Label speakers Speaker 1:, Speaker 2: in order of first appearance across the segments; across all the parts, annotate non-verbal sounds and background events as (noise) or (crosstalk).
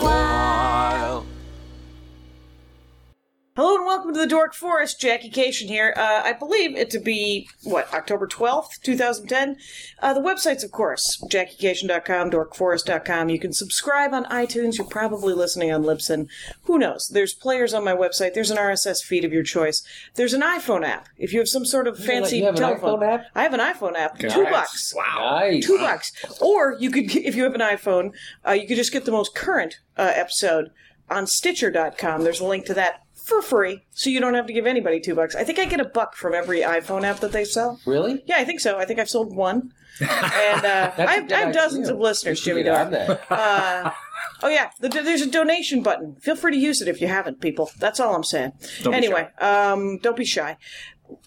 Speaker 1: while.
Speaker 2: Hello and welcome to the Dork Forest. Jackie Cation here. Uh, I believe it to be, what, October 12th, 2010? Uh, the websites, of course, jackiecation.com, dorkforest.com. You can subscribe on iTunes. You're probably listening on Libsyn. Who knows? There's players on my website. There's an RSS feed of your choice. There's an iPhone app. If you have some sort of fancy
Speaker 3: you have an
Speaker 2: telephone.
Speaker 3: iPhone app?
Speaker 2: I have an iPhone app. Two
Speaker 3: Nice.
Speaker 2: bucks.
Speaker 3: Nice.
Speaker 2: Two bucks. Or you could, if you have an iPhone, uh, you could just get the most current uh, episode on Stitcher.com. There's a link to that for free, so you don't have to give anybody two bucks. I think I get a buck from every iPhone app that they sell.
Speaker 3: Really?
Speaker 2: Yeah, I think so. I think I've sold one, and uh, I, have, I have dozens of listeners, Jimmy
Speaker 3: Get on
Speaker 2: Dog.
Speaker 3: that.
Speaker 2: Oh yeah, the, there's a donation button. Feel free to use it if you haven't, people. That's all I'm saying. anyway, um, don't be shy.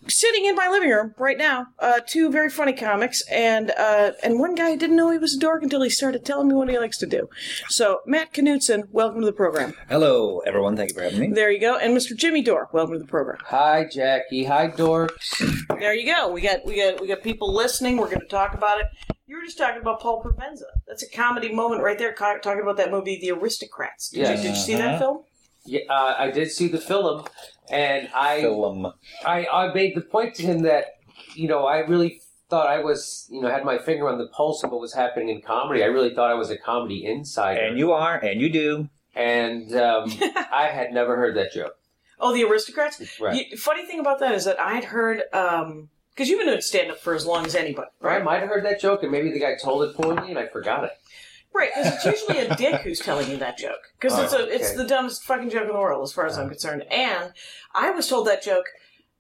Speaker 2: Sitting in my living room right now, uh, two very funny comics, and uh, and one guy didn't know he was a dork until he started telling me what he likes to do. So Matt Knutson, welcome to the program.
Speaker 4: Hello, everyone. Thank you for having me.
Speaker 2: There you go, and Mr. Jimmy Dork, welcome to the program.
Speaker 3: Hi, Jackie. Hi, dorks.
Speaker 2: There you go. We got we got we got people listening. We're going to talk about it. You were just talking about Paul Provenza. That's a comedy moment right there. co- Talking about that movie, The Aristocrats. Did,
Speaker 3: Yes.
Speaker 2: you, did you see that film?
Speaker 3: Yeah, uh, I did see the film, and I,
Speaker 4: Film.
Speaker 3: I I made the point to him that you know I really thought I was you know had my finger on the pulse of what was happening in comedy. I really thought I was a comedy insider,
Speaker 4: And you are, and you do.
Speaker 3: and
Speaker 2: (laughs)
Speaker 3: um, I had never heard that joke.
Speaker 2: Oh, The Aristocrats.
Speaker 3: Right.
Speaker 2: You- funny thing about that is that I had heard because you've been doing stand up for as long as anybody,
Speaker 3: Or I might have heard that joke, and maybe the guy told it for me, and I forgot it.
Speaker 2: Right, because it's usually a dick who's telling you that joke. Because it's a, it's
Speaker 3: Oh, okay. Uh-huh.
Speaker 2: the dumbest fucking joke in the world, as far as I'm concerned. And I was told that joke,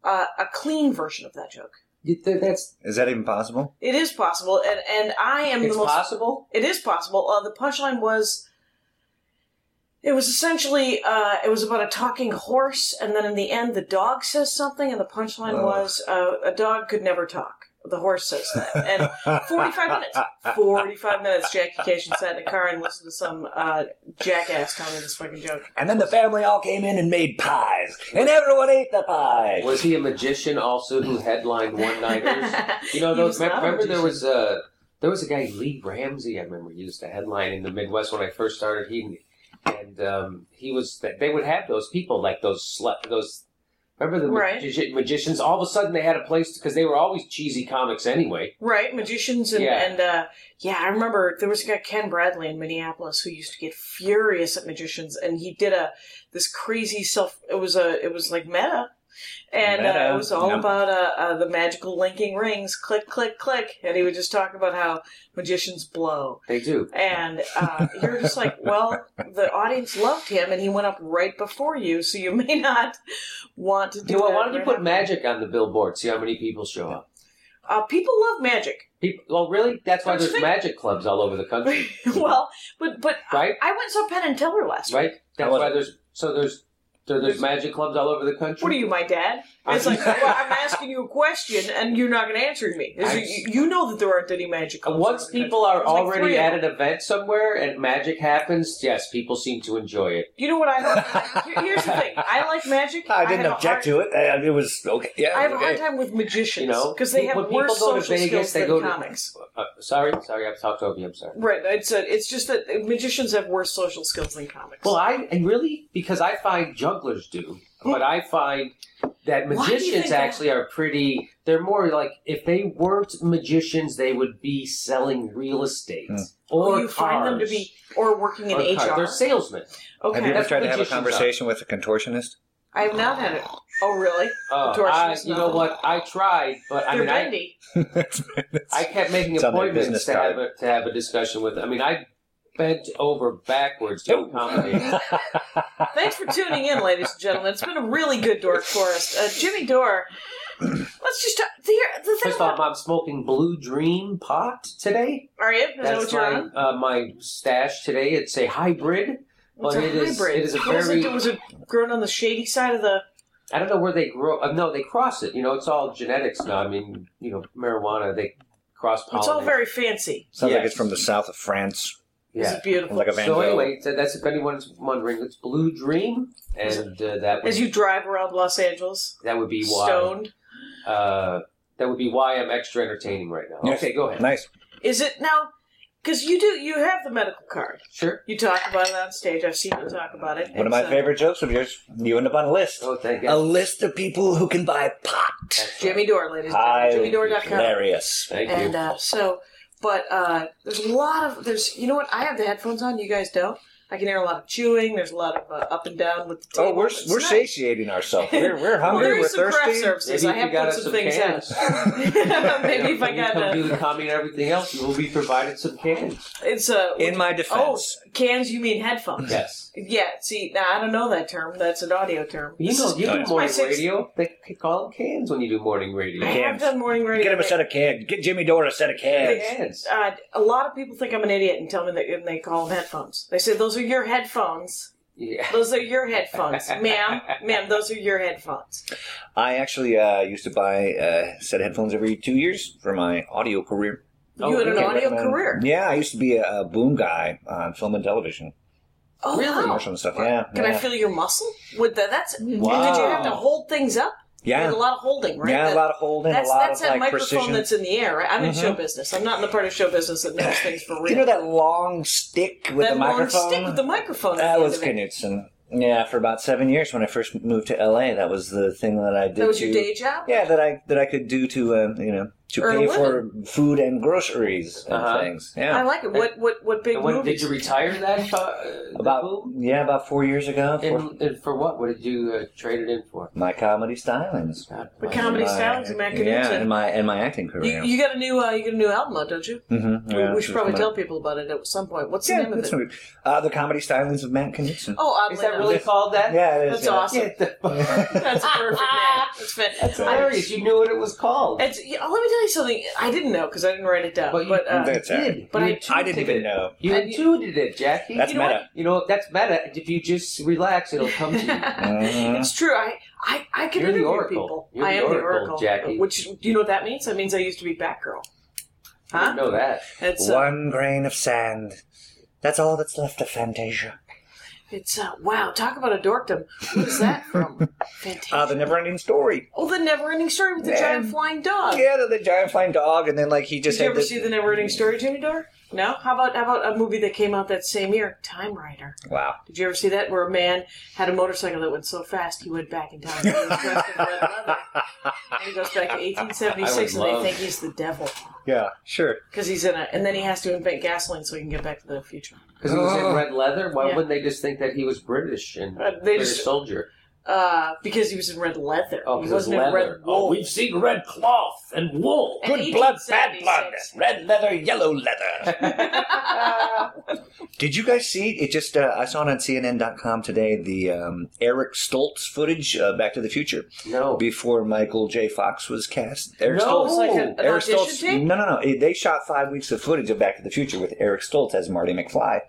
Speaker 2: uh, a clean version of that joke.
Speaker 3: You th- that's
Speaker 4: Is that even possible?
Speaker 2: It is possible, and and I am
Speaker 3: it's
Speaker 2: the most.
Speaker 3: possible.
Speaker 2: It is possible. Uh, the punchline was. It was essentially uh, it was about a talking horse, and then in the end, the dog says something, and the punchline
Speaker 4: Ugh.
Speaker 2: was uh, a dog could never talk. The horse says that, and forty-five minutes, forty-five minutes. Jackie Cation sat in a car and listened to some uh, jackass telling this fucking joke.
Speaker 4: And then the family all came in and made pies, and everyone ate the pie.
Speaker 3: Was he a magician also who headlined one
Speaker 2: (laughs)
Speaker 3: nighters? You know,
Speaker 2: He
Speaker 3: those,
Speaker 2: was not a
Speaker 3: remember there
Speaker 2: magician.
Speaker 3: was a there was a guy Lee Ramsey. I remember used to headline in the Midwest when I first started. He and um, he was they would have those people like those slut those. Remember the
Speaker 2: Right.
Speaker 3: magi- magicians? All of a sudden, they had a place because they were always cheesy comics anyway.
Speaker 2: Right, magicians and
Speaker 3: Yeah.
Speaker 2: and uh, yeah, I remember there was a guy Ken Bradley in Minneapolis who used to get furious at magicians, and he did a this crazy self. It was a it was like meta, and
Speaker 4: Meta,
Speaker 2: Uh, it was all
Speaker 4: yeah.
Speaker 2: about uh, uh, the magical linking rings, click click click, and he would just talk about how magicians blow,
Speaker 3: They do.
Speaker 2: and uh, you're just
Speaker 3: (laughs)
Speaker 2: like, well, the audience loved him, and he went up right before you, so you (laughs) may not want to do.
Speaker 3: You know,
Speaker 2: that
Speaker 3: why don't you
Speaker 2: right
Speaker 3: put
Speaker 2: now.
Speaker 3: magic on the billboard? See how many people show up.
Speaker 2: Uh, people love magic. (laughs)
Speaker 3: People, well, really, that's why
Speaker 2: Don't you
Speaker 3: there's
Speaker 2: think-
Speaker 3: magic clubs all over the country,
Speaker 2: (laughs) well, but but
Speaker 3: right?
Speaker 2: I went saw Penn and Teller last week.
Speaker 3: Right. That's
Speaker 4: was
Speaker 3: why
Speaker 4: it?
Speaker 3: there's so there's there, there's magic clubs all over the country.
Speaker 2: What are you, my dad? It's
Speaker 3: (laughs)
Speaker 2: like, well, I'm asking you a question and you're not going to answer me. It's
Speaker 3: I-
Speaker 2: like, you, you know that there aren't any magic.
Speaker 3: And
Speaker 2: clubs
Speaker 3: Uh, Once
Speaker 2: around the
Speaker 3: people are
Speaker 2: country. There's like
Speaker 3: already
Speaker 2: three of
Speaker 3: at
Speaker 2: them.
Speaker 3: an event somewhere and magic happens, yes, people seem to enjoy it.
Speaker 2: You know what I don't Here- Here's the thing. I like
Speaker 3: (laughs)
Speaker 2: magic.
Speaker 4: I didn't
Speaker 2: have a
Speaker 4: object
Speaker 2: hard-
Speaker 4: to it. Uh, It was okay. Yeah,
Speaker 2: I have a
Speaker 4: okay.
Speaker 2: hard time with magicians
Speaker 3: You know,
Speaker 2: because they
Speaker 3: Pe-
Speaker 2: have
Speaker 3: when people
Speaker 2: worse
Speaker 3: go to
Speaker 2: social
Speaker 3: Vegas,
Speaker 2: skills
Speaker 3: they
Speaker 2: than
Speaker 3: go to-
Speaker 2: comics.
Speaker 3: Uh, sorry, sorry, I've talked over you. I'm sorry.
Speaker 2: Right. It's a, it's just that magicians have worse social skills than comics.
Speaker 3: Well, I and really because I find jugglers do, but I find that
Speaker 2: Why do you think
Speaker 3: magicians
Speaker 2: that-
Speaker 3: actually are pretty. They're more like if they weren't magicians, they would be selling real estate
Speaker 4: Hmm.
Speaker 3: or
Speaker 2: Or Oh, you find them to
Speaker 3: cars.
Speaker 2: be or working in
Speaker 3: Or cars.
Speaker 2: HR.
Speaker 3: They're salesmen.
Speaker 2: okay.
Speaker 4: Have you ever
Speaker 3: That's
Speaker 4: tried to have a
Speaker 3: magicians are.
Speaker 4: conversation with a contortionist?
Speaker 2: I have not had it. Oh, really?
Speaker 3: Uh, I,
Speaker 2: Contortionist,
Speaker 3: you know
Speaker 2: no.
Speaker 3: what? I tried, but I
Speaker 2: They're
Speaker 3: mean, I,
Speaker 2: bendy.
Speaker 3: I kept making
Speaker 4: It's on their
Speaker 3: appointments
Speaker 4: business
Speaker 3: to have, a, to have a discussion with. I mean, I bent over backwards to accommodate.
Speaker 2: Thanks for tuning in, ladies and gentlemen. It's been a really good Dork Forest. Uh, Jimmy Dore, let's just talk. The, the thing
Speaker 3: First
Speaker 2: about,
Speaker 3: off, I'm smoking Blue Dream pot today.
Speaker 2: are you? Is that what
Speaker 3: That's
Speaker 2: you're
Speaker 3: my
Speaker 2: on?
Speaker 3: uh, my stash today. It's a hybrid.
Speaker 2: It's
Speaker 3: But
Speaker 2: a
Speaker 3: it is
Speaker 2: hybrid.
Speaker 3: it is a
Speaker 2: What is
Speaker 3: very.
Speaker 2: it? Was it grown on the shady side of the?
Speaker 3: I don't know where they grow. Uh, no, they cross it. You know, it's all genetics now. I mean, you know, marijuana they cross
Speaker 2: It's all very fancy.
Speaker 5: Sounds like
Speaker 3: Yes.
Speaker 5: it's from the south of France.
Speaker 2: This
Speaker 3: yeah.
Speaker 2: is beautiful.
Speaker 5: Like a Van
Speaker 3: So
Speaker 5: Gogh.
Speaker 3: anyway, so that's if anyone's wondering, it's Blue Dream, and uh, that would,
Speaker 2: As you drive around Los Angeles,
Speaker 3: that would be why
Speaker 2: stoned.
Speaker 3: Uh, that would be why I'm extra entertaining right now.
Speaker 5: Yes.
Speaker 3: Okay, go ahead.
Speaker 5: Nice.
Speaker 2: Is it now? Because you do, you have the medical card.
Speaker 3: Sure.
Speaker 2: You talk about it on stage. I've seen you talk about it.
Speaker 5: One of my
Speaker 2: It's, uh,
Speaker 5: favorite jokes of yours. You end up on a list.
Speaker 3: Oh, thank
Speaker 4: A
Speaker 3: you.
Speaker 4: list of people who can buy pot.
Speaker 3: That's
Speaker 2: Jimmy Dore, ladies
Speaker 5: Hi,
Speaker 2: and gentlemen. JimmyDore.com.
Speaker 5: Hilarious.
Speaker 3: Thank you.
Speaker 2: And uh, so, but uh, there's a lot of there's. You know what? I have the headphones on. You guys don't. I can hear a lot of chewing. There's a lot of uh, up and down with the table.
Speaker 5: Oh, we're
Speaker 2: It's
Speaker 5: we're
Speaker 2: nice.
Speaker 5: satiating ourselves.
Speaker 2: (laughs)
Speaker 5: We're we're
Speaker 2: Well,
Speaker 5: hungry. we're
Speaker 2: there's some craft
Speaker 5: thirsty.
Speaker 2: services.
Speaker 3: Maybe
Speaker 2: I
Speaker 3: if
Speaker 2: have
Speaker 3: you got
Speaker 2: put
Speaker 3: us
Speaker 2: some,
Speaker 3: some
Speaker 2: things
Speaker 3: cans.
Speaker 5: (laughs)
Speaker 2: out. (laughs) Maybe if I
Speaker 3: When you
Speaker 2: got
Speaker 3: come do
Speaker 2: uh,
Speaker 3: the comedy and everything else, you will be provided some cans.
Speaker 2: it's a
Speaker 5: In my
Speaker 2: oh
Speaker 5: defense,
Speaker 2: cans. You mean headphones?
Speaker 3: Yes.
Speaker 2: Yeah, see, now I don't know that term. That's an audio term.
Speaker 3: You
Speaker 2: This
Speaker 3: know,
Speaker 2: is-
Speaker 3: you
Speaker 5: Oh,
Speaker 3: do
Speaker 5: yeah.
Speaker 3: morning
Speaker 2: It's my sixth-
Speaker 3: radio. They could call them cans when you do morning radio.
Speaker 2: I have
Speaker 5: cans.
Speaker 2: done morning radio.
Speaker 5: get him a set of cans. Get Jimmy Dore a set of cans.
Speaker 3: Cans.
Speaker 2: uh, a lot of people think I'm an idiot and tell me that and they call them headphones. They say, those are your headphones.
Speaker 3: Yeah.
Speaker 2: Those are your headphones. ma'am, ma'am, those are your headphones.
Speaker 5: I actually uh, used to buy uh, set of headphones every two years for my audio career.
Speaker 3: Oh,
Speaker 2: you had an
Speaker 3: okay,
Speaker 2: audio
Speaker 5: Recommend-
Speaker 2: career.
Speaker 5: Yeah, I used to be a, a boom guy on film and television,
Speaker 2: Oh,
Speaker 3: Really?
Speaker 2: wow.
Speaker 5: commercial and stuff. Yeah,
Speaker 2: Can
Speaker 5: yeah.
Speaker 2: I feel your muscle? With the, that's
Speaker 5: Wow.
Speaker 2: Did you have to hold things up? You
Speaker 5: yeah,
Speaker 2: had a lot of holding, right?
Speaker 5: yeah,
Speaker 2: That-
Speaker 5: a lot of holding, a
Speaker 2: that's,
Speaker 5: lot
Speaker 2: that's
Speaker 5: of
Speaker 2: that
Speaker 5: like
Speaker 2: microphone
Speaker 5: precision.
Speaker 2: that's in the air, right? I'm in
Speaker 5: Mhm.
Speaker 2: show business. I'm not in the part of show business that knows things for real.
Speaker 5: you know that long stick with
Speaker 2: That
Speaker 5: the
Speaker 2: long
Speaker 5: microphone.
Speaker 2: stick with the microphone. at the
Speaker 5: That
Speaker 2: end
Speaker 5: was
Speaker 2: of it.
Speaker 5: Knutson. Yeah, for about seven years when I first moved to LA, that was the thing that I did.
Speaker 2: That was
Speaker 5: to,
Speaker 2: your day job?
Speaker 5: Yeah, that I that I could do to uh, you know to
Speaker 2: Earn a
Speaker 5: pay for food and groceries and
Speaker 3: Uh-huh.
Speaker 5: things.
Speaker 2: I
Speaker 5: Yeah,
Speaker 2: like it. What what what big
Speaker 3: And when
Speaker 2: movies?
Speaker 3: did you retire that? Uh,
Speaker 5: about yeah about four years ago.
Speaker 3: the boom?
Speaker 5: four-
Speaker 3: and, and for what? What did you uh, trade it in for?
Speaker 5: my comedy stylings.
Speaker 3: God,
Speaker 2: The
Speaker 3: my-
Speaker 2: comedy
Speaker 5: My-
Speaker 2: stylings and my
Speaker 5: Yeah,
Speaker 2: Knutson.
Speaker 5: and my and my acting
Speaker 2: you,
Speaker 5: career.
Speaker 2: you got a new uh, you got a new album out, don't you?
Speaker 5: mm-hmm.
Speaker 2: We- we should probably tell people about it at some point. What's the
Speaker 5: Yeah,
Speaker 2: name of
Speaker 5: that's
Speaker 2: it?
Speaker 5: what we- uh, the comedy stylings of Matt Knutson.
Speaker 2: Oh, oddly
Speaker 3: Is that
Speaker 2: Enough.
Speaker 3: really called that?
Speaker 5: yeah, it is,
Speaker 2: That's
Speaker 5: yeah. (laughs)
Speaker 2: awesome.
Speaker 3: Get the
Speaker 2: (laughs) That's a perfect name. That's fit.
Speaker 3: That's
Speaker 2: I- (laughs)
Speaker 3: hilarious. You knew what it was called.
Speaker 2: it's, yeah, let me tell you something. I didn't know because I didn't write it down.
Speaker 3: But you-
Speaker 2: But, uh,
Speaker 5: That's all right.
Speaker 3: You
Speaker 2: But I-
Speaker 3: intuited
Speaker 5: I didn't even
Speaker 3: it.
Speaker 5: know.
Speaker 3: You
Speaker 2: And you-
Speaker 3: intuited it, Jackie.
Speaker 5: That's
Speaker 3: you know
Speaker 5: meta.
Speaker 3: What? You know that's meta. If you just relax, it'll come
Speaker 2: (laughs)
Speaker 3: to you.
Speaker 5: Mhm.
Speaker 2: it's true. I I, I can
Speaker 3: You're the
Speaker 2: interview
Speaker 3: oracle.
Speaker 2: people.
Speaker 3: You're
Speaker 2: I
Speaker 3: the
Speaker 2: am the
Speaker 3: oracle,
Speaker 2: oracle.
Speaker 3: Jackie.
Speaker 2: Which do you know what that means? That means I used to be Batgirl.
Speaker 3: I
Speaker 2: Huh?
Speaker 3: know that.
Speaker 2: It's uh,
Speaker 5: One grain of sand. That's all that's left of Fantasia.
Speaker 2: it's uh, wow. Talk about a dorkdom. What is that
Speaker 3: (laughs) Uh,
Speaker 2: from? Fantastic.
Speaker 5: Ah, the never-ending story.
Speaker 2: oh, the never-ending story with the
Speaker 5: Man.
Speaker 2: giant flying dog.
Speaker 5: Yeah, the, the giant flying dog, and then like he just
Speaker 2: Uh, Did you
Speaker 5: had
Speaker 2: ever
Speaker 5: this-
Speaker 2: see the Neverending Story, Jimmy Dore? No. How about how about a movie that came out that same year, Time Rider?
Speaker 5: wow.
Speaker 2: Did you ever see that where a man had a motorcycle that went so fast he went back in
Speaker 3: (laughs)
Speaker 2: time? He was dressed in red leather, and he goes back to 1876,
Speaker 3: I
Speaker 2: and
Speaker 3: would
Speaker 2: they
Speaker 3: love-
Speaker 2: think he's the devil
Speaker 5: Yeah, sure.
Speaker 2: because he's in a, and then he has to invent gasoline so he can get back to the future.
Speaker 3: Because he was in
Speaker 5: Oh.
Speaker 3: red leather. Why
Speaker 2: Yeah.
Speaker 3: wouldn't they just think that he was British and
Speaker 2: Uh, they
Speaker 3: British
Speaker 2: just-
Speaker 3: soldier?
Speaker 2: Uh, because he was in red leather.
Speaker 3: Oh,
Speaker 2: he
Speaker 3: 'cause it was
Speaker 2: wasn't in
Speaker 3: leather.
Speaker 2: red wool.
Speaker 4: Oh, we've seen red cloth and wool.
Speaker 2: And
Speaker 4: Good blood, bad
Speaker 2: 1876.
Speaker 4: blood. Red leather, yellow leather.
Speaker 2: (laughs)
Speaker 5: Did you guys see? It just uh, I saw it on CNN.com today. The um, Eric Stoltz footage, uh, Back to the Future,
Speaker 3: No.
Speaker 5: before Michael J. Fox was cast. Eric
Speaker 3: No.
Speaker 5: Stoltz.
Speaker 2: It's like an, an
Speaker 5: Eric
Speaker 2: audition
Speaker 5: Stoltz.
Speaker 2: tape?
Speaker 5: No, no, no. It- They shot five weeks of footage of Back to the Future with Eric Stoltz as Marty McFly,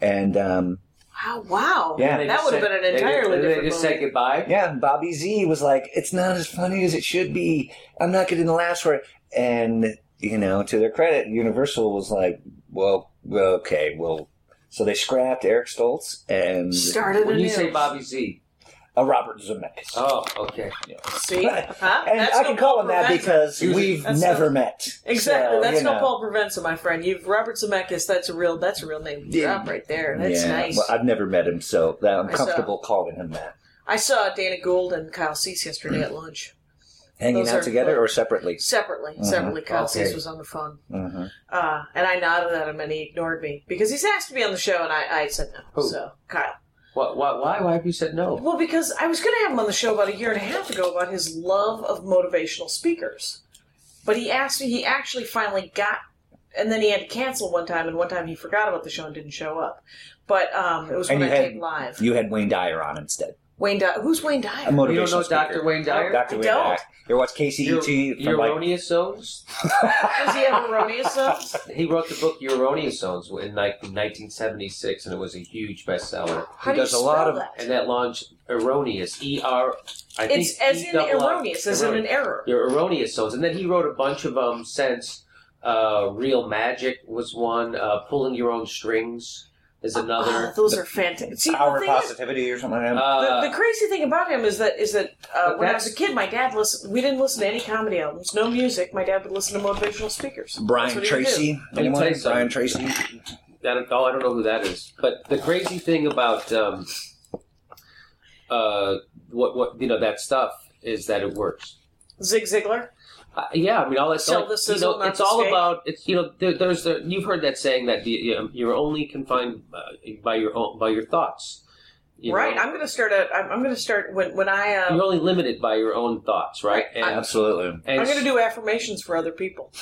Speaker 5: and um,
Speaker 2: Wow, wow.
Speaker 5: Yeah.
Speaker 3: They
Speaker 2: that
Speaker 3: just
Speaker 2: would have
Speaker 3: said-
Speaker 2: been an
Speaker 3: they just-
Speaker 2: entirely
Speaker 3: they,
Speaker 2: different
Speaker 3: just
Speaker 2: movie.
Speaker 3: said goodbye.
Speaker 5: Yeah, Bobby Z was like, "It's not as funny as it should be. I'm not getting the last word." And you know, to their credit, Universal was like, "Well, well, okay, well." So they scrapped Eric Stoltz and
Speaker 2: Started
Speaker 3: When
Speaker 2: anew.
Speaker 3: you say Bobby Z,
Speaker 5: uh, Robert Zemeckis.
Speaker 3: oh, okay.
Speaker 2: See? (laughs) Huh?
Speaker 5: and
Speaker 2: That's
Speaker 5: I
Speaker 2: no
Speaker 5: can call
Speaker 2: Paul
Speaker 5: him that
Speaker 2: Provenza.
Speaker 5: because
Speaker 3: He was-
Speaker 5: we've
Speaker 2: that's
Speaker 5: never
Speaker 2: no-
Speaker 5: met.
Speaker 2: Exactly.
Speaker 5: So,
Speaker 2: that's
Speaker 5: you
Speaker 2: no
Speaker 5: know.
Speaker 2: Paul Provenza, my friend. You've Robert Zemeckis. That's a real. That's a real name
Speaker 5: Yeah.
Speaker 2: drop right there. That's
Speaker 5: Yeah,
Speaker 2: nice. uh,
Speaker 5: Well, I've never met him, so that I'm
Speaker 2: I saw-
Speaker 5: comfortable calling him that.
Speaker 2: I saw Dana Gould and Kyle Cease yesterday at lunch.
Speaker 5: Hanging
Speaker 2: Those
Speaker 5: out
Speaker 2: are-
Speaker 5: together or separately?
Speaker 2: Separately, separately, Kyle
Speaker 3: Okay.
Speaker 2: Cease was on the phone,
Speaker 3: Mm-hmm.
Speaker 5: hmm
Speaker 2: uh, and I nodded at him, and he ignored me because he's asked to be on the show, and I, I said no.
Speaker 3: Who?
Speaker 2: So Kyle.
Speaker 3: What, why, why, why have you said no?
Speaker 2: Well, because I was going to have him on the show about a year and a half ago about his love of motivational speakers, but he asked me. He actually finally got, and then he had to cancel one time, and one time he forgot about the show and didn't show up. But um, it was
Speaker 5: And
Speaker 2: when I
Speaker 5: you had-
Speaker 2: taped live.
Speaker 5: You had Wayne Dyer on instead.
Speaker 2: Wayne Dyer. Who's Wayne Dyer?
Speaker 5: A
Speaker 3: Uh,
Speaker 5: motivational
Speaker 3: You don't know
Speaker 5: speaker.
Speaker 3: Dr. Wayne Dyer?
Speaker 5: Dr.
Speaker 2: I
Speaker 5: Wayne
Speaker 2: don't.
Speaker 5: Dyer. You watch KCET from like
Speaker 3: Erroneous Zones?
Speaker 2: Does he have erroneous zones?
Speaker 5: (laughs)
Speaker 3: He wrote the book Erroneous Zones in like 1976, and it was a huge bestseller.
Speaker 2: How
Speaker 5: He
Speaker 2: do you
Speaker 5: does a
Speaker 2: spell
Speaker 5: lot of-
Speaker 2: that?
Speaker 3: And that launched Erroneous, E R. I think
Speaker 2: It's as in
Speaker 3: E double R-
Speaker 2: erroneous, as in an error.
Speaker 3: Your erroneous zones, and then he wrote a bunch of um since Uh, Real Magic was one. Uh, Pulling Your Own Strings is another.
Speaker 2: Ah, those are fantastic. See, the,
Speaker 5: Power
Speaker 2: thing is,
Speaker 5: positivity or something like that.
Speaker 3: Uh,
Speaker 2: Ah, the, the crazy thing about him is that is that uh,
Speaker 3: But
Speaker 2: when I
Speaker 3: that's-
Speaker 2: was a kid, my dad listened. We didn't listen to any comedy albums, no music. My dad would listen to motivational speakers.
Speaker 3: Uh,
Speaker 2: That's what
Speaker 5: Brian
Speaker 2: he would do.
Speaker 5: Tracy.
Speaker 3: Let me tell
Speaker 5: Anyone?
Speaker 3: you something.
Speaker 5: Brian Tracy.
Speaker 3: I don't, oh, I don't know who that is. But the crazy thing about um, uh, what what you know that stuff is that it works.
Speaker 2: Zig Ziglar.
Speaker 3: Uh, yeah, I mean, all that
Speaker 2: Sell
Speaker 3: like,
Speaker 2: the
Speaker 3: you
Speaker 2: sizzle,
Speaker 3: know,
Speaker 2: not
Speaker 3: it's
Speaker 2: the
Speaker 3: all
Speaker 2: steak.
Speaker 3: about it's you know there, there's the, you've heard that saying that the, you know, you're only confined uh, by your own by your thoughts. You
Speaker 2: right.
Speaker 3: know?
Speaker 2: I'm going to start. A, I'm, I'm going to start when when I. Uh,
Speaker 3: you're only limited by your own thoughts, right? And,
Speaker 5: Absolutely.
Speaker 3: and
Speaker 2: I'm going to do affirmations for other people.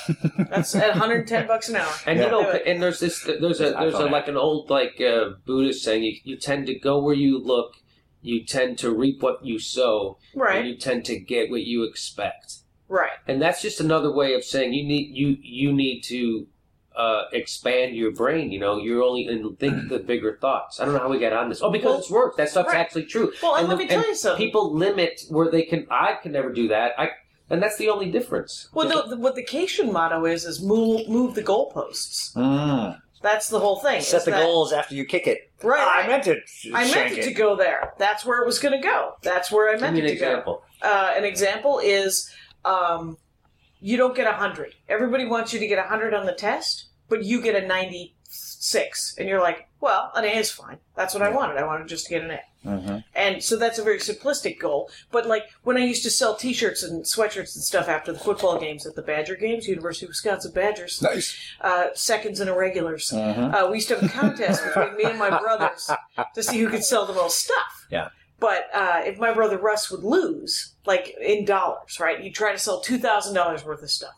Speaker 2: That's at 110 bucks an hour.
Speaker 3: And
Speaker 5: Yeah.
Speaker 3: you know,
Speaker 2: Do it.
Speaker 3: and there's this, there's a,
Speaker 5: iPhone
Speaker 3: there's a,
Speaker 5: app.
Speaker 3: like an old like uh, Buddhist saying, you, you tend to go where you look, you tend to reap what you sow, and
Speaker 2: Right.
Speaker 3: you tend to get what you expect.
Speaker 2: Right.
Speaker 3: And that's just another way of saying you need you you need to uh, expand your brain. You know, you're only and
Speaker 2: (clears throat)
Speaker 3: think the bigger thoughts. I don't know how we got on this. Oh, because it's work. That stuff's
Speaker 2: Right.
Speaker 3: actually true.
Speaker 2: Well, and,
Speaker 3: the-
Speaker 2: let me tell you something.
Speaker 3: People limit where they can. I can never do that. I and that's the only difference.
Speaker 2: well, no, the, what the Cation motto is is move move the goalposts.
Speaker 5: Mm.
Speaker 2: That's the whole thing.
Speaker 5: Set
Speaker 2: is
Speaker 5: the
Speaker 2: that-
Speaker 5: goals after you kick it.
Speaker 2: Right.
Speaker 5: Ah,
Speaker 2: right.
Speaker 5: I meant to.
Speaker 2: I meant
Speaker 5: shank
Speaker 2: it to go there. That's where it was going to go. That's where I
Speaker 3: Give
Speaker 2: meant
Speaker 3: me
Speaker 2: it
Speaker 3: an
Speaker 2: to
Speaker 3: example.
Speaker 2: go. Uh, an example is um, you don't get a 100. Everybody wants you to get a 100 on the test, but you get a 96. And you're like, well, an A is fine. That's what I wanted. I wanted just to get an A.
Speaker 5: Mhm.
Speaker 2: And so that's a very simplistic goal. But like when I used to sell t shirts and sweatshirts and stuff after the football games at the Badger games, University of Wisconsin Badgers,
Speaker 5: Nice.
Speaker 2: uh, seconds and irregulars.
Speaker 5: Mhm.
Speaker 2: Uh, we used to have a contest between me and my brothers (laughs) to see who could sell the most stuff.
Speaker 5: Yeah.
Speaker 2: But uh, if my brother Russ would lose, like in dollars, right? He'd try to sell two thousand dollars worth of stuff.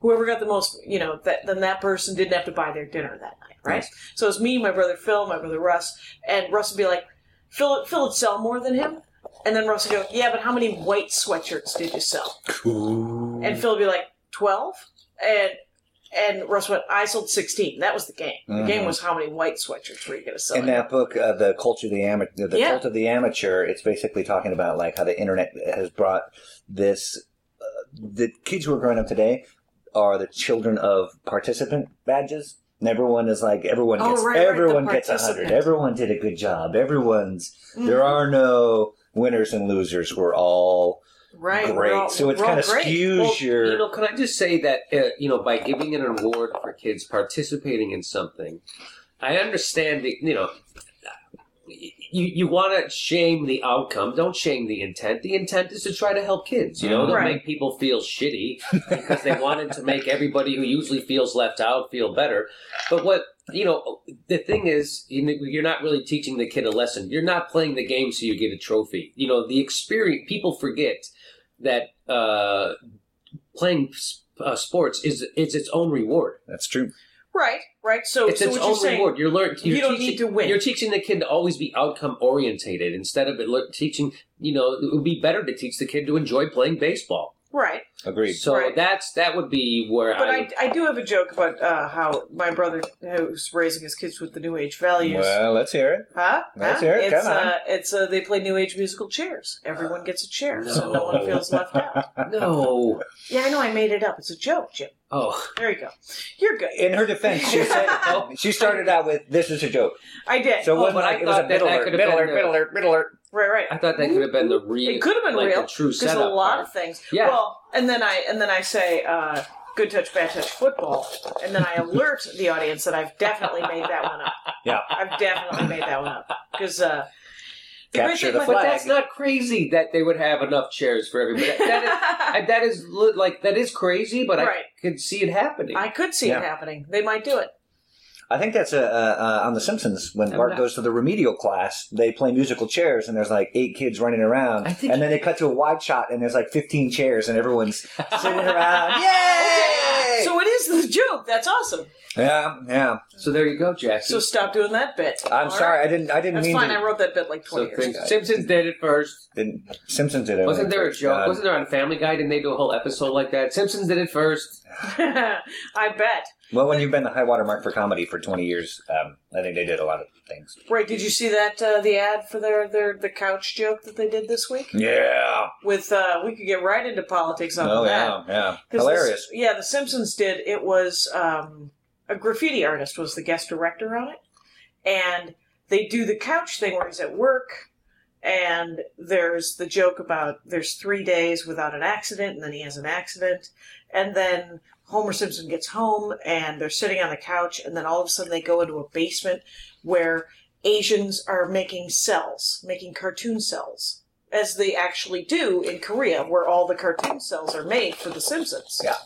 Speaker 2: Whoever got the most, you know, that then that person didn't have to buy their dinner that night, right? So it's me, my brother Phil, my brother Russ, and Russ would be like, Phil, Phil would sell more than him. And then Russ would go, Yeah, but how many white sweatshirts did you sell?
Speaker 5: Cool.
Speaker 2: And Phil would be like, 12? And and Russ went, I sold 16. That was the game. The game was how many white sweatshirts were you going to sell?
Speaker 5: In that book, uh, the culture of the amateur, the
Speaker 2: Yeah.
Speaker 5: cult of the amateur, it's basically talking about like how the internet has brought this. Uh, the kids who are growing up today are the children of participant badges. And everyone is like everyone
Speaker 2: Oh,
Speaker 5: gets
Speaker 2: right, right, the
Speaker 5: everyone gets a hundred.
Speaker 2: participant. Mm-hmm.
Speaker 5: Everyone did a good job. Everyone's there are no winners and losers. We're all
Speaker 2: right. we're
Speaker 5: great.
Speaker 2: all-
Speaker 5: so it's
Speaker 2: we're all
Speaker 5: kind of
Speaker 2: great.
Speaker 5: skews your.
Speaker 3: You know, can I just say that uh, you know by giving an award for kids participating in something, I understand the you know. You, you want to shame the outcome. Don't shame the intent. The intent is to try to help kids, you know, to
Speaker 2: Right.
Speaker 3: make people feel shitty because they wanted to make everybody who usually feels left out feel better. But what, you know, the thing is, you know, you're not really teaching the kid a lesson. You're not playing the game so you get a trophy. You know, the experience, people forget that uh, playing s- uh, sports is it's its own reward.
Speaker 5: that's true.
Speaker 2: Right, right. So,
Speaker 3: It's
Speaker 2: so
Speaker 3: its
Speaker 2: what you're
Speaker 3: own
Speaker 2: saying,
Speaker 3: reward. You're learning.
Speaker 2: you
Speaker 3: You're
Speaker 2: don't
Speaker 3: teaching,
Speaker 2: need to win.
Speaker 3: You're teaching the kid to always be outcome orientated instead of it look, teaching. You know, it would be better to teach the kid to enjoy playing baseball.
Speaker 2: right.
Speaker 5: Agreed.
Speaker 3: So
Speaker 2: Right.
Speaker 3: that's that would be where
Speaker 2: But
Speaker 3: I.
Speaker 2: I, I do have a joke about uh, how my brother who's raising his kids with the New Age values.
Speaker 5: Well, let's hear it.
Speaker 2: Huh?
Speaker 5: Let's
Speaker 2: Huh?
Speaker 5: hear it.
Speaker 2: It's,
Speaker 5: Come on.
Speaker 2: Uh, it's uh, they play New Age musical chairs. Everyone gets a chair, so no
Speaker 3: No.
Speaker 2: one feels left
Speaker 3: (laughs)
Speaker 2: out.
Speaker 3: no.
Speaker 2: Yeah, I know. I made it up. It's a joke, Jim.
Speaker 3: Oh,
Speaker 2: There you go. You're good.
Speaker 5: In her defense, she said
Speaker 2: (laughs)
Speaker 5: she started out with "This is a joke."
Speaker 2: I did. Oh,
Speaker 5: So
Speaker 3: Oh,
Speaker 5: it
Speaker 3: but
Speaker 5: wasn't
Speaker 3: I
Speaker 5: like it was a
Speaker 3: thought that
Speaker 5: middle
Speaker 3: that
Speaker 5: alert,
Speaker 3: could've
Speaker 5: middle
Speaker 3: been
Speaker 5: alert,
Speaker 3: the-
Speaker 5: middle alert, middle alert.
Speaker 2: right, right.
Speaker 3: I thought that could have been the real.
Speaker 2: It could have been
Speaker 3: like
Speaker 2: real
Speaker 3: The true
Speaker 2: because a
Speaker 3: setup
Speaker 2: lot
Speaker 3: part.
Speaker 2: of things.
Speaker 3: Yeah.
Speaker 2: Well, and then I and then I say uh, good touch, bad touch, football, and then I alert the audience that I've definitely made that one up.
Speaker 3: (laughs)
Speaker 5: Yeah.
Speaker 2: I've definitely made that one up because uh, the great
Speaker 5: Capture
Speaker 2: thing
Speaker 5: the
Speaker 2: about-
Speaker 3: But that's not crazy that they would have enough chairs for everybody. That is,
Speaker 2: (laughs)
Speaker 3: I- that is li- like that is crazy, but
Speaker 2: Right.
Speaker 3: I could see it happening.
Speaker 2: I could see
Speaker 5: Yeah.
Speaker 2: it happening. They might do it.
Speaker 5: I think that's a, uh, uh, on The Simpsons when Bart
Speaker 3: not-
Speaker 5: goes to the remedial class. They play musical chairs, and there's like eight kids running around,
Speaker 3: I think-
Speaker 5: and then they cut to a wide shot, and there's like 15 chairs, and everyone's sitting around. Yay!
Speaker 2: So it is the joke. That's awesome.
Speaker 5: yeah, yeah.
Speaker 3: so there you go, Jackie.
Speaker 2: So stop doing that bit.
Speaker 5: I'm
Speaker 2: All
Speaker 5: sorry,
Speaker 2: right.
Speaker 5: I didn't. I didn't
Speaker 2: That's
Speaker 5: mean.
Speaker 2: fine.
Speaker 5: to,
Speaker 2: I wrote that bit like
Speaker 3: So
Speaker 2: 20 years
Speaker 3: things,
Speaker 2: ago.
Speaker 3: Simpsons did it first.
Speaker 5: didn't- Simpsons did it. uh,
Speaker 3: Wasn't
Speaker 2: oh,
Speaker 3: there a
Speaker 5: Thank
Speaker 3: joke?
Speaker 5: God.
Speaker 3: Wasn't there on Family Guy? Didn't they do a whole episode like that? Simpsons did it first.
Speaker 2: (laughs) I bet.
Speaker 5: Well, when you've been the high water mark for comedy for 20 years, um, I think they did a lot of things.
Speaker 2: Right? Did you see that uh, the ad for their their the couch joke that they did this week?
Speaker 5: Yeah.
Speaker 2: With uh, we could get right into politics on
Speaker 5: Oh,
Speaker 2: that.
Speaker 5: yeah. Yeah.
Speaker 2: 'Cause the-
Speaker 5: Hilarious.
Speaker 2: yeah, The Simpsons did. It was um, a graffiti artist was the guest director on it, and they do the couch thing where he's at work, and there's the joke about there's three days without an accident, and then he has an accident, and then Homer Simpson gets home, and they're sitting on the couch, and then all of a sudden they go into a basement where Asians are making cells, making cartoon cells. As they actually do in Korea, where all the cartoon cells are made for The Simpsons.
Speaker 5: Yeah.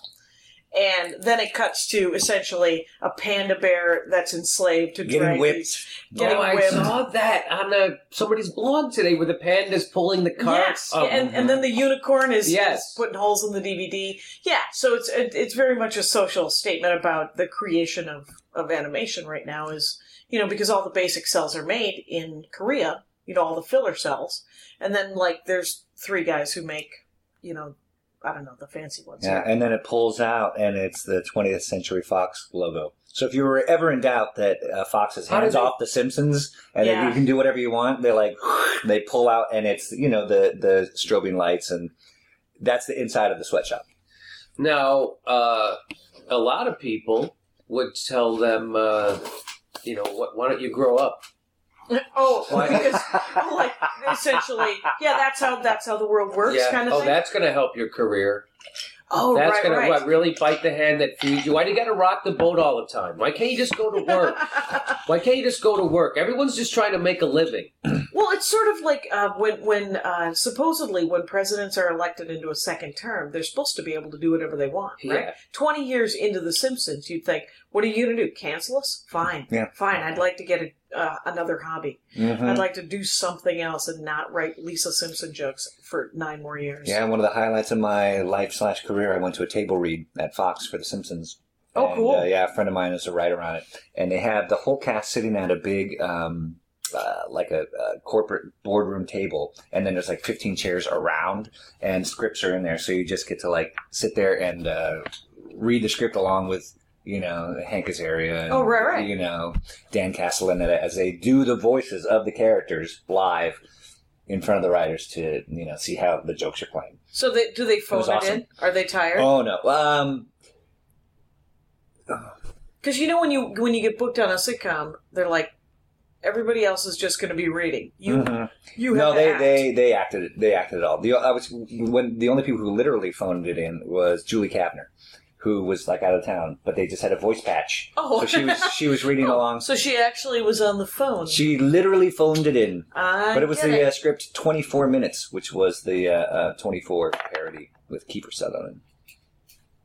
Speaker 2: And then it cuts to essentially a panda bear that's enslaved to
Speaker 5: Getting
Speaker 2: drag
Speaker 5: whipped.
Speaker 2: these-
Speaker 3: Oh,
Speaker 2: Getting
Speaker 3: I
Speaker 2: whipped.
Speaker 3: saw that on a, somebody's blog today where the panda's pulling the cart.
Speaker 2: Yes,
Speaker 3: Oh,
Speaker 2: and, and then the unicorn is,
Speaker 3: Yes.
Speaker 2: is putting holes in the DVD. Yeah, so it's it, it's very much a social statement about the creation of, of animation right now. Is you know because all the basic cells are made in Korea, you know all the filler cells, and then like there's three guys who make you know I don't know the fancy ones.
Speaker 5: Yeah, and then it pulls out, and it's the 20th Century Fox logo. So if you were ever in doubt that uh, Fox is
Speaker 3: How did
Speaker 5: hands
Speaker 3: they-
Speaker 5: off the Simpsons and that
Speaker 2: Yeah.
Speaker 5: you can do whatever you want, they like (laughs) they pull out, and it's you know the the strobing lights, and that's the inside of the sweatshop.
Speaker 3: Oh. Now, uh, a lot of people would tell them, uh, you know, "Wh- why don't you grow up? (laughs)
Speaker 2: Oh,
Speaker 3: Why-
Speaker 2: because like essentially, yeah, that's how that's how the world works,
Speaker 3: Yeah.
Speaker 2: kind of
Speaker 3: oh,
Speaker 2: thing.
Speaker 3: that's going to help your career.
Speaker 2: oh,
Speaker 3: that's
Speaker 2: right,
Speaker 3: going
Speaker 2: right.
Speaker 3: to really bite the hand that feeds you. Why do you got to rock the boat all the time? Why can't you just go to
Speaker 2: (laughs)
Speaker 3: work? why can't you just go to work? Everyone's just trying to make a living.
Speaker 2: Well, it's sort of like uh, when when uh, supposedly when presidents are elected into a second term, they're supposed to be able to do whatever they want, right?
Speaker 3: Yeah.
Speaker 2: Twenty years into The Simpsons, you'd think, "What are you going to do? Cancel us? Fine,
Speaker 5: Yeah. Uh-huh.
Speaker 2: fine. I'd like to get a, uh, another hobby.
Speaker 5: Mm-hmm.
Speaker 2: I'd like to do something else and not write Lisa Simpson jokes for nine more years."
Speaker 5: Yeah, one of the highlights of my life slash career, I went to a table read at Fox for The Simpsons.
Speaker 2: Oh,
Speaker 5: And,
Speaker 2: cool.
Speaker 5: uh, yeah, a friend of mine is a writer on it, and they have the whole cast sitting at a big, um, uh, like a, a corporate boardroom table, and then there's like 15 chairs around, and scripts are in there, so you just get to like sit there and uh, read the script along with. You know Hank Azaria. And,
Speaker 2: Oh, right, right.
Speaker 5: You know Dan Castellaneta as they do the voices of the characters live in front of the writers to you know see how the jokes are playing.
Speaker 2: So they, do they phone
Speaker 5: was
Speaker 2: it,
Speaker 5: awesome.
Speaker 2: in? Are they tired?
Speaker 5: Oh no. Um.
Speaker 2: Because you know when you when you get booked on a sitcom, they're like, everybody else is just going to be reading. You
Speaker 5: mhm.
Speaker 2: you have
Speaker 5: No,
Speaker 2: to
Speaker 5: they,
Speaker 2: act.
Speaker 5: they they acted it- they acted it all. The I was when the only people who literally phoned it in was Julie Kavner, who was like out of town, but they just had a voice patch.
Speaker 2: Oh.
Speaker 5: So she was she
Speaker 2: (laughs)
Speaker 5: was reading along.
Speaker 2: So she actually was on the phone.
Speaker 5: She literally phoned it in,
Speaker 2: I
Speaker 5: but it was
Speaker 2: get
Speaker 5: the Uh, script twenty four minutes, which was the uh, uh, twenty four parody with Kiefer Sutherland.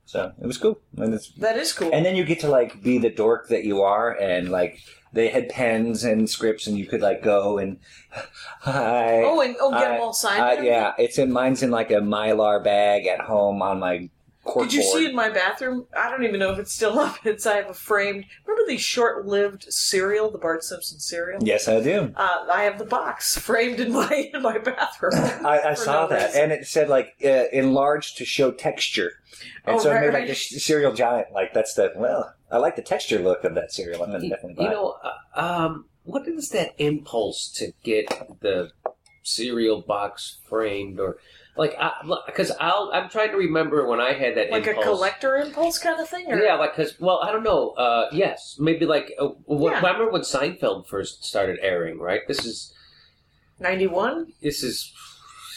Speaker 5: So it was cool, and it's
Speaker 2: that is cool.
Speaker 5: And then you get to like be the dork that you are, and like they had pens and scripts, and you could like go and (laughs) hi.
Speaker 2: oh, and oh, get
Speaker 5: I-
Speaker 2: them all signed.
Speaker 5: uh,
Speaker 2: and
Speaker 5: yeah, it's in mine's in like a mylar bag at home on my corkboard.
Speaker 2: everything? Did you see in my bathroom? I don't even know if it's still (laughs) up. It's I have a framed. Remember the short-lived cereal, the Bart Simpson cereal?
Speaker 5: Yes, I do.
Speaker 2: Uh, I have the box (laughs) framed in my in my bathroom.
Speaker 5: (laughs) I, I
Speaker 2: For
Speaker 5: saw
Speaker 2: no
Speaker 5: that,
Speaker 2: reason.
Speaker 5: and it said like uh, enlarged to show texture, and
Speaker 2: Oh,
Speaker 5: so
Speaker 2: right,
Speaker 5: it made like
Speaker 2: right.
Speaker 5: a cereal giant. Like that's the well, I like the texture look of that cereal. I'm gonna
Speaker 3: You,
Speaker 5: definitely buy. it.
Speaker 3: know, uh, um, what is that impulse to get the cereal box framed or like? Because I'll I'm trying to remember when I had that
Speaker 2: like
Speaker 3: impulse.
Speaker 2: a collector impulse kind of thing. Or?
Speaker 3: Yeah, like because well, I don't know. Uh, yes, maybe like uh, what,
Speaker 2: Yeah.
Speaker 3: I remember when Seinfeld first started airing. Right, this is
Speaker 2: ninety-one.
Speaker 3: this is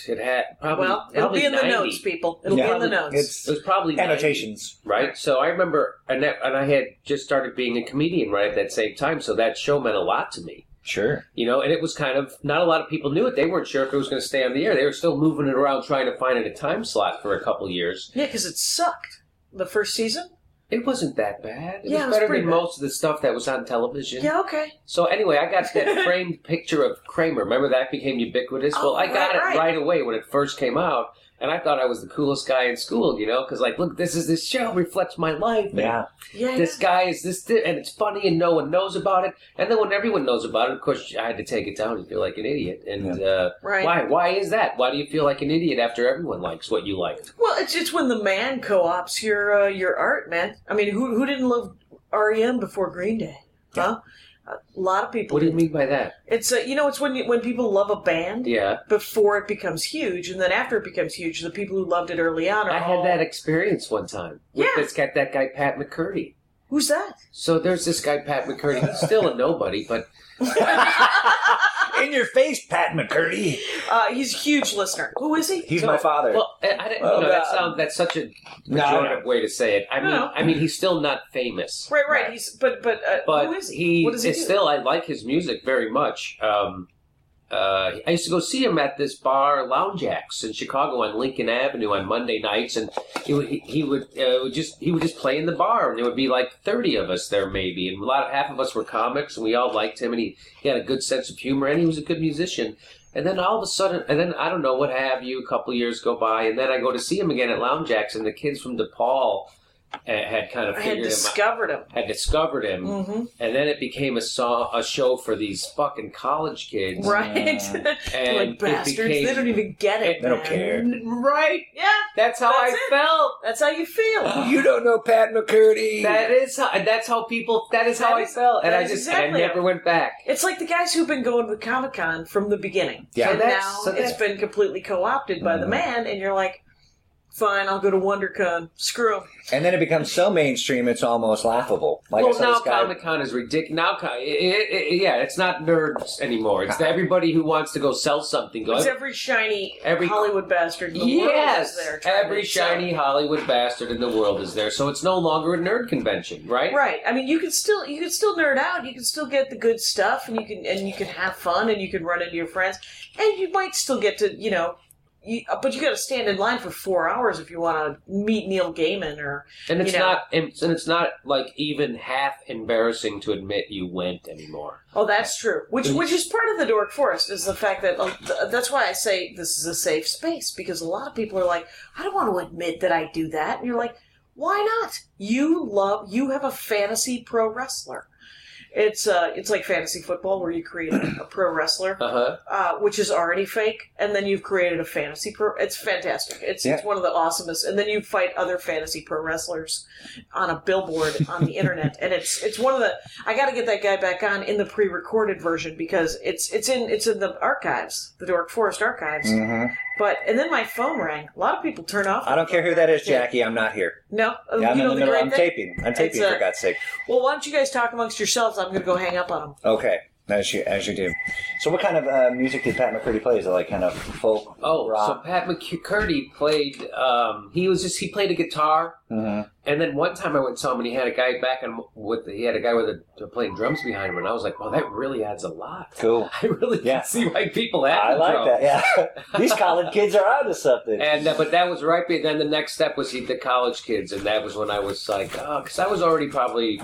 Speaker 3: it had probably
Speaker 2: Well, it'll
Speaker 3: probably
Speaker 2: be in
Speaker 3: 90.
Speaker 2: the notes, people. It'll
Speaker 5: Yeah.
Speaker 2: be in the notes.
Speaker 5: It's
Speaker 3: It was probably 90,
Speaker 5: annotations.
Speaker 3: right? So I remember, and that, and I had just started being a comedian right at that same time, so that show meant a lot to me.
Speaker 5: Sure.
Speaker 3: You know, and it was kind of not a lot of people knew it. They weren't sure if it was going to stay on the air. They were still moving it around, trying to find it a time slot for a couple years.
Speaker 2: yeah, because it sucked the first season.
Speaker 3: It wasn't that bad.
Speaker 2: Yeah,
Speaker 3: It
Speaker 2: it
Speaker 3: was
Speaker 2: was
Speaker 3: better
Speaker 2: pretty
Speaker 3: than
Speaker 2: bad.
Speaker 3: most of the stuff that was on television.
Speaker 2: Yeah, okay.
Speaker 3: So anyway, I got
Speaker 2: (laughs)
Speaker 3: that framed picture of Kramer. Remember that became ubiquitous.
Speaker 2: Oh,
Speaker 3: well, I got
Speaker 2: right, right.
Speaker 3: it right away when it first came out, and I thought I was the coolest guy in school. You know, because like, look, this is this show reflects my life.
Speaker 2: (laughs)
Speaker 3: and
Speaker 5: Yeah.
Speaker 2: Yeah,
Speaker 3: This guy is this, thi- and it's funny, and no one knows about it. And then when everyone knows about it, of course, I had to take it down and feel like an idiot. And uh,
Speaker 2: Right.
Speaker 3: why? Why is that? Why do you feel like an idiot after everyone likes what you liked?
Speaker 2: Well, it's it's when the man co-ops your uh, your art, man. I mean, who who didn't love REM before Green Day. Huh? A lot of people.
Speaker 3: What do you
Speaker 2: did.
Speaker 3: mean by that?
Speaker 2: It's a, you know, it's when you, when people love a band
Speaker 3: Yeah.
Speaker 2: before it becomes huge, and then after it becomes huge, the people who loved it early on are
Speaker 3: I
Speaker 2: all-
Speaker 3: had that experience one time. with
Speaker 2: Yeah.
Speaker 3: It's got that guy Pat McCurdy.
Speaker 2: Who's that?
Speaker 3: So there's this guy Pat McCurdy. He's still a nobody, but
Speaker 5: In your face, Pat McCurdy.
Speaker 2: Uh, he's a huge listener. Who is he?
Speaker 5: He's my father.
Speaker 3: well, I, I didn't.
Speaker 5: Well,
Speaker 3: you know, that
Speaker 5: uh,
Speaker 3: sound that's such a
Speaker 5: No,
Speaker 3: pejorative way to say it. I mean,
Speaker 2: No.
Speaker 3: I mean, he's still not famous.
Speaker 2: Right, right. He's but but uh,
Speaker 3: But
Speaker 2: who is he?
Speaker 3: he,
Speaker 2: What does he
Speaker 3: it's
Speaker 2: do?
Speaker 3: still I like his music very much. Um, uh, I used to go see him at this bar Lounge Acts in Chicago on Lincoln Avenue on Monday nights, and he would, he, he would uh, would just he would just play in the bar, and there would be like thirty of us there maybe, and a lot of half of us were comics, and we all liked him, and he, he had a good sense of humor, and he was a good musician. And then all of a sudden, and then I don't know what have you. A couple years go by, and then I go to see him again at Lounge Acts, and the kids from DePaul uh, had kind of
Speaker 2: I had
Speaker 3: figured him out
Speaker 2: discovered him.
Speaker 3: had discovered him,
Speaker 2: Mhm.
Speaker 3: and then it became a song, a show for these fucking college kids,
Speaker 2: Right, (laughs)
Speaker 3: And
Speaker 2: like
Speaker 3: it
Speaker 2: bastards.
Speaker 3: became-
Speaker 2: they don't even get it.
Speaker 5: They
Speaker 2: man.
Speaker 5: don't care.
Speaker 3: (laughs) Right?
Speaker 2: Yeah,
Speaker 3: That's how
Speaker 2: That's
Speaker 3: I
Speaker 2: it.
Speaker 3: felt.
Speaker 2: that's how you feel.
Speaker 3: Ah.
Speaker 5: you don't know Pat McCurdy.
Speaker 3: That is how. and That's how people. That is how
Speaker 2: That
Speaker 3: I
Speaker 2: is-
Speaker 3: felt, and
Speaker 2: that
Speaker 3: I
Speaker 2: is
Speaker 3: just I
Speaker 2: exactly
Speaker 3: never
Speaker 2: how-
Speaker 3: went back.
Speaker 2: It's like the guys who've been going with Comic Con from the beginning.
Speaker 5: Yeah.
Speaker 2: and
Speaker 3: So that's-
Speaker 2: now
Speaker 3: so
Speaker 2: it's
Speaker 3: that's-
Speaker 2: been completely co-opted by the
Speaker 3: Mm-hmm.
Speaker 2: man, and you're like, fine, I'll go to WonderCon. Screw 'em.
Speaker 5: and then it becomes so mainstream, it's almost laughable. Like I
Speaker 3: well,
Speaker 5: saw
Speaker 3: now
Speaker 5: this guy-
Speaker 3: Comic Con is ridiculous. Now, co- it, it, it- yeah, it's not nerds anymore. (laughs) It's everybody who wants to go sell something. Go.
Speaker 2: It's every shiny
Speaker 3: Every-
Speaker 2: Hollywood bastard in the world is
Speaker 3: Yes,
Speaker 2: there. trying
Speaker 3: every
Speaker 2: to sell.
Speaker 3: shiny Hollywood bastard in the world is there, so it's no longer a nerd convention, right?
Speaker 2: Right. I mean, you can still you can still nerd out. You can still get the good stuff, and you can and you can have fun, and you can run into your friends, and you might still get to you know. You, but you got to stand in line for four hours if you want to meet Neil Gaiman or
Speaker 3: And it's
Speaker 2: you know.
Speaker 3: not, and, and it's not like even half embarrassing to admit you went anymore.
Speaker 2: oh that's true which which is part of the dork forest is the fact that uh, th- that's why I say this is a safe space because a lot of people are like I don't want to admit that I do that and you're like why not you love you have a fantasy pro wrestler it's uh it's like fantasy football where you create a pro wrestler
Speaker 3: Uh huh.
Speaker 2: uh, which is already fake, and then you've created a fantasy pro. It's fantastic. It's it's
Speaker 5: Yeah.
Speaker 2: one of the awesomest. And then you fight other fantasy pro wrestlers on a billboard on
Speaker 5: (laughs)
Speaker 2: the internet, and it's it's one of the. I got to get that guy back on in the pre-recorded version because it's it's in it's in the archives, the Dork Forest archives.
Speaker 5: Mhm.
Speaker 2: But and then my phone rang. A lot of people turn off.
Speaker 5: I don't care who that is, Jackie. I'm not here.
Speaker 2: No, uh,
Speaker 5: Yeah, I'm
Speaker 2: you know
Speaker 5: in the
Speaker 2: the
Speaker 5: middle.
Speaker 2: great
Speaker 5: I'm
Speaker 2: thing?
Speaker 5: taping. I'm taping
Speaker 2: It's, uh,
Speaker 5: for God's sake.
Speaker 2: Well, why don't you guys talk amongst yourselves? I'm going to go hang up on him.
Speaker 5: Okay, as you as you do. So, what kind of uh, music did Pat McCurdy play? Is it like kind of folk?
Speaker 3: Oh, so
Speaker 5: rock?
Speaker 3: Pat McCurdy played. Um, he was just he played a guitar,
Speaker 5: Mhm.
Speaker 3: and then one time I went and saw him, and he had a guy back and with he had a guy with a uh, playing drums behind him, and I was like, well, that really adds a lot. (laughs)
Speaker 5: Cool.
Speaker 3: I really
Speaker 5: Yeah.
Speaker 3: can see why people have.
Speaker 5: I
Speaker 3: the
Speaker 5: like
Speaker 3: drums.
Speaker 5: that. Yeah, (laughs) these college kids are onto something.
Speaker 3: And uh, but that was right. be- Then the next step was the college kids, and that was when I was like, oh, because I was already probably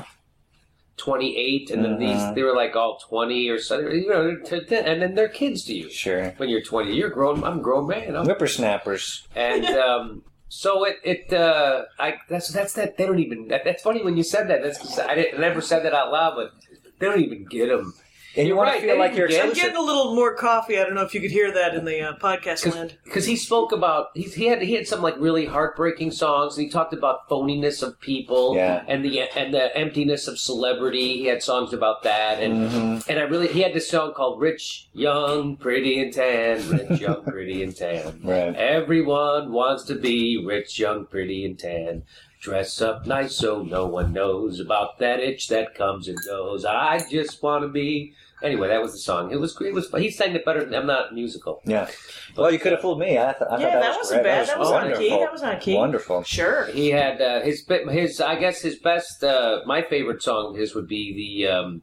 Speaker 3: twenty eight, and then
Speaker 5: Mhm.
Speaker 3: these they were like all twenty or something, you know, t- t- and then they're kids to you.
Speaker 5: Sure.
Speaker 3: When you're twenty, you're grown. I'm a grown man. I'm,
Speaker 5: Whippersnappers.
Speaker 3: and um, so it it uh, I that's that's that they don't even. That, that's funny when you said that. That's 'cause I, didn't, I never said that out loud, but they don't even get them.
Speaker 5: And you
Speaker 3: You're
Speaker 5: want
Speaker 3: right,
Speaker 5: to feel
Speaker 3: they
Speaker 5: like you're
Speaker 3: didn't
Speaker 2: I'm
Speaker 5: exclusive.
Speaker 2: getting a little more coffee. I don't know if you could hear that in the uh, podcast land.
Speaker 3: because he spoke about he, he had he had some like really heartbreaking songs and he talked about phoniness of people
Speaker 5: Yeah.
Speaker 3: and the and the emptiness of celebrity he had songs about that and
Speaker 5: Mm-hmm.
Speaker 3: and I really he had this song called Rich Young Pretty and Tan Rich Young Pretty and Tan
Speaker 5: (laughs) Right.
Speaker 3: everyone wants to be rich young pretty and tan dress up nice so no one knows about that itch that comes and goes I just want to be anyway that was the song it was it was he sang it better than I'm not musical
Speaker 5: Yeah. Well, you could have fooled me. I, th- I thought
Speaker 2: Yeah,
Speaker 5: that,
Speaker 2: that
Speaker 5: was
Speaker 2: wasn't
Speaker 5: great.
Speaker 2: bad. That was
Speaker 3: on
Speaker 5: wonderful.
Speaker 2: key. That was on key.
Speaker 5: Wonderful.
Speaker 2: Sure.
Speaker 3: He had uh, his bi- his I guess his best uh, my favorite song of his would be the um,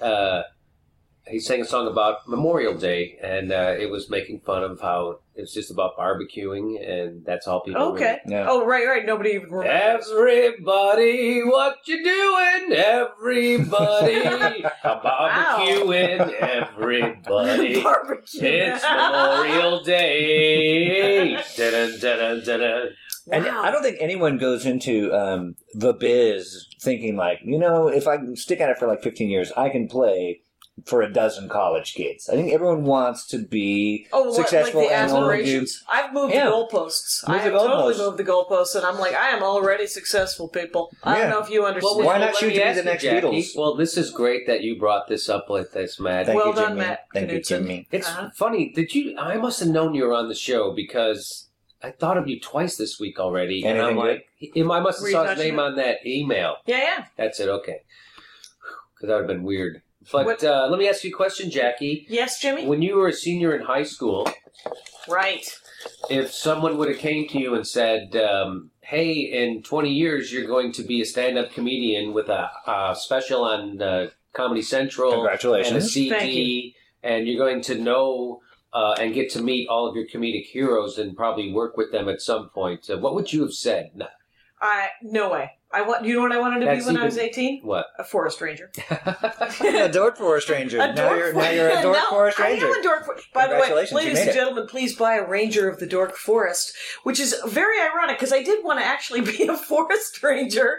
Speaker 3: uh, he sang a song about Memorial Day and uh, it was making fun of how it's just about barbecuing and that's all people really-
Speaker 2: Okay.
Speaker 5: Yeah.
Speaker 2: Oh, right, right. Nobody even remembers.
Speaker 3: Everybody, what you doing? Everybody, a barbecuing. (laughs) Everybody,
Speaker 2: Barbecue.
Speaker 3: it's Memorial Day. Dun, dun, dun, dun.
Speaker 5: And
Speaker 2: Wow.
Speaker 5: I don't think anyone goes into um, the biz thinking like, you know, if I can stick at it for like 15 years, I can play for a dozen college kids. I think everyone wants to be
Speaker 2: Oh, what,
Speaker 5: successful
Speaker 2: like the
Speaker 5: and wanna do-
Speaker 2: aspirations. I've moved
Speaker 5: Yeah.
Speaker 2: the goalposts.
Speaker 5: Move
Speaker 2: I
Speaker 5: the
Speaker 2: have totally
Speaker 5: goalposts.
Speaker 2: moved the goalposts, and I'm like, I am already successful, people. I
Speaker 5: Yeah.
Speaker 2: don't know if you understand.
Speaker 5: Why not
Speaker 3: let
Speaker 5: shoot
Speaker 3: me
Speaker 5: to be
Speaker 3: ask
Speaker 5: the
Speaker 3: you,
Speaker 5: next
Speaker 3: Jackie.
Speaker 5: Beatles?
Speaker 3: Well, this is great that you brought this up like this, Matt.
Speaker 5: Thank
Speaker 2: Well
Speaker 5: you,
Speaker 2: done,
Speaker 5: Jimmy.
Speaker 2: Matt
Speaker 5: Thank you,
Speaker 2: Knudsen.
Speaker 5: Jimmy.
Speaker 3: It's
Speaker 2: Uh-huh.
Speaker 3: funny. Did you? I must have known you were on the show because I thought of you twice this week already, and I'm
Speaker 5: Anything
Speaker 3: like, him- I must
Speaker 2: Were
Speaker 3: have
Speaker 2: you
Speaker 3: saw his
Speaker 2: touching
Speaker 3: name
Speaker 2: it?
Speaker 3: on that email.
Speaker 2: yeah, yeah,
Speaker 3: That's it. Okay, because that would have been weird. But
Speaker 2: What-
Speaker 3: uh, let me ask you a question, Jackie.
Speaker 2: yes, Jimmy.
Speaker 3: When you were a senior in high school,
Speaker 2: Right.
Speaker 3: if someone would have came to you and said, um, "Hey, in 20 years, you're going to be a stand-up comedian with a, a special on uh, Comedy Central and a
Speaker 5: Congratulations.
Speaker 3: CD,
Speaker 2: Thank you.
Speaker 3: and you're going to know uh, and get to meet all of your comedic heroes and probably work with them at some point," uh, what would you have said? No,
Speaker 2: I no way. I want. You know what I wanted to
Speaker 3: That's
Speaker 2: be when I
Speaker 3: even-
Speaker 2: was 18?
Speaker 3: (laughs) what?
Speaker 2: A forest ranger.
Speaker 5: a dork forest ranger.
Speaker 2: A
Speaker 5: now
Speaker 2: dork
Speaker 5: you're
Speaker 2: for- (laughs)
Speaker 5: now you're a dork
Speaker 2: No,
Speaker 5: forest ranger.
Speaker 2: I am a dork for- By the way,
Speaker 5: Congratulations, you
Speaker 2: ladies
Speaker 5: made
Speaker 2: and
Speaker 5: it.
Speaker 2: gentlemen, please buy a ranger of the dork forest, which is very ironic because I did want to actually be a (laughs) forest ranger.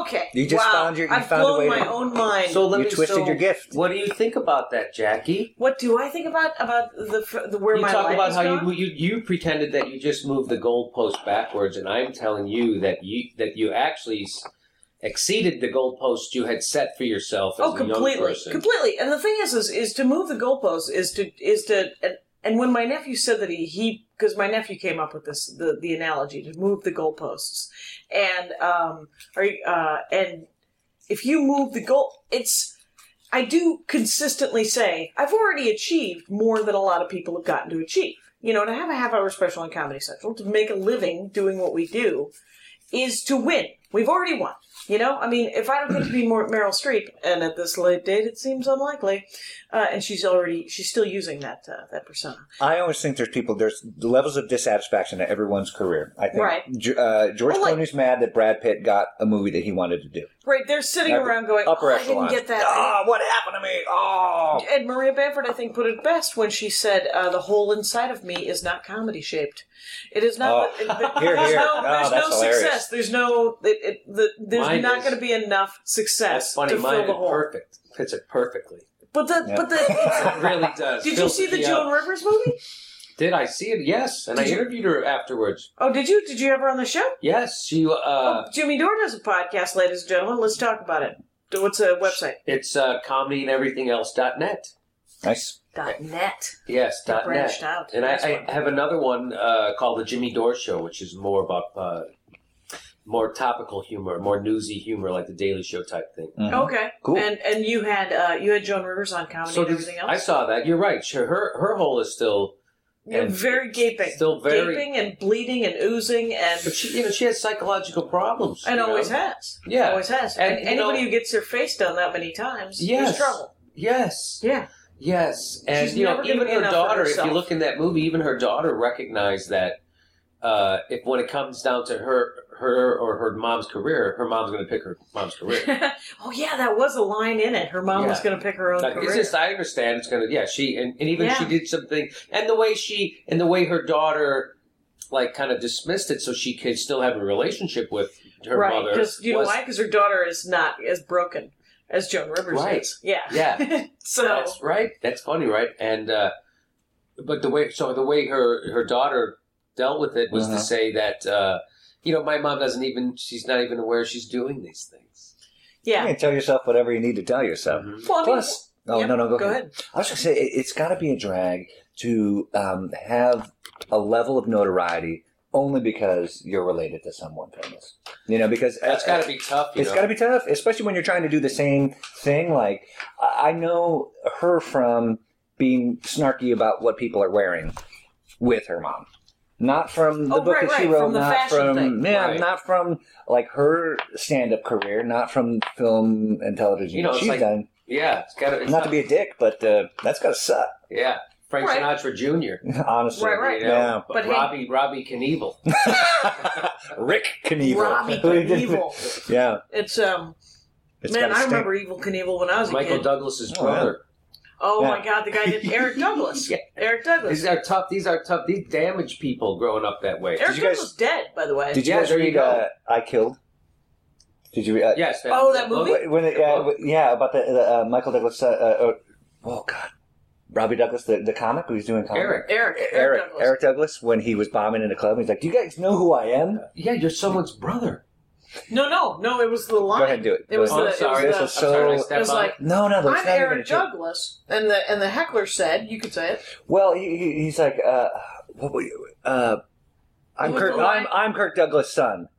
Speaker 2: Okay,
Speaker 5: You just
Speaker 2: wow.
Speaker 5: found your- you
Speaker 2: I've
Speaker 5: found a
Speaker 2: blown
Speaker 5: way
Speaker 2: my
Speaker 5: to-
Speaker 2: own mind.
Speaker 3: So let
Speaker 5: You
Speaker 3: me,
Speaker 5: twisted
Speaker 3: so
Speaker 5: your gift.
Speaker 3: What do you think about that, Jackie?
Speaker 2: what do I think about about the, f- the where
Speaker 3: you
Speaker 2: my
Speaker 3: talk
Speaker 2: life
Speaker 3: about
Speaker 2: is
Speaker 3: how
Speaker 2: gone?
Speaker 3: you, you you pretended that you just moved the goalpost backwards, and I'm telling you that you that you actually s- exceeded the goalpost you had set for yourself as
Speaker 2: oh,
Speaker 3: a young
Speaker 2: completely,
Speaker 3: person.
Speaker 2: completely. And the thing is, is, is to move the goalposts is to is to and, and when my nephew said that he he because my nephew came up with this the the analogy to move the goalposts and um are you- uh and if you move the goal it's I do consistently say I've already achieved more than a lot of people have gotten to achieve. You know, to have a half hour special on Comedy Central to make a living doing what we do is to win. We've already won. You know, I mean, if I don't get to be
Speaker 5: (clears throat)
Speaker 2: more Meryl Streep, and at this late date it seems unlikely, uh, and she's already she's still using that uh, that persona.
Speaker 5: I always think there's people there's levels of dissatisfaction at everyone's career. I think
Speaker 2: Right.
Speaker 5: Ge- uh, George
Speaker 2: Well, like-
Speaker 5: Clooney's mad that Brad Pitt got a movie that he wanted to do.
Speaker 2: Right? They're sitting
Speaker 5: Upper-
Speaker 2: around going,
Speaker 5: upper
Speaker 2: "Oh, I
Speaker 5: echelon.
Speaker 2: didn't get that."
Speaker 5: Oh, what happened to me? Oh,
Speaker 2: And Maria Bamford, I think, put it best when she said, uh, "The whole inside of me is not comedy shaped. It is not.
Speaker 5: Oh,
Speaker 2: there-
Speaker 5: (laughs) here,
Speaker 2: there's
Speaker 5: here.
Speaker 2: no,
Speaker 5: Oh,
Speaker 2: there's
Speaker 5: that's
Speaker 2: no
Speaker 5: hilarious.
Speaker 2: success. There's no. It, it, the, there's
Speaker 3: Mine
Speaker 2: not
Speaker 3: is-
Speaker 2: going to be enough
Speaker 3: That's
Speaker 2: success
Speaker 3: funny.
Speaker 2: to
Speaker 3: Mine
Speaker 2: fill
Speaker 3: is
Speaker 2: the hole.
Speaker 3: perfect. Fits it perfectly.
Speaker 2: But the
Speaker 5: Yeah.
Speaker 2: but the. (laughs)
Speaker 3: It really does.
Speaker 2: Did you
Speaker 3: Fills
Speaker 2: see the
Speaker 3: me
Speaker 2: Joan
Speaker 3: up.
Speaker 2: Rivers movie?
Speaker 3: Did I see it? Yes, and I
Speaker 2: Did you-
Speaker 3: interviewed her afterwards.
Speaker 2: Oh, did you? Did you have her on the show?
Speaker 3: Yes, she. Uh,
Speaker 2: oh, Jimmy Dore does a podcast, ladies and gentlemen. Let's talk about it. What's a website?
Speaker 3: It's uh, comedy and everything else dot net.
Speaker 5: nice.
Speaker 2: Dot net.
Speaker 3: Yes,
Speaker 2: They
Speaker 3: dot net.
Speaker 2: branched out.
Speaker 3: And I,
Speaker 2: Nice one.
Speaker 3: I have another one uh, called the Jimmy Dore Show, which is more about uh, more topical humor, more newsy humor, like the Daily Show type thing.
Speaker 5: Mhm.
Speaker 2: Okay.
Speaker 5: Cool.
Speaker 2: And and you had uh, you had Joan Rivers on comedy and
Speaker 3: does-
Speaker 2: everything
Speaker 3: I
Speaker 2: else.
Speaker 3: saw that. You're right. Sure, her her hole is still
Speaker 2: You're
Speaker 3: and
Speaker 2: very gaping,
Speaker 3: still very.
Speaker 2: gaping and bleeding and oozing and
Speaker 3: But she, you know, she has psychological problems.
Speaker 2: and
Speaker 3: you
Speaker 2: always
Speaker 3: know?
Speaker 2: has.
Speaker 3: Yeah.
Speaker 2: Always has.
Speaker 3: And,
Speaker 2: And,
Speaker 3: you
Speaker 2: anybody
Speaker 3: know-
Speaker 2: who gets their face done that many times
Speaker 3: Yes.
Speaker 2: is trouble.
Speaker 3: Yes.
Speaker 2: Yeah.
Speaker 3: Yes, and
Speaker 2: She's
Speaker 3: you know,
Speaker 2: never gonna
Speaker 3: even
Speaker 2: be
Speaker 3: her
Speaker 2: enough for
Speaker 3: daughter. If
Speaker 2: herself.
Speaker 3: you look in that movie, even her daughter recognized that. Uh, if when it comes down to her, her or her mom's career, her mom's going to pick her mom's career.
Speaker 2: (laughs) oh yeah, that was a line in it. Her mom was
Speaker 3: Yeah.
Speaker 2: going to pick her own
Speaker 3: Like, it's
Speaker 2: career.
Speaker 3: just I understand it's gonna yeah she and, and even
Speaker 2: Oh, Yeah.
Speaker 3: she did something and the way she and the way her daughter like kind of dismissed it so she could still have a relationship with her
Speaker 2: right?
Speaker 3: mother
Speaker 2: Because you know
Speaker 3: was-
Speaker 2: why? Because her daughter is not as broken as Joan Rivers
Speaker 3: Right.
Speaker 2: is. Yeah.
Speaker 3: yeah
Speaker 2: (laughs) so
Speaker 3: that's right that's funny right and uh, but the way so the way her her daughter dealt with it was to
Speaker 5: Uh-huh.
Speaker 3: say that uh, you know my mom doesn't even she's not even aware she's doing these things
Speaker 5: You
Speaker 2: yeah. Mm-hmm.
Speaker 5: can tell yourself whatever you need to tell yourself.
Speaker 2: Well, I mean,
Speaker 5: Plus, oh
Speaker 2: yeah,
Speaker 5: no, no, go,
Speaker 2: go
Speaker 5: ahead.
Speaker 2: ahead.
Speaker 5: I was going to say it, it's got to be a drag to um, have a level of notoriety only because you're related to someone famous. You know, because uh,
Speaker 3: that's got
Speaker 5: to
Speaker 3: to be tough you
Speaker 5: It's
Speaker 3: know?
Speaker 5: got to be tough, especially when you're trying to do the same thing. Like I I know her from being snarky about what people are wearing with her mom, not from the
Speaker 2: Oh,
Speaker 5: book
Speaker 2: right,
Speaker 5: that she
Speaker 2: right,
Speaker 5: wrote,
Speaker 2: from the
Speaker 5: not
Speaker 2: fashion
Speaker 5: from
Speaker 2: thing.
Speaker 5: yeah,
Speaker 3: Right.
Speaker 5: not from like her stand-up career, not from film and television.
Speaker 3: You know, it's
Speaker 5: she's
Speaker 3: like-
Speaker 5: done.
Speaker 3: yeah it's got to
Speaker 5: Not to be a dick, but uh, that's got to suck, (laughs)
Speaker 3: yeah Frank
Speaker 2: Right.
Speaker 3: Sinatra Jr.
Speaker 5: honestly.
Speaker 2: Right, right.
Speaker 3: You know,
Speaker 5: Yeah.
Speaker 3: but,
Speaker 2: But he-
Speaker 3: Robbie Robbie Knievel.
Speaker 5: Rick Knievel. (laughs)
Speaker 2: Robbie Knievel.
Speaker 5: yeah.
Speaker 2: It's um
Speaker 5: It's
Speaker 2: man,
Speaker 5: gotta
Speaker 2: I
Speaker 5: stink.
Speaker 2: remember Evil Knievel when I was a
Speaker 3: Michael
Speaker 2: kid.
Speaker 3: Douglas's
Speaker 5: Oh, yeah.
Speaker 3: brother.
Speaker 2: oh
Speaker 5: Yeah.
Speaker 2: my god, the guy
Speaker 5: (laughs)
Speaker 2: did Eric Douglas.
Speaker 3: Yeah.
Speaker 2: Eric Douglas.
Speaker 3: These are tough. These are tough. These damage people growing up that way.
Speaker 2: Eric
Speaker 5: you guys-
Speaker 2: Douglas dead, by the way.
Speaker 5: Did you
Speaker 3: Yeah,
Speaker 5: guys
Speaker 3: there you
Speaker 5: read
Speaker 3: go.
Speaker 5: uh, I Killed? Did you? Uh,
Speaker 3: (laughs) Yes.
Speaker 2: Oh, that movie?
Speaker 5: Wh- When it, yeah, wh- yeah, about the, the uh, Michael Douglas. Uh, uh, oh God, Robbie Douglas, the, the comic who was doing comic.
Speaker 3: Eric.
Speaker 2: Eric.
Speaker 5: Eric, Eric Douglas. when he was bombing in the club, he's like, "Do you guys know who I am?"
Speaker 3: Yeah, you're someone's brother.
Speaker 2: No, no, no. It was the line.
Speaker 5: Go ahead and do it.
Speaker 2: It was
Speaker 5: Go
Speaker 3: Oh,
Speaker 2: the.
Speaker 5: on.
Speaker 2: it
Speaker 3: I'm sorry.
Speaker 2: was
Speaker 5: This
Speaker 2: the-
Speaker 5: is
Speaker 3: I'm sorry, I
Speaker 5: so-
Speaker 3: stepped
Speaker 2: it was
Speaker 3: on
Speaker 2: like
Speaker 5: No, no, that's
Speaker 6: I'm
Speaker 5: not even a
Speaker 6: Eric
Speaker 5: joke.
Speaker 6: Douglas, and the and the heckler said, "You could say it."
Speaker 5: Well, he, he- he's like, uh, what were you, uh, I'm
Speaker 6: Who's
Speaker 5: Kirk.
Speaker 6: the
Speaker 5: I'm,
Speaker 6: line?
Speaker 5: I'm Kirk Douglas' son.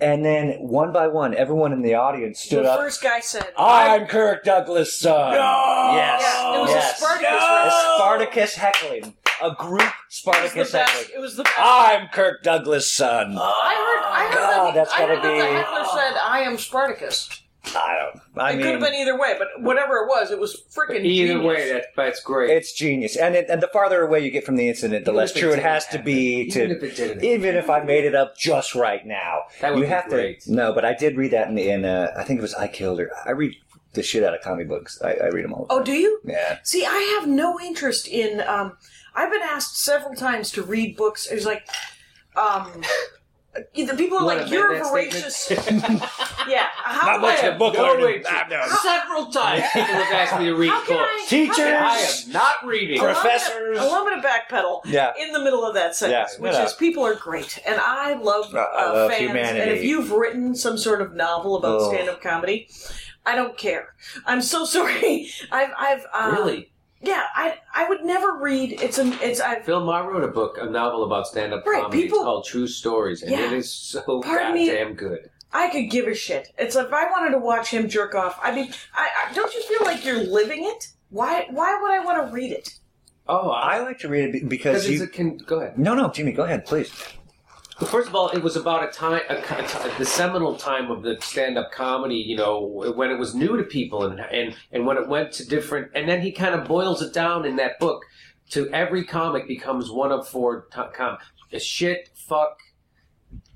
Speaker 5: And then one by one, everyone in the audience stood
Speaker 2: the
Speaker 5: up. Ah,
Speaker 2: first guy said.
Speaker 5: I'm Kirk Douglas' son. Yes.
Speaker 2: Yeah, it was
Speaker 5: yes.
Speaker 2: a Spartacus.
Speaker 5: A
Speaker 2: reference.
Speaker 5: Spartacus heckling. A group
Speaker 2: It was
Speaker 5: Spartacus
Speaker 2: the best.
Speaker 5: heckling.
Speaker 2: It was the best.
Speaker 5: I'm Kirk Douglas' son.
Speaker 6: I heard. I heard
Speaker 5: God,
Speaker 6: that,
Speaker 5: Ah, that's
Speaker 6: I heard
Speaker 5: gotta
Speaker 6: that
Speaker 5: be-
Speaker 6: the heckler said, "I am Spartacus."
Speaker 5: I don't. I
Speaker 2: it
Speaker 5: mean,
Speaker 2: could have been either way, but whatever it was, it was freaking.
Speaker 3: Either way, that, that's great.
Speaker 5: it's genius. And it, and the farther away you get from the incident, the
Speaker 3: Even
Speaker 5: less
Speaker 3: if it
Speaker 5: true it
Speaker 3: didn't
Speaker 5: has to be
Speaker 3: happen.
Speaker 5: to.
Speaker 3: Even if it didn't.
Speaker 5: even if I made it up just right now,
Speaker 3: That would
Speaker 5: you
Speaker 3: be
Speaker 5: have
Speaker 3: great.
Speaker 5: to. No, but I did read that in, in uh, I think it was I Killed Her. I read the shit out of comic books. I, I read them all.
Speaker 2: Oh, do you?
Speaker 5: yeah.
Speaker 2: See, I have no interest in. Um, I've been asked several times to read books. It's like, um, the people are like,
Speaker 3: What, amend
Speaker 2: "You're a
Speaker 3: that
Speaker 2: voracious."
Speaker 3: (laughs)
Speaker 2: yeah, how
Speaker 5: Not
Speaker 2: do I
Speaker 5: much of a book.
Speaker 3: no
Speaker 5: I
Speaker 3: read.
Speaker 5: didn't- I've
Speaker 3: (laughs)
Speaker 5: done.
Speaker 3: Several times people have asked me to read
Speaker 2: How can I?
Speaker 3: books.
Speaker 5: Teachers!
Speaker 2: how can I-
Speaker 3: I am not reading.
Speaker 2: I'm gonna-
Speaker 5: Professors.
Speaker 2: I'm gonna backpedal
Speaker 5: Yeah.
Speaker 2: in the middle of that sentence,
Speaker 5: Yeah,
Speaker 2: which
Speaker 5: yeah.
Speaker 2: is people are great, and I love,
Speaker 5: I-
Speaker 2: uh,
Speaker 5: I love
Speaker 2: fans. And if
Speaker 5: humanity.
Speaker 2: you've written some sort of novel about
Speaker 5: Oh.
Speaker 2: stand-up comedy, I don't care. I'm so sorry. I've, I've uh,
Speaker 3: (laughs) Really?
Speaker 2: yeah. I, I would never read. It's an, it's. I've
Speaker 3: Phil Ma wrote a book, a novel about stand-up
Speaker 2: Right,
Speaker 3: comedy.
Speaker 2: people-
Speaker 3: It's called True Stories, and
Speaker 2: Yeah.
Speaker 3: it is so
Speaker 2: Pardon me.
Speaker 3: goddamn good.
Speaker 2: I could give a shit. It's if I wanted to watch him jerk off. I mean, I, I don't you feel like you're living it? Why? Why would I want to read it?
Speaker 3: Oh,
Speaker 5: I like to read it be-
Speaker 3: because
Speaker 5: because
Speaker 3: it's
Speaker 5: you.
Speaker 3: a con- go ahead.
Speaker 5: no, no, Jimmy, go ahead, please.
Speaker 3: Well, First of all, it was about a time, a, co- a, the seminal time of the stand-up comedy. You know, when it was new to people, and and and when it went to different, and then he kind of boils it down in that book to every comic becomes one of four to- com a shit, fuck,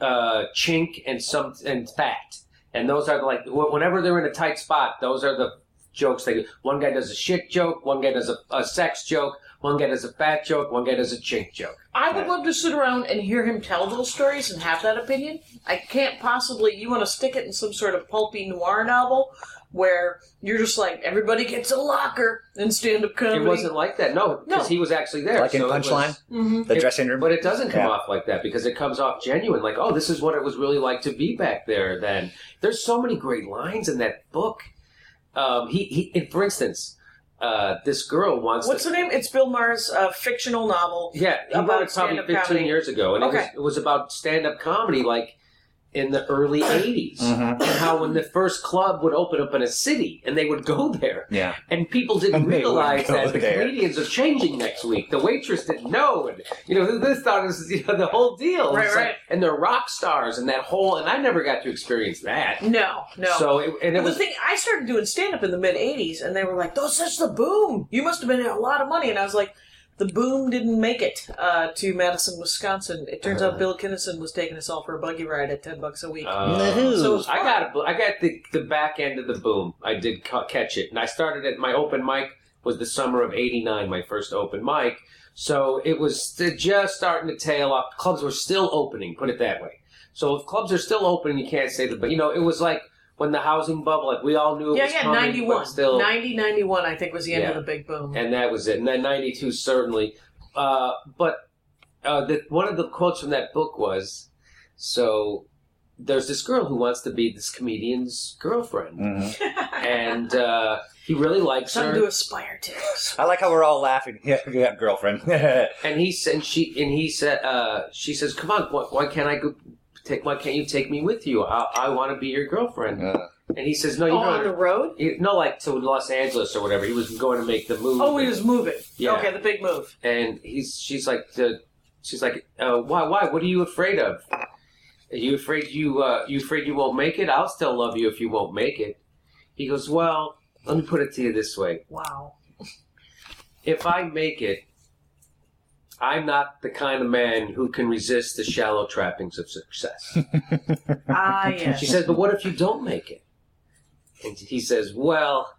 Speaker 3: uh, chink, and some and fat, and those are like wh- whenever they're in a tight spot, those are the jokes they do. One guy does a shit joke, one guy does a, a sex joke, one guy does a fat joke, one guy does a chink joke.
Speaker 6: I would love to sit around and hear him tell those stories and have that opinion. I can't possibly. You want to stick it in some sort of pulpy noir novel where you're just like everybody gets a locker in stand-up comedy.
Speaker 3: It wasn't like that. No, because
Speaker 6: No.
Speaker 3: he was actually there.
Speaker 5: Like in
Speaker 3: so it was-
Speaker 5: Punchline,
Speaker 6: Mhm.
Speaker 5: the
Speaker 3: Mm-hmm. It-
Speaker 5: dressing room.
Speaker 3: but it doesn't come
Speaker 5: Yeah.
Speaker 3: off like that because it comes off genuine. Like, oh, this is what it was really like to be back there. Then there's so many great lines in that book. Um, he, he and for instance, uh, this girl wants.
Speaker 2: What's
Speaker 3: to,
Speaker 2: the name? It's Bill Maher's uh, fictional novel.
Speaker 3: yeah, he
Speaker 2: about
Speaker 3: wrote it probably
Speaker 2: stand-up
Speaker 3: 15
Speaker 2: comedy?
Speaker 3: years ago, and
Speaker 2: Okay.
Speaker 3: it, was, it was about stand-up comedy, like in the early
Speaker 2: (clears throat)
Speaker 3: 80s.
Speaker 5: Mhm.
Speaker 3: And how when the first club would open up in a city, and they would go there,
Speaker 5: Yeah.
Speaker 3: and people didn't
Speaker 5: And they
Speaker 3: realize
Speaker 5: would go
Speaker 3: that the
Speaker 5: there.
Speaker 3: comedians are changing next week. The waitress didn't know, and you know this thought was you know, the whole deal.
Speaker 6: Right,
Speaker 3: It's like-
Speaker 6: right.
Speaker 3: and they're rock stars, and that whole. And I never got to experience that.
Speaker 6: No, no.
Speaker 3: So it, and it
Speaker 2: Well,
Speaker 3: was
Speaker 2: the thing I started doing stand up in the mid '80s, and they were like, "That's such the boom. You must have been in a lot of money." And I was like, "The boom didn't make it uh, to Madison, Wisconsin. It turns
Speaker 3: Uh-huh.
Speaker 2: out Bill Kinnison was taking us all for a buggy ride at ten bucks a week."
Speaker 3: Uh,
Speaker 2: So it was
Speaker 3: I
Speaker 2: fun.
Speaker 3: got a, I got the the back end of the boom. I did ca- catch it, and I started at my open mic was the summer of '89, my first open mic. So it was st- just starting to tail off. Clubs were still opening, put it that way. So if clubs are still opening, you can't say that. But you know, it was like when the housing bubble, like we all knew it
Speaker 6: yeah,
Speaker 3: was
Speaker 6: yeah,
Speaker 3: coming, but
Speaker 6: 91.
Speaker 3: still,
Speaker 6: 90, 91, I think was the end of
Speaker 3: Yeah.
Speaker 6: the big boom.
Speaker 3: and that was it. And then '92 certainly, uh, but uh, the, one of the quotes from that book was, "So there's this girl who wants to be this comedian's girlfriend,
Speaker 5: Mhm.
Speaker 3: and uh, he really likes
Speaker 2: Something to
Speaker 3: her.
Speaker 2: aspire to.
Speaker 5: I like how we're all laughing. (laughs) Yeah, yeah girlfriend. (laughs)
Speaker 3: And he s- and she and he said, uh, she says, "Come on, why, why can't I go?" Take, why can't you take me with you? I, I want to be your girlfriend.
Speaker 5: Uh,
Speaker 3: And he says, No, you
Speaker 6: oh, on the
Speaker 3: don't.
Speaker 6: road?
Speaker 3: you- No, like to Los Angeles or whatever. He was going to make the move.
Speaker 2: Oh, he was moving.
Speaker 3: Yeah.
Speaker 2: Okay, the big move.
Speaker 3: and he's she's like the she's like uh, why why what are you afraid of are you afraid you uh, you afraid you won't make it i'll still love you if you won't make it he goes well let me put it to you this way
Speaker 6: Wow.
Speaker 3: if i make it i'm not the kind of man who can resist the shallow trappings of success
Speaker 6: Ah, yes.
Speaker 3: (laughs) she says but what if you don't make it and he says well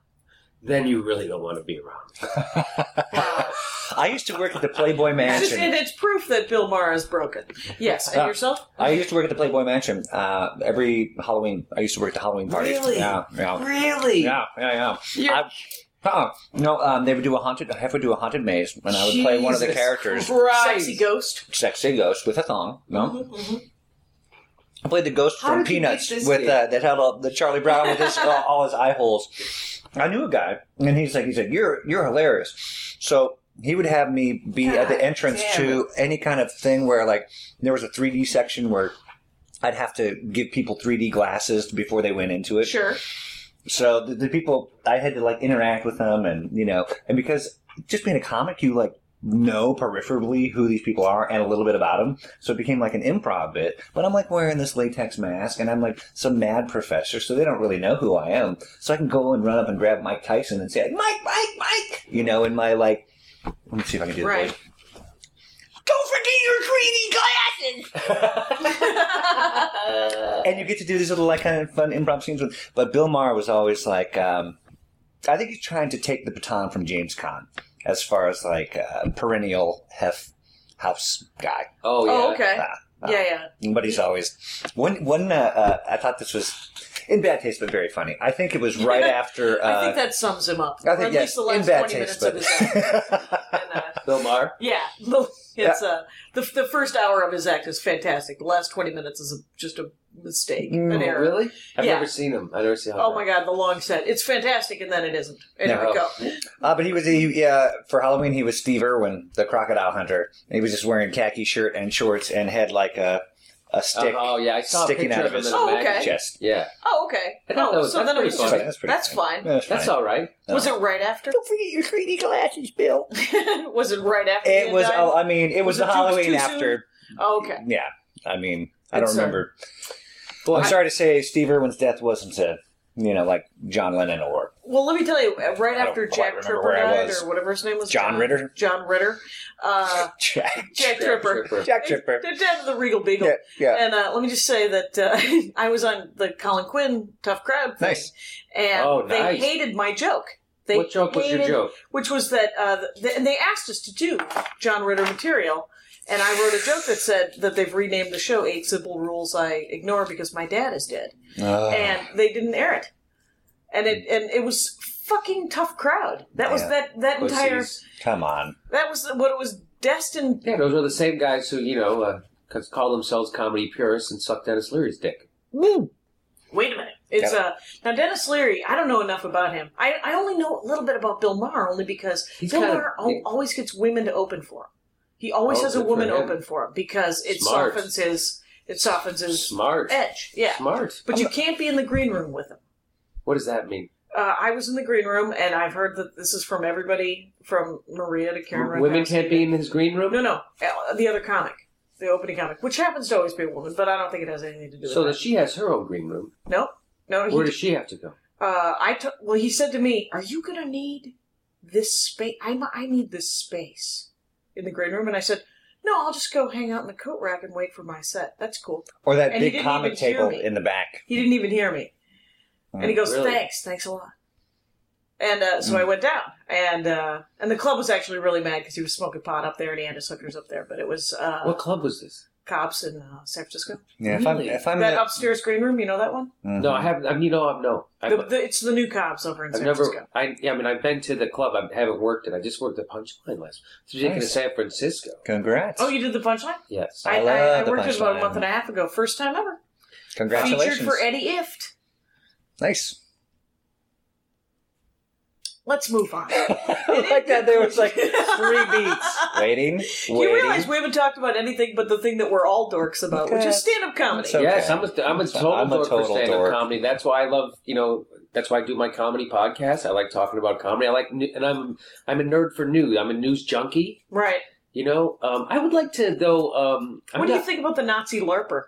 Speaker 3: then you really don't want to be around. (laughs)
Speaker 5: I used to work at the Playboy
Speaker 2: It's just- (laughs) and
Speaker 5: Mansion.
Speaker 2: it's proof that Bill Maher is broken. Yes, and
Speaker 3: Uh,
Speaker 5: Yeah.
Speaker 2: yourself?
Speaker 5: I used to work at the Playboy Mansion. Uh, every Halloween, I used to work at the Halloween party.
Speaker 3: Really?
Speaker 5: Yeah, yeah,
Speaker 3: Really?
Speaker 5: yeah, yeah. yeah.
Speaker 2: You're-
Speaker 5: I, uh, no, um, they would do a haunted. I would do a haunted maze, and I would play one of the
Speaker 3: Jesus
Speaker 5: characters,
Speaker 2: Sexy ghost.
Speaker 5: sexy ghost with a thong. No, I played the ghost
Speaker 3: Mm-hmm, How
Speaker 5: from
Speaker 3: did you get
Speaker 5: Peanuts
Speaker 3: this
Speaker 5: with
Speaker 3: gig?
Speaker 5: uh, that had all, the Charlie Brown with his, all, all his eye holes. I knew a guy, and he's like, he said, "You're you're hilarious." So he would have me be at the entrance to any kind of thing where like there was a 3D section where I'd have to give people 3D glasses before they went into it.
Speaker 2: (laughs) Sure.
Speaker 5: So the, the people I had to like interact with them, and you know, and because just being a comic, you like know peripherally who these people are and a little bit about them. So it became like an improv bit. But I'm like wearing this latex mask, and I'm like some mad professor, so they don't really know who I am. So I can go and run up and grab Mike Tyson and say, like, Mike, Mike, Mike, you know, in my like. Let me see if I can do
Speaker 2: Right.
Speaker 5: this. Don't forget your 3D glasses!
Speaker 2: Oh,
Speaker 5: and you get to do these little like kind of fun improv scenes with. But Bill Maher was always like, um, I think he's trying to take the baton from James Caan as far as like uh, perennial hef house guy.
Speaker 3: Oh, yeah.
Speaker 2: Oh, okay.
Speaker 5: Ah, ah.
Speaker 2: yeah, yeah.
Speaker 5: But he's always one one. Uh, uh, I thought this was in bad taste, but very funny. I think it was right after.
Speaker 2: (laughs)
Speaker 5: Uh,
Speaker 2: I think that sums him up.
Speaker 5: I
Speaker 2: or at
Speaker 5: think
Speaker 2: least
Speaker 5: yes,
Speaker 2: the
Speaker 5: in
Speaker 2: last
Speaker 5: bad
Speaker 2: 20
Speaker 5: taste,
Speaker 2: minutes
Speaker 5: but
Speaker 2: of his act. And, uh,
Speaker 3: Bill Maher.
Speaker 2: yeah. It's uh, the, the first hour of his act is fantastic. The last 20 minutes is a, just a mistake, an error.
Speaker 3: Mm, Really? I've
Speaker 2: Yeah.
Speaker 3: never seen him. I never see how.
Speaker 2: Oh my god, the long set. It's fantastic, and then it isn't. Anyway,
Speaker 3: No.
Speaker 2: go.
Speaker 5: (laughs) Uh, but he was he, yeah for Halloween he was Steve Irwin, the crocodile hunter. And he was just wearing khaki shirt and shorts and had like a a stick
Speaker 2: Uh-huh.
Speaker 3: Oh yeah, I saw
Speaker 5: sticking
Speaker 3: a picture
Speaker 5: out of
Speaker 3: of him
Speaker 5: his
Speaker 3: in a
Speaker 2: Oh, okay.
Speaker 3: magazine.
Speaker 5: chest.
Speaker 3: Yeah,
Speaker 2: Oh, okay.
Speaker 3: I thought
Speaker 2: Oh,
Speaker 3: that was-
Speaker 2: so
Speaker 3: that's
Speaker 2: then it
Speaker 3: pretty
Speaker 2: was just.
Speaker 3: funny.
Speaker 5: That's pretty
Speaker 2: That's fine.
Speaker 5: Yeah, that's
Speaker 3: that's
Speaker 5: fine.
Speaker 3: all right.
Speaker 2: Was it right after? (laughs)
Speaker 5: Don't forget your 3D glasses, Bill.
Speaker 2: was it right after? he
Speaker 5: It
Speaker 2: had
Speaker 5: was.
Speaker 2: died?
Speaker 5: Oh, I mean, it was,
Speaker 2: uh, Was
Speaker 5: the
Speaker 2: it too-
Speaker 5: Halloween
Speaker 2: too
Speaker 5: after.
Speaker 2: Oh, okay.
Speaker 5: Yeah, I mean, I
Speaker 2: Good
Speaker 5: don't
Speaker 2: sir.
Speaker 5: remember. Well, I'm
Speaker 2: uh, I-
Speaker 5: sorry to say, Steve Irwin's death wasn't a, you know, like John Lennon or
Speaker 2: (laughs) Well, let me tell you, uh, right
Speaker 5: I don't
Speaker 2: after
Speaker 5: quite
Speaker 2: Jack
Speaker 5: remember
Speaker 2: Tripper
Speaker 5: where I
Speaker 2: died,
Speaker 5: was.
Speaker 2: or whatever his name was, uh,
Speaker 5: John Ritter?
Speaker 2: John Ritter, uh,
Speaker 5: (laughs) Jack.
Speaker 2: Jack Tripper,
Speaker 5: Jack Tripper.
Speaker 2: they're down to the Regal Beagle.
Speaker 5: Yeah, yeah.
Speaker 2: And uh, let me just say that uh, (laughs) I was on the Colin Quinn Tough Crowd thing,
Speaker 5: Nice.
Speaker 2: and
Speaker 3: Oh,
Speaker 2: they
Speaker 3: nice.
Speaker 2: hated my joke. They
Speaker 3: What joke was your
Speaker 2: hated-
Speaker 3: joke?
Speaker 2: Which was that, uh, th- and they asked us to do John Ritter material, and I wrote a joke that said that they've renamed the show Eight Simple Rules I Ignore Because My Dad Is Dead. and they didn't air it. And it
Speaker 3: Hmm.
Speaker 2: and it was fucking tough crowd. That was
Speaker 5: Yeah.
Speaker 2: that that entire
Speaker 3: Pussies.
Speaker 5: Come on.
Speaker 2: that was what it was destined.
Speaker 3: Yeah, those were the same guys who you know uh, cause call themselves comedy purists and suck Dennis Leary's dick.
Speaker 2: Wait a minute, it's
Speaker 5: Yeah.
Speaker 2: uh now Dennis Leary. I don't know enough about him. I I only know a little bit about Bill Maher only because
Speaker 3: He's
Speaker 2: Bill
Speaker 3: kinda-
Speaker 2: Maher al-
Speaker 3: yeah.
Speaker 2: always gets women to open for him. He always
Speaker 3: Oh,
Speaker 2: has a
Speaker 3: good for
Speaker 2: woman
Speaker 3: him.
Speaker 2: open for him because it
Speaker 3: Smart.
Speaker 2: softens his it softens his
Speaker 3: Smart,
Speaker 2: edge. Yeah,
Speaker 3: smart.
Speaker 2: but you can't be in the green room with him.
Speaker 3: What does that mean?
Speaker 2: Uh, I was in the green room, and I've heard that this is from everybody from Maria to Karen.
Speaker 3: W-
Speaker 2: Ryan
Speaker 3: Women
Speaker 2: Patterson.
Speaker 3: can't be in his green room.
Speaker 2: No, no, uh, the other comic, the opening comic, which happens to always be a woman, but I don't think it has anything to do
Speaker 3: So
Speaker 2: with
Speaker 3: that she has her own green room.
Speaker 2: that. No, no. He,
Speaker 3: Where does she have to go?
Speaker 2: uh, I took. Well, he said to me, "Are you gonna need this space? I mi- I need this space in the green room," and I said. No, I'll just go hang out in the coat rack and wait for my set. That's cool.
Speaker 5: Or that
Speaker 2: And he
Speaker 5: big
Speaker 2: didn't
Speaker 5: comic
Speaker 2: even hear
Speaker 5: table
Speaker 2: me.
Speaker 5: in the back.
Speaker 2: He didn't even hear me. And he goes,
Speaker 3: Really?
Speaker 2: "Thanks, thanks a lot." And uh, so I went down, and uh, and the club was actually really mad because he was smoking pot up there and he had his hookers up there. But it was uh,
Speaker 3: What club was this?
Speaker 2: Cobb's in uh, San Francisco.
Speaker 3: Really?
Speaker 5: Yeah, if I'm, Mm-hmm. if I'm
Speaker 2: that upstairs green room, you know that one?
Speaker 3: No, I haven't. I mean, you know, I've no. I've,
Speaker 2: The, the, it's the new cops over in
Speaker 3: I've
Speaker 2: San
Speaker 3: never.
Speaker 2: Francisco.
Speaker 3: I, yeah, I mean, I've been to the club. I haven't worked it. I just worked at Punchline last. Speaking of
Speaker 5: Nice.
Speaker 3: San Francisco,
Speaker 5: congrats.
Speaker 2: Oh, you did the punchline?
Speaker 3: yes.
Speaker 5: I
Speaker 2: I, I, I,
Speaker 5: love the
Speaker 2: worked it about
Speaker 5: Punchline.
Speaker 2: a month and a half ago. First time ever. Featured
Speaker 5: Congratulations.
Speaker 2: for Eddie Ift.
Speaker 5: nice. (laughs)
Speaker 2: Let's move on.
Speaker 5: I like that. There
Speaker 2: (laughs)
Speaker 5: was like three beats. Waiting.
Speaker 2: Do you realize
Speaker 5: waiting.
Speaker 2: we haven't talked about anything but the thing that we're all dorks about, which is stand up comedy.
Speaker 5: That's okay.
Speaker 3: Yes, I'm a, I'm a total
Speaker 5: I'm a
Speaker 3: dork
Speaker 5: total
Speaker 3: for stand-up
Speaker 5: dork.
Speaker 3: comedy. That's why I love, you know, that's why I do my comedy podcast. I like talking about comedy. I like, and I'm I'm a nerd for news. I'm a news junkie.
Speaker 2: Right.
Speaker 3: You know, um, I would like to though. Um, I'm
Speaker 2: what do you
Speaker 3: not-
Speaker 2: think about the Nazi LARPer?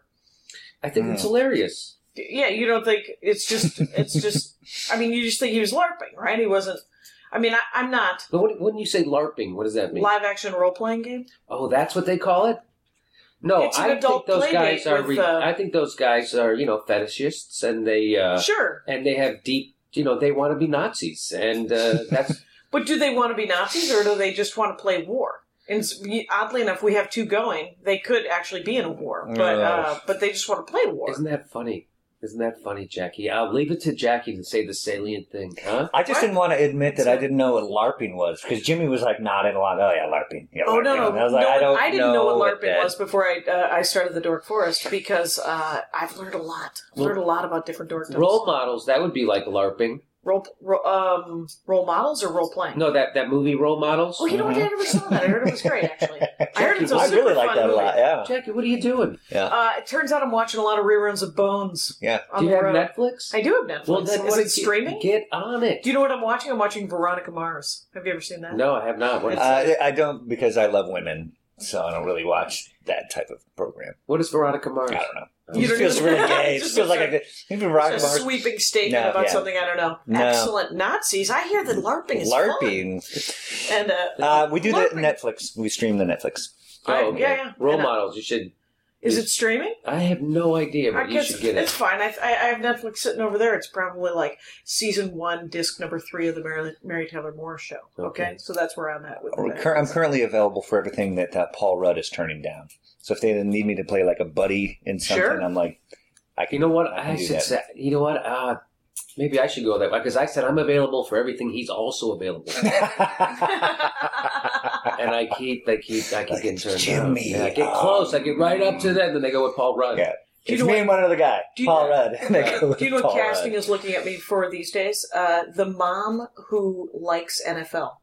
Speaker 3: I think
Speaker 5: Hmm.
Speaker 3: it's hilarious.
Speaker 2: Yeah, you don't think it's just, it's just, I mean, you just think he was LARPing, right? He wasn't, I mean, I, I'm not.
Speaker 3: But what, when you say LARPing, what does that mean?
Speaker 2: Live action role playing game?
Speaker 3: Oh, that's what they call it. No,
Speaker 2: It's an
Speaker 3: I
Speaker 2: adult
Speaker 3: think those
Speaker 2: play
Speaker 3: guys
Speaker 2: date
Speaker 3: are.
Speaker 2: with,
Speaker 3: re-
Speaker 2: uh,
Speaker 3: I think those guys are, you know, fetishists, and they uh,
Speaker 2: Sure.
Speaker 3: and they have deep you know they want to be Nazis, and uh, that's
Speaker 2: But do they want to be Nazis or do they just want to play war? And s- oddly enough, we have two going. They could actually be in a war, but uh, but they just want to play war.
Speaker 3: isn't that funny? Isn't that funny, Jackie? I'll leave it to Jackie to say the salient thing, huh?
Speaker 5: I just didn't want to admit that I didn't know what LARPing was because Jimmy was like nodding along. Oh yeah, LARPing. Yeah,
Speaker 2: Oh no,
Speaker 5: LARPing."
Speaker 2: no,
Speaker 5: And I was like,
Speaker 2: no,
Speaker 5: I don't
Speaker 2: didn't know, what LARPing
Speaker 5: that-
Speaker 2: was before I uh, I started the Dork Forest because uh, I've learned a lot. I've learned a lot about different dork types.
Speaker 3: Role models that would be like LARPing.
Speaker 2: role, ro- um, role models or role playing.
Speaker 3: No, that that movie role models.
Speaker 2: Oh, you know what? I never saw that. I heard it was great.
Speaker 5: (laughs)
Speaker 2: Actually, I heard it's a
Speaker 5: Mm-hmm. I
Speaker 2: super
Speaker 5: really like
Speaker 2: fun
Speaker 5: that
Speaker 2: movie.
Speaker 5: a lot. Yeah,
Speaker 3: Jackie, what are you doing?
Speaker 2: Uh, it turns out I'm watching a lot of reruns of Bones.
Speaker 5: yeah.
Speaker 2: On
Speaker 3: Do you
Speaker 2: the
Speaker 3: have
Speaker 2: road.
Speaker 3: Netflix?
Speaker 2: I do have Netflix.
Speaker 3: Well, then
Speaker 2: Is
Speaker 3: what
Speaker 2: it
Speaker 3: did you-
Speaker 2: streaming?
Speaker 3: Get on it.
Speaker 2: Do you know what I'm watching? I'm watching Veronica Mars. Have you ever seen that?
Speaker 3: No, I have not. What is,
Speaker 5: Uh, I don't because I love women, so I don't really watch that type of program.
Speaker 3: what is Veronica Mars?
Speaker 5: I don't know.
Speaker 2: You
Speaker 5: it
Speaker 2: don't
Speaker 5: feels
Speaker 2: even- (laughs)
Speaker 5: really gay. It
Speaker 2: Just
Speaker 5: just feels like
Speaker 2: a-
Speaker 5: a maybe rock
Speaker 2: It's a
Speaker 5: bars.
Speaker 2: sweeping statement
Speaker 5: No,
Speaker 2: about
Speaker 5: yeah.
Speaker 2: something I don't know.
Speaker 5: No.
Speaker 2: Excellent Nazis. I hear that LARPing is fun.
Speaker 5: LARPing.
Speaker 2: And uh,
Speaker 5: Uh, we do that
Speaker 2: LARPing.
Speaker 5: Netflix. We stream the Netflix.
Speaker 2: I-
Speaker 3: Oh, okay.
Speaker 2: yeah, yeah.
Speaker 3: Role
Speaker 2: And, uh,
Speaker 3: models. You should.
Speaker 2: is it streaming?
Speaker 3: I have no idea,
Speaker 2: I
Speaker 3: but you
Speaker 2: guess
Speaker 3: should get
Speaker 2: it's
Speaker 3: it.
Speaker 2: fine. I, I, I have Netflix sitting over there. It's probably like season one, disc number three of the Mary, Mary Tyler Moore Show. Okay,
Speaker 3: Okay.
Speaker 2: so that's where I'm at with
Speaker 5: We're
Speaker 2: it.
Speaker 5: cur- I'm currently available for everything that uh, Paul Rudd is turning down. So if they need me to play like a buddy in something,
Speaker 2: Sure. (laughs)
Speaker 5: I'm like, (laughs) I can.
Speaker 3: You know what?
Speaker 5: I, can
Speaker 3: I
Speaker 5: do
Speaker 3: should
Speaker 5: that.
Speaker 3: say. You know what? Uh, maybe I should go that way because I said I'm available for everything. He's also available, and I keep, I keep, I keep getting turned down.
Speaker 5: Jimmy,
Speaker 3: Yeah, I get
Speaker 5: um,
Speaker 3: close. I get right up to them, then they go with Paul Rudd.
Speaker 5: Yeah.
Speaker 2: Do you
Speaker 5: It's
Speaker 2: know
Speaker 5: me
Speaker 2: what-
Speaker 5: and one other guy,
Speaker 2: do you-
Speaker 5: Paul Rudd. (laughs) And I go
Speaker 2: do you know
Speaker 5: with
Speaker 2: what
Speaker 5: Paul Rudd.
Speaker 2: casting is looking at me for these days? Uh, the mom who likes NFL.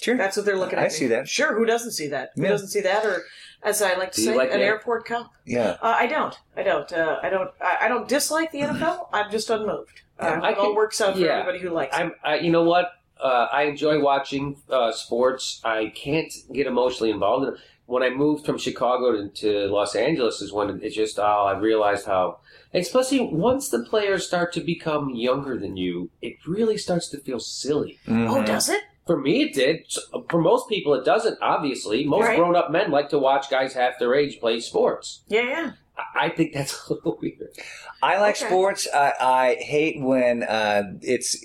Speaker 5: Sure.
Speaker 2: That's what they're looking at.
Speaker 5: I
Speaker 2: me.
Speaker 5: see that.
Speaker 2: Sure, who doesn't see that? Who
Speaker 5: Yeah.
Speaker 2: doesn't see that? Or, as I like to
Speaker 3: Do you
Speaker 2: say,
Speaker 3: like
Speaker 2: an
Speaker 3: the-
Speaker 2: airport cop.
Speaker 5: Yeah.
Speaker 2: Uh, I don't. I don't. Uh, I don't. I, I don't dislike the NFL. I'm just unmoved. Uh,
Speaker 3: I
Speaker 2: it all
Speaker 3: could-
Speaker 2: works out for
Speaker 3: yeah.
Speaker 2: everybody who likes. it.
Speaker 3: I'm, I, you know what? Uh, I enjoy watching uh, sports. I can't get emotionally involved in it. When I moved from Chicago to, to Los Angeles, is when it's just oh, I realized how, especially once the players start to become younger than you, it really starts to feel silly.
Speaker 2: Oh, does it?
Speaker 3: For me, it did. So- For most people, it doesn't. Obviously, most
Speaker 2: Right.
Speaker 3: grown-up men like to watch guys half their age play sports.
Speaker 2: Yeah, yeah.
Speaker 3: I- I think that's (laughs) a little weird.
Speaker 5: I like
Speaker 2: Okay.
Speaker 5: sports. I, I hate when uh, it's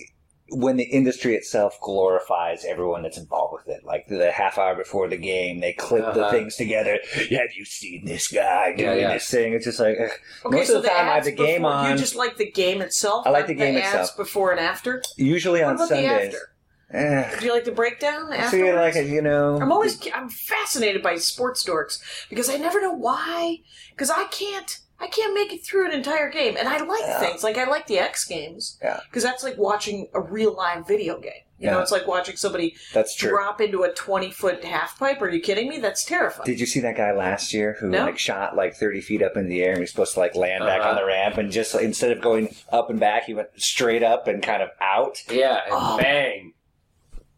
Speaker 5: when the industry itself glorifies everyone that's involved with it. Like the half hour before the game, they clip
Speaker 3: Uh-huh.
Speaker 5: the things together. Have you seen this guy doing
Speaker 3: Yeah, yeah.
Speaker 5: this thing? It's just like ugh.
Speaker 2: Okay,
Speaker 5: most
Speaker 2: so
Speaker 5: of the time I have
Speaker 2: ads
Speaker 5: the game
Speaker 2: before, You
Speaker 5: on.
Speaker 2: just like the game itself.
Speaker 5: I like
Speaker 2: not
Speaker 5: the game
Speaker 2: ads
Speaker 5: itself.
Speaker 2: Before and after.
Speaker 5: usually
Speaker 2: What
Speaker 5: on
Speaker 2: about
Speaker 5: Sundays.
Speaker 2: the after? Do you like the breakdown
Speaker 5: So you like
Speaker 2: afterwards?
Speaker 5: Oh, it, you know.
Speaker 2: I'm always I'm fascinated by sports dorks because I never know why. Because I can't I can't make it through an entire game, and I like things like I like the X Games.
Speaker 5: Yeah.
Speaker 2: Because that's like watching a real live video game. You know,
Speaker 5: Yeah.
Speaker 2: it's like watching somebody
Speaker 5: That's true.
Speaker 2: drop into a 20 foot half pipe. Are you kidding me? That's terrifying.
Speaker 5: Did you see that guy last year who
Speaker 2: No.
Speaker 5: like shot like thirty feet up in the air and he was supposed to like land back
Speaker 3: Uh-huh.
Speaker 5: on the ramp and just like, instead of going up and back, he went straight up and kind of out
Speaker 3: Yeah, and
Speaker 2: Oh.
Speaker 3: bang.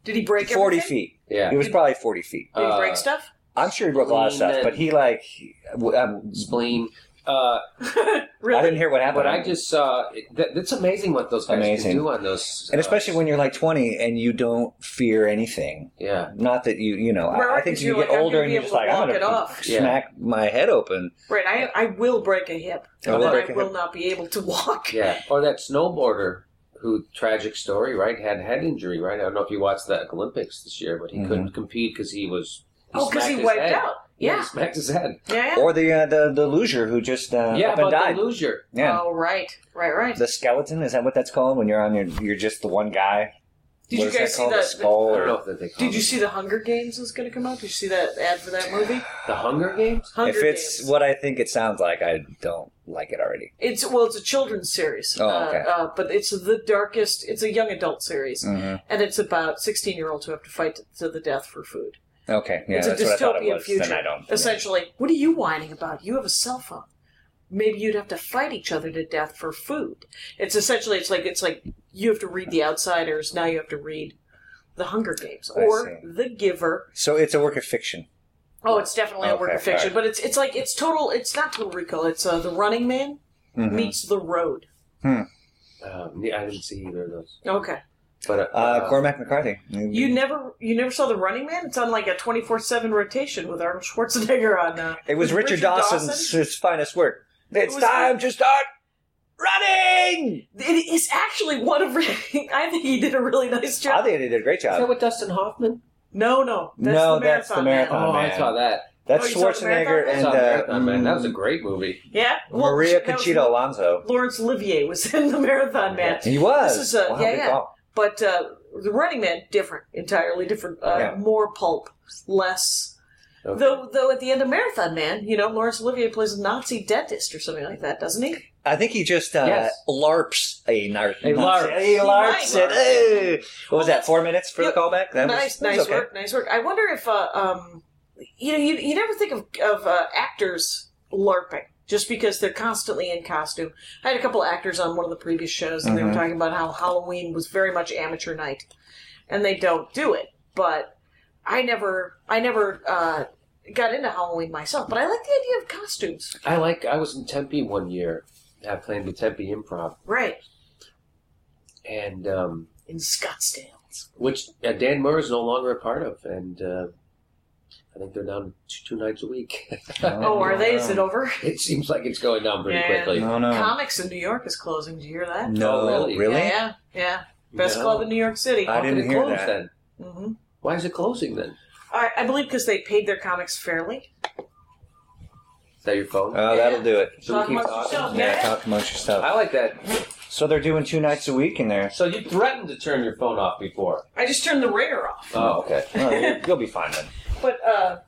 Speaker 2: Did he break
Speaker 5: forty
Speaker 2: everything?
Speaker 5: feet.
Speaker 3: Yeah,
Speaker 5: It was probably forty feet.
Speaker 2: Did he break
Speaker 3: Uh,
Speaker 2: stuff?
Speaker 5: I'm sure he broke a lot of stuff, but he like w- um,
Speaker 3: spleen. Uh,
Speaker 5: I didn't
Speaker 2: really?
Speaker 5: hear what happened.
Speaker 3: But I just saw that, that's amazing what those guys
Speaker 5: Amazing.
Speaker 3: can do on those, uh,
Speaker 5: and especially when you're like 20 and you don't fear anything.
Speaker 3: yeah,
Speaker 5: Not that you, you know,
Speaker 2: Right,
Speaker 5: I, I think
Speaker 2: because
Speaker 5: you
Speaker 2: you're
Speaker 5: get
Speaker 2: like, I'm
Speaker 5: older
Speaker 2: gonna
Speaker 5: and
Speaker 2: be
Speaker 5: you're just
Speaker 2: able
Speaker 5: like,
Speaker 2: to
Speaker 5: I'm
Speaker 2: walk
Speaker 5: gonna
Speaker 2: it off.
Speaker 3: Yeah.
Speaker 5: smack my head open.
Speaker 2: Right. I, I will break a hip,
Speaker 5: I will
Speaker 2: but
Speaker 5: break
Speaker 2: I
Speaker 5: a
Speaker 2: will
Speaker 5: hip.
Speaker 2: not be able to walk.
Speaker 3: yeah. Or that snowboarder who tragic story, right? Had head injury, right? I don't know if you watched the Olympics this year, but he
Speaker 5: Mm-hmm.
Speaker 3: couldn't compete because he was
Speaker 2: Oh, because
Speaker 3: smacked
Speaker 2: he
Speaker 3: his
Speaker 2: wiped
Speaker 3: head.
Speaker 2: out.
Speaker 3: Yeah,
Speaker 2: Yeah.
Speaker 3: he smacked his head.
Speaker 2: Yeah. yeah.
Speaker 5: Or the uh, the the loser who just uh,
Speaker 3: yeah,
Speaker 5: up and
Speaker 3: but
Speaker 5: died.
Speaker 3: the loser.
Speaker 5: yeah.
Speaker 2: Oh, right. Right, right.
Speaker 5: The skeleton is that what that's called when you're on your you're just the one guy?
Speaker 2: Did
Speaker 5: What
Speaker 2: you
Speaker 5: is that
Speaker 2: guys see
Speaker 5: called? A
Speaker 2: that?
Speaker 5: skull?
Speaker 3: I
Speaker 5: Or,
Speaker 3: don't know if that they call
Speaker 2: Did you see the Hunger Games was going to come out? Did you see that ad for that movie?
Speaker 3: the Hunger Games?
Speaker 2: Hunger
Speaker 5: if it's
Speaker 2: Games.
Speaker 5: what I think it sounds like, I don't like it already.
Speaker 2: It's well, it's a children's series.
Speaker 5: Oh, okay.
Speaker 2: uh, uh, but it's the darkest. It's a young adult series,
Speaker 5: Mm-hmm.
Speaker 2: and it's about sixteen-year-olds who have to fight to the death for food.
Speaker 5: Okay, yeah,
Speaker 2: it's a
Speaker 5: that's what I thought it
Speaker 2: dystopian
Speaker 5: was.
Speaker 2: future.
Speaker 5: Then I don't.
Speaker 2: Essentially, what are you whining about? You have a cell phone. Maybe you'd have to fight each other to death for food. It's essentially it's like it's like you have to read The Outsiders. Now you have to read The Hunger Games
Speaker 5: I
Speaker 2: or
Speaker 5: see.
Speaker 2: The Giver.
Speaker 5: So it's a work of fiction.
Speaker 2: Oh, it's definitely a work
Speaker 5: Okay,
Speaker 2: of fiction,
Speaker 5: alright.
Speaker 2: but it's it's like it's total. It's not total recall. It's uh, the Running Man
Speaker 5: Mm-hmm.
Speaker 2: meets the Road.
Speaker 3: Um, yeah, I didn't see either of those.
Speaker 2: Okay,
Speaker 3: But uh,
Speaker 5: Uh, Cormac McCarthy.
Speaker 2: you
Speaker 5: Mm-hmm.
Speaker 2: never you never saw the Running Man. It's on like a twenty four seven rotation with Arnold Schwarzenegger on. Uh,
Speaker 5: It was
Speaker 2: with
Speaker 5: Richard, Dawson's his finest work. It's
Speaker 2: was-
Speaker 5: time to start running.
Speaker 2: It is actually one of. (laughs) I think he did a really nice
Speaker 5: I
Speaker 2: job.
Speaker 5: think they did a great
Speaker 3: Is that
Speaker 5: job.
Speaker 3: with Dustin Hoffman?
Speaker 2: No, no, that's
Speaker 5: No,
Speaker 2: the marathon.
Speaker 5: that's the
Speaker 2: Man.
Speaker 5: marathon. Oh,
Speaker 3: Oh, I
Speaker 5: man.
Speaker 3: saw that.
Speaker 5: That's
Speaker 2: Oh, you saw the
Speaker 5: Schwarzenegger
Speaker 3: I
Speaker 5: and
Speaker 3: saw
Speaker 5: uh,
Speaker 3: Marathon Man. That was a great movie.
Speaker 2: Yeah, well,
Speaker 5: Maria
Speaker 2: that was-
Speaker 5: Conchita Alonso.
Speaker 2: Lawrence Olivier was in the marathon man.
Speaker 5: He was.
Speaker 2: This is a-
Speaker 5: wow,
Speaker 2: yeah,
Speaker 5: good
Speaker 2: yeah.
Speaker 5: call.
Speaker 2: But uh, the Running Man, different, entirely different. Uh,
Speaker 5: Yeah.
Speaker 2: More pulp, less.
Speaker 3: Okay.
Speaker 2: Though, though, at the end of Marathon Man, you know, Laurence Olivier plays a Nazi dentist or something like that, doesn't he?
Speaker 5: I think he just uh,
Speaker 3: Yes.
Speaker 5: larps a nar-
Speaker 3: A larp.
Speaker 5: He larps
Speaker 2: He
Speaker 5: it.
Speaker 2: larped.
Speaker 5: Hey. What was that? Four minutes for
Speaker 2: Yep.
Speaker 5: the callback. That was-
Speaker 2: nice,
Speaker 5: that was
Speaker 2: nice
Speaker 5: okay.
Speaker 2: work, nice work. I wonder if, uh, um, you know, you, you never think of, of uh, actors LARPing just because they're constantly in costume. I had a couple actors on one of the previous shows, and they were talking about how Halloween was very much amateur night, and they don't do it. But I never, I never uh, got into Halloween myself. But I like the idea of costumes.
Speaker 3: I like. I was in Tempe one year. I played the Tempe Improv,
Speaker 2: Right
Speaker 3: and um,
Speaker 2: in Scottsdale.
Speaker 3: which uh, Dan Moore is no longer a part of, and uh, I think they're down t- two nights a week.
Speaker 2: Oh,
Speaker 3: (laughs)
Speaker 2: are they? Is it over?
Speaker 3: it seems like it's going down pretty
Speaker 2: Yeah.
Speaker 3: quickly.
Speaker 5: No, no,
Speaker 2: Comics in New York is closing. Did you hear that?
Speaker 5: no.
Speaker 3: Oh, really?
Speaker 2: Yeah, yeah. Best
Speaker 3: No.
Speaker 2: club in New York City.
Speaker 5: I
Speaker 3: How could
Speaker 5: didn't
Speaker 3: it
Speaker 5: hear
Speaker 3: close
Speaker 5: that.
Speaker 3: Then?
Speaker 2: hmm
Speaker 3: Why is it closing then?
Speaker 2: I, I believe because they paid their comics fairly.
Speaker 3: Is that your phone?
Speaker 5: Oh, that'll do it.
Speaker 3: So we
Speaker 2: Talk
Speaker 3: keep
Speaker 2: amongst
Speaker 3: talking.
Speaker 2: yourselves,
Speaker 5: Yeah,
Speaker 2: yeah.
Speaker 5: talk amongst yourself.
Speaker 3: I like that.
Speaker 5: So they're doing two nights a week in
Speaker 2: (laughs)
Speaker 5: there.
Speaker 3: So you threatened to turn your phone off before.
Speaker 2: I just turned the ringer off.
Speaker 3: Oh, okay.
Speaker 5: Oh, you'll, you'll be fine then.
Speaker 2: But, uh,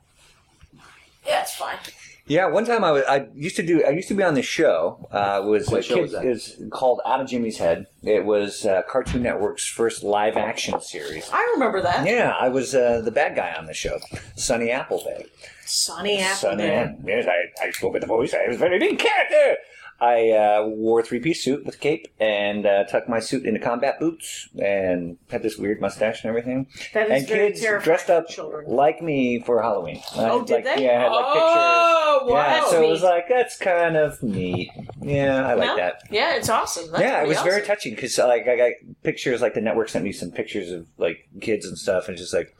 Speaker 2: yeah, it's fine.
Speaker 5: Yeah, one time I was I used to do I used to be on this show. Uh, it was
Speaker 3: What
Speaker 5: a
Speaker 3: show
Speaker 5: kid-
Speaker 3: was that?
Speaker 5: It was called Out of Jimmy's Head. It was uh, Cartoon Network's first live action series.
Speaker 2: I remember that.
Speaker 5: Yeah, I was uh, the bad guy on the show, Sonny Applebay.
Speaker 2: Sonny Appleby.
Speaker 5: Sonny, App- yes, I, I spoke with the voice. I was a very big character. I uh, wore a three-piece suit with a cape and uh, tucked my suit into combat boots and had this weird mustache and everything.
Speaker 2: That is
Speaker 5: and
Speaker 2: very
Speaker 5: kids
Speaker 2: terrifying
Speaker 5: dressed up
Speaker 2: for children.
Speaker 5: like me for Halloween.
Speaker 2: Oh,
Speaker 5: I,
Speaker 2: did
Speaker 5: like,
Speaker 2: they?
Speaker 5: Yeah, I had like pictures.
Speaker 2: Oh, wow.
Speaker 5: Yeah, so it was like that's kind of neat. Yeah, I like
Speaker 2: No?
Speaker 5: that.
Speaker 2: Yeah, it's awesome. That's
Speaker 5: yeah, it
Speaker 2: pretty
Speaker 5: was very
Speaker 2: awesome.
Speaker 5: touching because like I got pictures. Like the network sent me some pictures of like kids and stuff, and just like,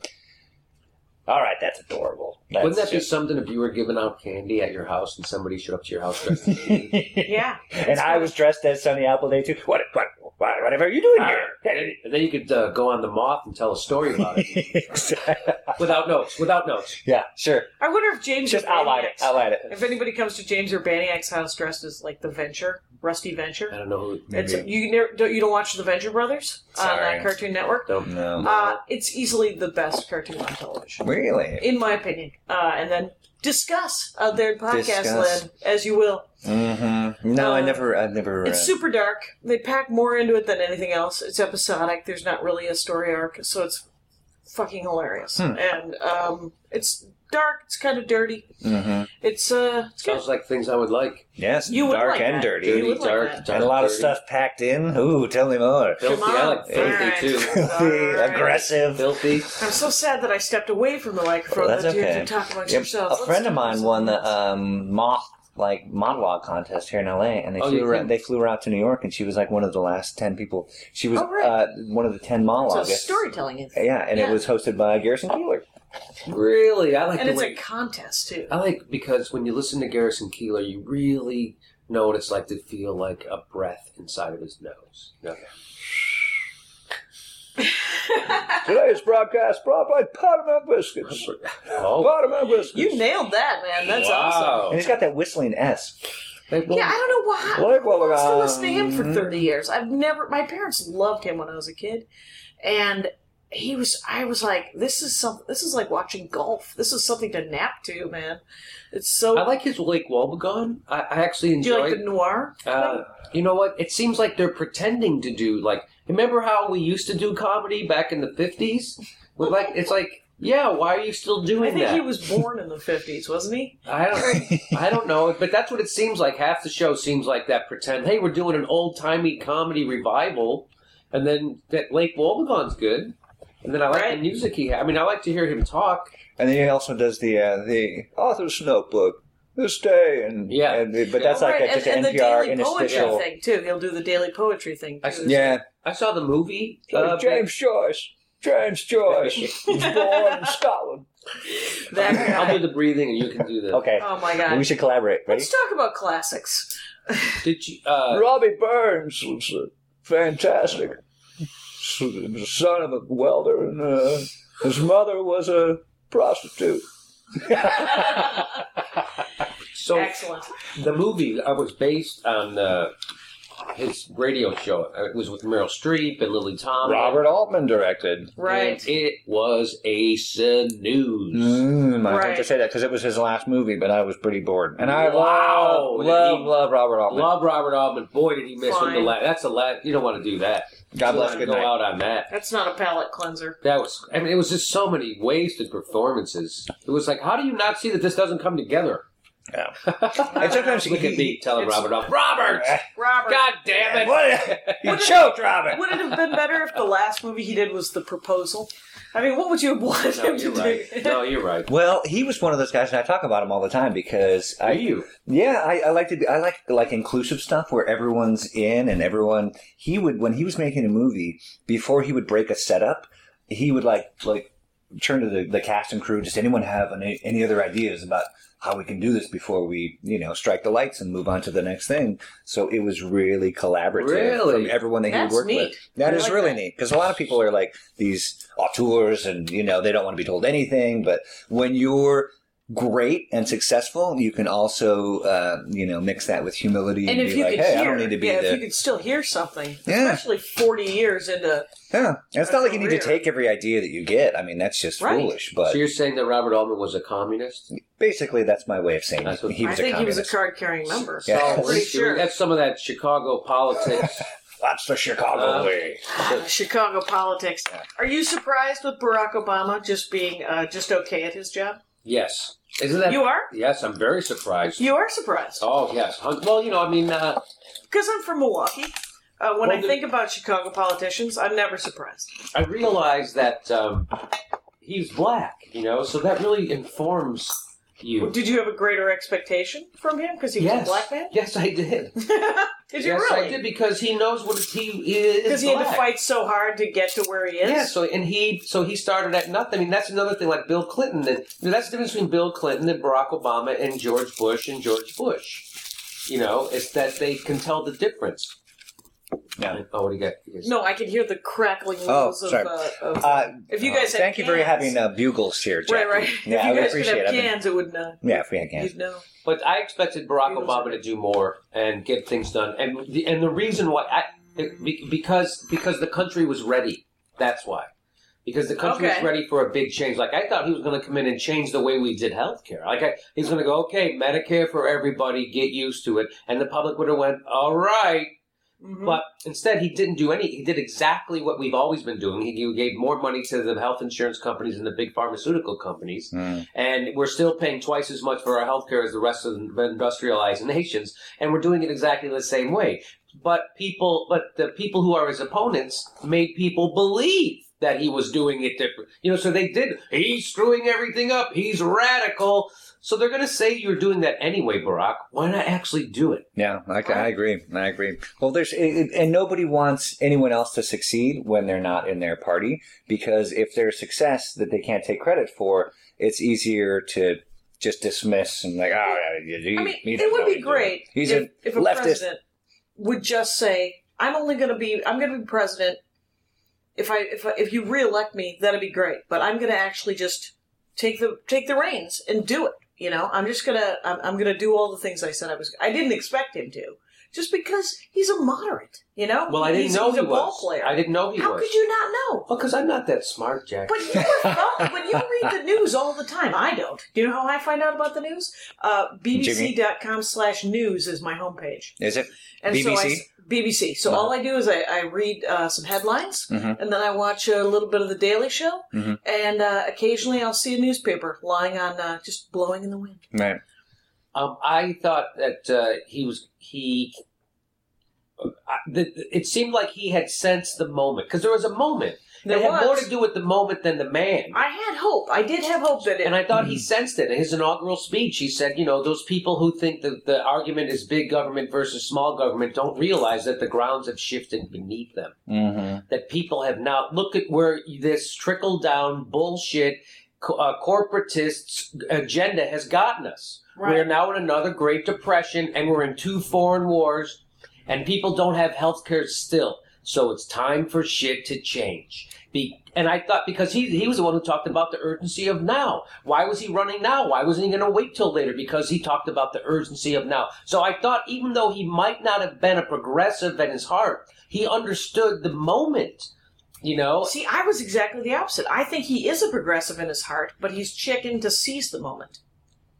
Speaker 5: all right, that's adorable. That's
Speaker 3: Wouldn't that be
Speaker 5: just-
Speaker 3: something if you were giving out candy at your house and somebody showed up to your house dressed as
Speaker 5: (laughs)
Speaker 2: Yeah.
Speaker 5: and I was dressed as Sunny Day too. What, what, what, whatever are you doing here?
Speaker 3: And then you could uh, go on the moth and tell a story about it
Speaker 5: (laughs) Exactly.
Speaker 3: without notes. Without notes.
Speaker 5: yeah, sure.
Speaker 2: I wonder if James
Speaker 5: Just outline it.
Speaker 2: Urbaniak's,
Speaker 5: Outline it.
Speaker 2: if anybody comes to James Urbaniak's house dressed as, like, the Venture, Rusty
Speaker 3: I
Speaker 2: Venture.
Speaker 3: don't know. Who,
Speaker 2: It's, you, never, don't, you don't watch the Venture Brothers on
Speaker 5: Sorry.
Speaker 2: uh, Cartoon Network?
Speaker 3: don't
Speaker 5: No.
Speaker 2: Uh, it's easily the best cartoon on television.
Speaker 5: Really?
Speaker 2: in my opinion. Uh, and then discuss out there in podcast
Speaker 5: Discuss.
Speaker 2: land as you will.
Speaker 5: Mm-hmm. No, I
Speaker 2: Uh,
Speaker 5: never. I never.
Speaker 2: It's super dark. They pack more into it than anything else. It's episodic. There's not really a story arc, so it's fucking hilarious. And um, it's dark. It's kind of dirty.
Speaker 5: hmm
Speaker 2: It's uh, it's good.
Speaker 3: Sounds like things I would like.
Speaker 5: Yes,
Speaker 2: You would
Speaker 5: dark
Speaker 2: like
Speaker 5: and
Speaker 2: that.
Speaker 5: dirty.
Speaker 2: You
Speaker 3: Dirty,
Speaker 2: would like
Speaker 3: dark,
Speaker 2: that.
Speaker 3: dark,
Speaker 5: and a lot of
Speaker 3: dirty.
Speaker 5: stuff packed in. Ooh, tell me (laughs) more.
Speaker 3: Filthy.
Speaker 2: Come
Speaker 3: I
Speaker 2: on.
Speaker 3: like filthy
Speaker 2: Alright.
Speaker 3: too.
Speaker 5: Filthy,
Speaker 2: All right.
Speaker 5: aggressive.
Speaker 3: filthy.
Speaker 2: I'm so sad that I stepped away from the microphone.
Speaker 5: Well, that's
Speaker 2: that you
Speaker 5: okay.
Speaker 2: have to talk amongst
Speaker 5: Yep.
Speaker 2: yourselves.
Speaker 5: A
Speaker 2: Let's
Speaker 5: friend
Speaker 2: talk
Speaker 5: of mine
Speaker 2: about
Speaker 5: won the
Speaker 2: something else.
Speaker 5: um, moth like monologue contest here in LA, and they
Speaker 3: Oh,
Speaker 5: flew
Speaker 3: you
Speaker 5: her,
Speaker 3: think-
Speaker 5: they flew her out to New York, and she was like one of the last ten people. She was
Speaker 2: Oh, right.
Speaker 5: uh, one of the ten
Speaker 2: So
Speaker 5: monologuists.
Speaker 2: storytelling, is-
Speaker 5: Yeah, and
Speaker 2: Yeah.
Speaker 5: it was hosted by Garrison Keeler.
Speaker 3: Really, I like.
Speaker 2: and
Speaker 3: the
Speaker 2: it's
Speaker 3: way,
Speaker 2: a contest too.
Speaker 3: I like because when you listen to Garrison Keeler, you really know what it's like to feel like a breath inside of his nose. Okay.
Speaker 5: Today's broadcast brought by Potamount Biscuits.
Speaker 3: Oh,
Speaker 5: Potamount Biscuits.
Speaker 2: You nailed that, man. That's awesome.
Speaker 5: and he's got that whistling S.
Speaker 2: Yeah, I don't know why.
Speaker 5: Like, well,
Speaker 2: I still
Speaker 5: um,
Speaker 2: listen to him for thirty years. I've never. My parents loved him when I was a kid, and he was. I was like, this is some. This is like watching golf. This is something to nap to, man. It's so.
Speaker 3: I like his Lake Wobegon. I, I actually
Speaker 2: do you
Speaker 3: enjoy.
Speaker 2: like the noir?
Speaker 3: uh, you know what? It seems like they're pretending to do like. Remember how we used to do comedy back in the fifties? With like, it's like, yeah. Why are you still
Speaker 2: I
Speaker 3: doing
Speaker 2: think
Speaker 3: that?
Speaker 2: he was born in the fifties, wasn't he?
Speaker 3: I don't. I don't know, but that's what it seems like. Half the show seems like that. Pretend, hey, we're doing an old timey comedy revival, and then that Lake Wobegon's good, and then I like
Speaker 2: Right.
Speaker 3: the music he. Ha- I mean, I like to hear him talk.
Speaker 5: And then he also does the uh, the author's notebook this day, and
Speaker 3: Yeah.
Speaker 5: and the- but that's like
Speaker 2: Right,
Speaker 5: a, just
Speaker 2: and,
Speaker 5: an
Speaker 2: and the
Speaker 5: NPR
Speaker 2: daily
Speaker 5: interstitial.
Speaker 2: poetry thing too. He'll do the daily poetry thing.
Speaker 3: I
Speaker 2: too.
Speaker 3: see.
Speaker 5: Yeah,
Speaker 3: I saw the movie. uh,
Speaker 5: James Joyce. James
Speaker 2: (laughs)
Speaker 5: Joyce was born in Scotland.
Speaker 2: That
Speaker 3: I'll
Speaker 2: guy.
Speaker 3: do the breathing, and you can do the.
Speaker 5: Okay,
Speaker 2: Oh my god.
Speaker 5: we should collaborate. Ready?
Speaker 2: Let's talk about classics.
Speaker 3: Did you? Uh,
Speaker 7: Robbie Burns was uh, fantastic. He was the son of a welder, and uh, his mother was a prostitute.
Speaker 3: so
Speaker 2: Excellent.
Speaker 3: the movie I was based on uh, his radio show. It was with Meryl Streep and Lily Tomlin.
Speaker 5: Robert Altman directed.
Speaker 2: Right.
Speaker 3: And it was a snooze.
Speaker 5: Mm, I
Speaker 2: Right.
Speaker 5: have to say that because it was his last movie, but I was pretty bored. And I
Speaker 3: Wow.
Speaker 5: love, love,
Speaker 3: He-
Speaker 5: love Robert Altman.
Speaker 3: Love Robert Altman. Boy, did he miss
Speaker 2: Fine.
Speaker 3: him. The last. That's the last. You don't want to do that.
Speaker 5: God
Speaker 3: You
Speaker 5: bless.
Speaker 3: don't
Speaker 5: Good
Speaker 3: wanna
Speaker 5: night.
Speaker 3: Go out on that.
Speaker 2: That's not a palate cleanser.
Speaker 3: That was. I mean, it was just so many wasted performances. It was like, how do you not see that this doesn't come together?
Speaker 5: And sometimes
Speaker 3: Look
Speaker 5: he-
Speaker 3: at me telling
Speaker 2: It's-
Speaker 3: Robert Altman. (laughs)
Speaker 5: (laughs)
Speaker 3: Robert,
Speaker 2: Robert.
Speaker 3: God damn it!
Speaker 5: What? He choked, Robert.
Speaker 2: Would it have
Speaker 8: Been better if the last movie he did was The Proposal. I mean, what would you have wanted
Speaker 3: No,
Speaker 8: him to
Speaker 3: you're right.
Speaker 8: do?
Speaker 3: No, you're right.
Speaker 5: Well, he was one of those guys, and I talk about him all the time because
Speaker 3: Are
Speaker 5: I,
Speaker 3: you?
Speaker 5: yeah, I, I like to, be, I like like inclusive stuff where everyone's in and everyone. He would when he was making a movie before he would break a setup, he would like like turn to the, the cast and crew. Does anyone have any, any other ideas about how we can do this before we you know strike the lights and move on to the next thing? So it was really collaborative
Speaker 3: Really?
Speaker 5: from everyone that he would
Speaker 2: That's
Speaker 5: work with.
Speaker 2: neat.
Speaker 5: That
Speaker 2: I
Speaker 5: is
Speaker 2: like
Speaker 5: really
Speaker 2: that.
Speaker 5: neat because a lot of people are like these auteurs and you know they don't want to be told anything. But when you're great and successful, you can also uh, you know mix that with humility and,
Speaker 2: (laughs) And if
Speaker 5: be
Speaker 2: you
Speaker 5: like,
Speaker 2: could
Speaker 5: hey,
Speaker 2: hear,
Speaker 5: I don't need to be
Speaker 2: yeah, if
Speaker 5: the
Speaker 2: you could still hear something,
Speaker 5: Yeah.
Speaker 2: especially forty years into
Speaker 5: yeah. And it's not like you need to
Speaker 2: career.
Speaker 5: take every idea that you get. I mean, that's just
Speaker 2: Right.
Speaker 5: foolish. But
Speaker 3: so you're saying that Robert Altman was a communist?
Speaker 5: basically, that's my way of saying
Speaker 3: That's
Speaker 5: it.
Speaker 3: what-
Speaker 5: he
Speaker 2: I
Speaker 5: was a
Speaker 2: think he was
Speaker 5: communist.
Speaker 2: a card carrying member.
Speaker 5: Yeah.
Speaker 3: Oh,
Speaker 2: Pretty
Speaker 3: really?
Speaker 2: sure.
Speaker 3: That's some of that Chicago politics.
Speaker 5: that's the Chicago
Speaker 3: Uh,
Speaker 5: way.
Speaker 2: Ah, Chicago politics. Are you surprised with Barack Obama just being uh, just okay at his job?
Speaker 3: yes. Isn't that?
Speaker 2: You are?
Speaker 3: Yes, I'm very surprised.
Speaker 2: You are surprised
Speaker 3: oh, yes. Hun- Well, you know, I mean, uh,
Speaker 2: because I'm from Milwaukee. Uh, when
Speaker 3: Well,
Speaker 2: I
Speaker 3: the-
Speaker 2: think about Chicago politicians, I'm never surprised.
Speaker 3: I realize that um, he's black, you know, so that really informs you.
Speaker 2: Did you have a greater expectation from him because he was
Speaker 3: yes.
Speaker 2: a black man?
Speaker 3: Yes, I did.
Speaker 2: (laughs) Did you
Speaker 3: yes,
Speaker 2: really?
Speaker 3: I did because he knows what he is.
Speaker 2: Because he had to
Speaker 3: black.
Speaker 2: fight so hard to get to where he is.
Speaker 3: Yeah, so and he so he started at nothing. I mean, that's another thing, like Bill Clinton. And you know, that's the difference between Bill Clinton and Barack Obama and George Bush and George Bush. You know, it's that they can tell the difference.
Speaker 5: Yeah.
Speaker 3: Oh, what do you got? You guys-
Speaker 2: No, I could hear the crackling
Speaker 5: Oh,
Speaker 2: noise of.
Speaker 5: sorry.
Speaker 2: Uh, of
Speaker 5: Uh,
Speaker 2: if you guys had
Speaker 5: thank you for
Speaker 2: cans-
Speaker 5: having uh, bugles here, Jackie.
Speaker 2: right, right.
Speaker 5: Yeah,
Speaker 2: if
Speaker 5: I
Speaker 2: you
Speaker 5: would
Speaker 2: guys
Speaker 5: appreciate
Speaker 2: could
Speaker 5: it.
Speaker 2: have
Speaker 5: I've been-
Speaker 2: cans, it would know.
Speaker 5: yeah, if we had cans.
Speaker 2: You'd know.
Speaker 3: But I expected Barack
Speaker 2: Beatles
Speaker 3: Obama
Speaker 2: are-
Speaker 3: to do more and get things done, and the, and the reason why I it- be- because because the country was ready. That's why. Because the country was
Speaker 2: Okay.
Speaker 3: ready for a big change. Like I thought he was going to come in and change the way we did healthcare. Like I, he's going to go, okay, Medicare for everybody, get used to it, and the public would have went, all right.
Speaker 2: Mhm.
Speaker 3: But instead, he didn't do any. He did exactly what we've always been doing. He he gave more money to the health insurance companies and the big pharmaceutical companies
Speaker 5: Mm.
Speaker 3: and we're still paying twice as much for our healthcare as the rest of the industrialized nations, and we're doing it exactly the same way. But people, but the people who are his opponents made people believe that he was doing it different. You know, so they did. He's screwing everything up. He's radical. So they're going to say you're doing that anyway, Barack. Why not actually do it?
Speaker 5: Yeah, I, I agree. I agree. Well, there's it, it- and nobody wants anyone else to succeed when they're not in their party because if there's success that they can't take credit for, it's easier to just dismiss and like, ah, you, you,
Speaker 2: I mean,
Speaker 5: you
Speaker 2: it
Speaker 5: don't
Speaker 2: would
Speaker 5: know
Speaker 2: be
Speaker 5: what you're doing."
Speaker 2: great
Speaker 5: He's
Speaker 2: if,
Speaker 5: a
Speaker 2: if a
Speaker 5: leftist.
Speaker 2: president would just say, "I'm only going to be, I'm going to be president. If I, if I, if you reelect me, that'd be great. But I'm going to actually just take the take the reins and do it. You know, I'm just gonna, I'm, I'm going to do all the things I said I was. I didn't expect him to, just because he's a moderate. You know,
Speaker 3: Well, I didn't
Speaker 2: he's,
Speaker 3: know
Speaker 2: he's
Speaker 3: he
Speaker 2: a ball
Speaker 3: was.
Speaker 2: player.
Speaker 3: I didn't know he
Speaker 2: How
Speaker 3: was.
Speaker 2: could you not know?
Speaker 3: Well, because I'm not that smart, Jack.
Speaker 2: But you were following, when you read the news all the time, I don't. You know how I find out about the news? Uh, BBC.com slash news is my homepage.
Speaker 5: Is it?
Speaker 2: And So I,
Speaker 5: BBC?
Speaker 2: s- BBC.
Speaker 3: Uh-huh.
Speaker 2: So all I do is I, I read uh, some headlines,
Speaker 3: Mm-hmm.
Speaker 5: Mhm.
Speaker 2: and then I watch a little bit of The Daily Show,
Speaker 5: Mhm.
Speaker 2: and uh, occasionally I'll see a newspaper lying on, uh, just blowing in the wind.
Speaker 5: Right.
Speaker 3: Um, I thought that uh, he was he. I, the, it seemed like he had sensed the moment because there was a moment.
Speaker 2: There
Speaker 3: it had more
Speaker 2: was.
Speaker 3: to do with the moment than the man.
Speaker 2: I had hope. I did have hope that it...
Speaker 3: and I thought he sensed it in his inaugural speech. He said, "You know, those people who think that the argument is big government versus small government don't realize that the grounds have shifted beneath them.
Speaker 5: Mm-hmm.
Speaker 3: That people have now look at where this trickle down bullshit." co- uh, corporatist agenda has gotten us.
Speaker 2: Right.
Speaker 3: We're now in another Great Depression, and we're in two foreign wars, and people don't have health care still. So it's time for shit to change. Be- and I thought because he he was the one who talked about the urgency of now. Why was he running now? Why wasn't he going to wait till later? Because he talked about the urgency of now. So I thought even though he might not have been a progressive in his heart, he understood the moment. You know,
Speaker 2: See, I was exactly the opposite. I think he is a progressive in his heart, but he's chicken to seize the moment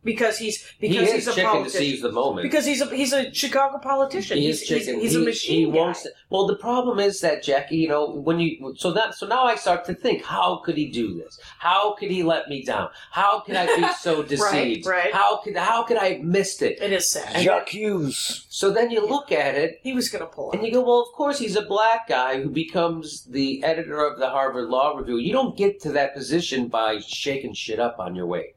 Speaker 2: because he's because
Speaker 3: he
Speaker 2: he's
Speaker 3: is
Speaker 2: a
Speaker 3: chicken to
Speaker 2: politician.
Speaker 3: seize the moment.
Speaker 2: because he's a he's a Chicago politician.
Speaker 3: he
Speaker 2: he's,
Speaker 3: is chicken.
Speaker 2: He's, he's a
Speaker 3: He-
Speaker 2: machine.
Speaker 3: He
Speaker 2: guy.
Speaker 3: won't. s- Well, the problem is that Jackie, you know, when you so that so now I start to think, how could he do this? How could he let me down? How could I be
Speaker 2: (laughs)
Speaker 3: so deceived?
Speaker 2: right.
Speaker 3: How could how could I have missed it?
Speaker 2: It is sad.
Speaker 5: Jacques Hughes.
Speaker 3: So then you look at it
Speaker 2: he was going to pull it.
Speaker 3: and you go, well, of course he's a black guy who becomes the editor of the Harvard Law Review. You don't get to that position by shaking shit up on your way.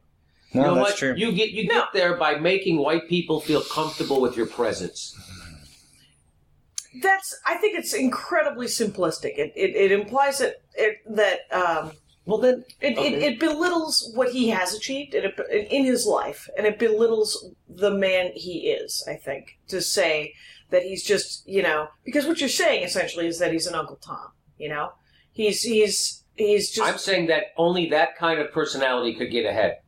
Speaker 5: No,
Speaker 3: you know
Speaker 5: that's
Speaker 3: what?
Speaker 5: true.
Speaker 3: You get you get there by making white people feel comfortable with your presence.
Speaker 2: That's. I think it's incredibly simplistic. It it, it implies that it, that um,
Speaker 3: Well, then
Speaker 2: it, it,
Speaker 3: Okay.
Speaker 2: it belittles what he has achieved in, a, in his life, and it belittles the man he is. I think to say that he's just you know because what you're saying essentially is that he's an Uncle Tom. You know, he's he's he's just
Speaker 3: I'm saying that only that kind of personality could get ahead.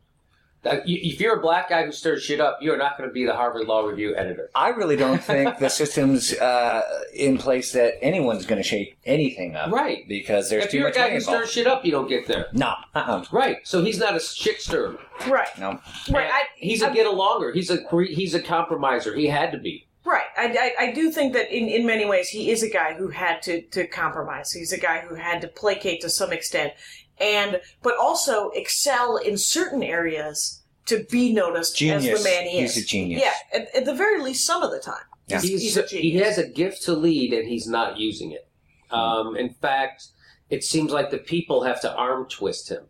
Speaker 3: That- you- If you're a black guy who stirs shit up, you're not going to be the Harvard Law Review editor.
Speaker 5: I really don't think the system's uh, in place that anyone's going to shape anything up.
Speaker 3: Right.
Speaker 5: Because there's
Speaker 3: if
Speaker 5: too
Speaker 3: you're a
Speaker 5: much
Speaker 3: guy
Speaker 5: money
Speaker 3: who stirs
Speaker 5: involved.
Speaker 3: shit up, you don't get there.
Speaker 5: No. Uh-uh.
Speaker 3: Right. So he's not a shit stirrer.
Speaker 2: right
Speaker 5: No.
Speaker 2: right. I,
Speaker 3: He's a
Speaker 2: I'm-
Speaker 3: get alonger. He's a cre- he's a compromiser. He had to be.
Speaker 2: Right. I, I, I do think that in, in many ways he is a guy who had to, to compromise. He's a guy who had to placate to some extent and but also excel in certain areas to be noticed as
Speaker 5: Genius.
Speaker 2: the man he
Speaker 5: He's
Speaker 2: is.
Speaker 5: a genius.
Speaker 2: Yeah, at, at the very least some of the time.
Speaker 5: Yeah.
Speaker 2: He's, he's a
Speaker 3: he
Speaker 2: genius.
Speaker 3: has a gift to lead, and he's not using it. Um, in fact, it seems like the people have to arm twist him,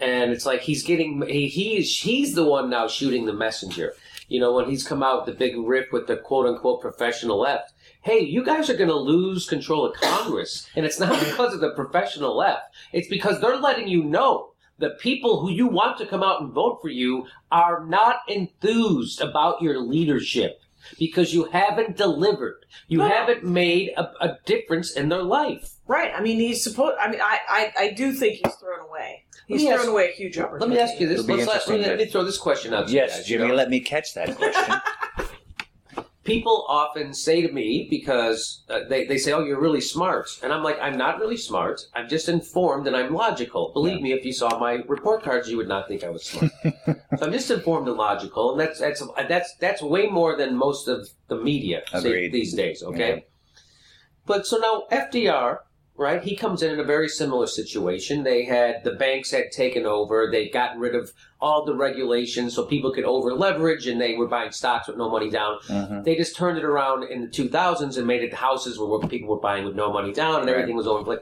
Speaker 3: and it's like he's getting he, he is he's the one now shooting the messenger. You know, when he's come out with the big riff with the quote unquote professional left. Hey, you guys are going to lose control of Congress, and it's not (laughs) because of the professional left. It's because they're letting you know the people who you want to come out and vote for you are not enthused about your leadership because you haven't delivered. You haven't made a, a difference in their life.
Speaker 2: Right. I mean he's supposed I mean I, I, I do think he's thrown away. He's
Speaker 3: me
Speaker 2: thrown
Speaker 3: ask-
Speaker 2: away a huge
Speaker 3: Let
Speaker 2: opportunity.
Speaker 3: me ask you this.
Speaker 5: It'll be
Speaker 3: Let's let,
Speaker 5: interesting
Speaker 3: let,
Speaker 5: to-
Speaker 3: me throw this question out. To you
Speaker 5: Yes,
Speaker 3: guys, you
Speaker 5: Jimmy,
Speaker 3: know?
Speaker 5: let me catch that (laughs) question.
Speaker 3: people often say to me because uh, they, they say, "Oh, you're really smart," and I'm like, "I'm not really smart. I'm just informed and I'm logical. Believe me, if you saw my report cards, you would not think I was
Speaker 5: (laughs)
Speaker 3: smart. so I'm just informed and logical, and that's that's that's that's way more than most of the media say
Speaker 5: Agreed.
Speaker 3: these days. Okay,
Speaker 5: Yeah.
Speaker 3: but so now FDR. Right, he comes in in a very similar situation. They had the banks had taken over. They'd gotten rid of all the regulations, so people could over leverage, and they were buying stocks with no money down.
Speaker 5: Mhm.
Speaker 3: They just turned it around in the 2000s and made it houses where people were buying with no money down and everything was over.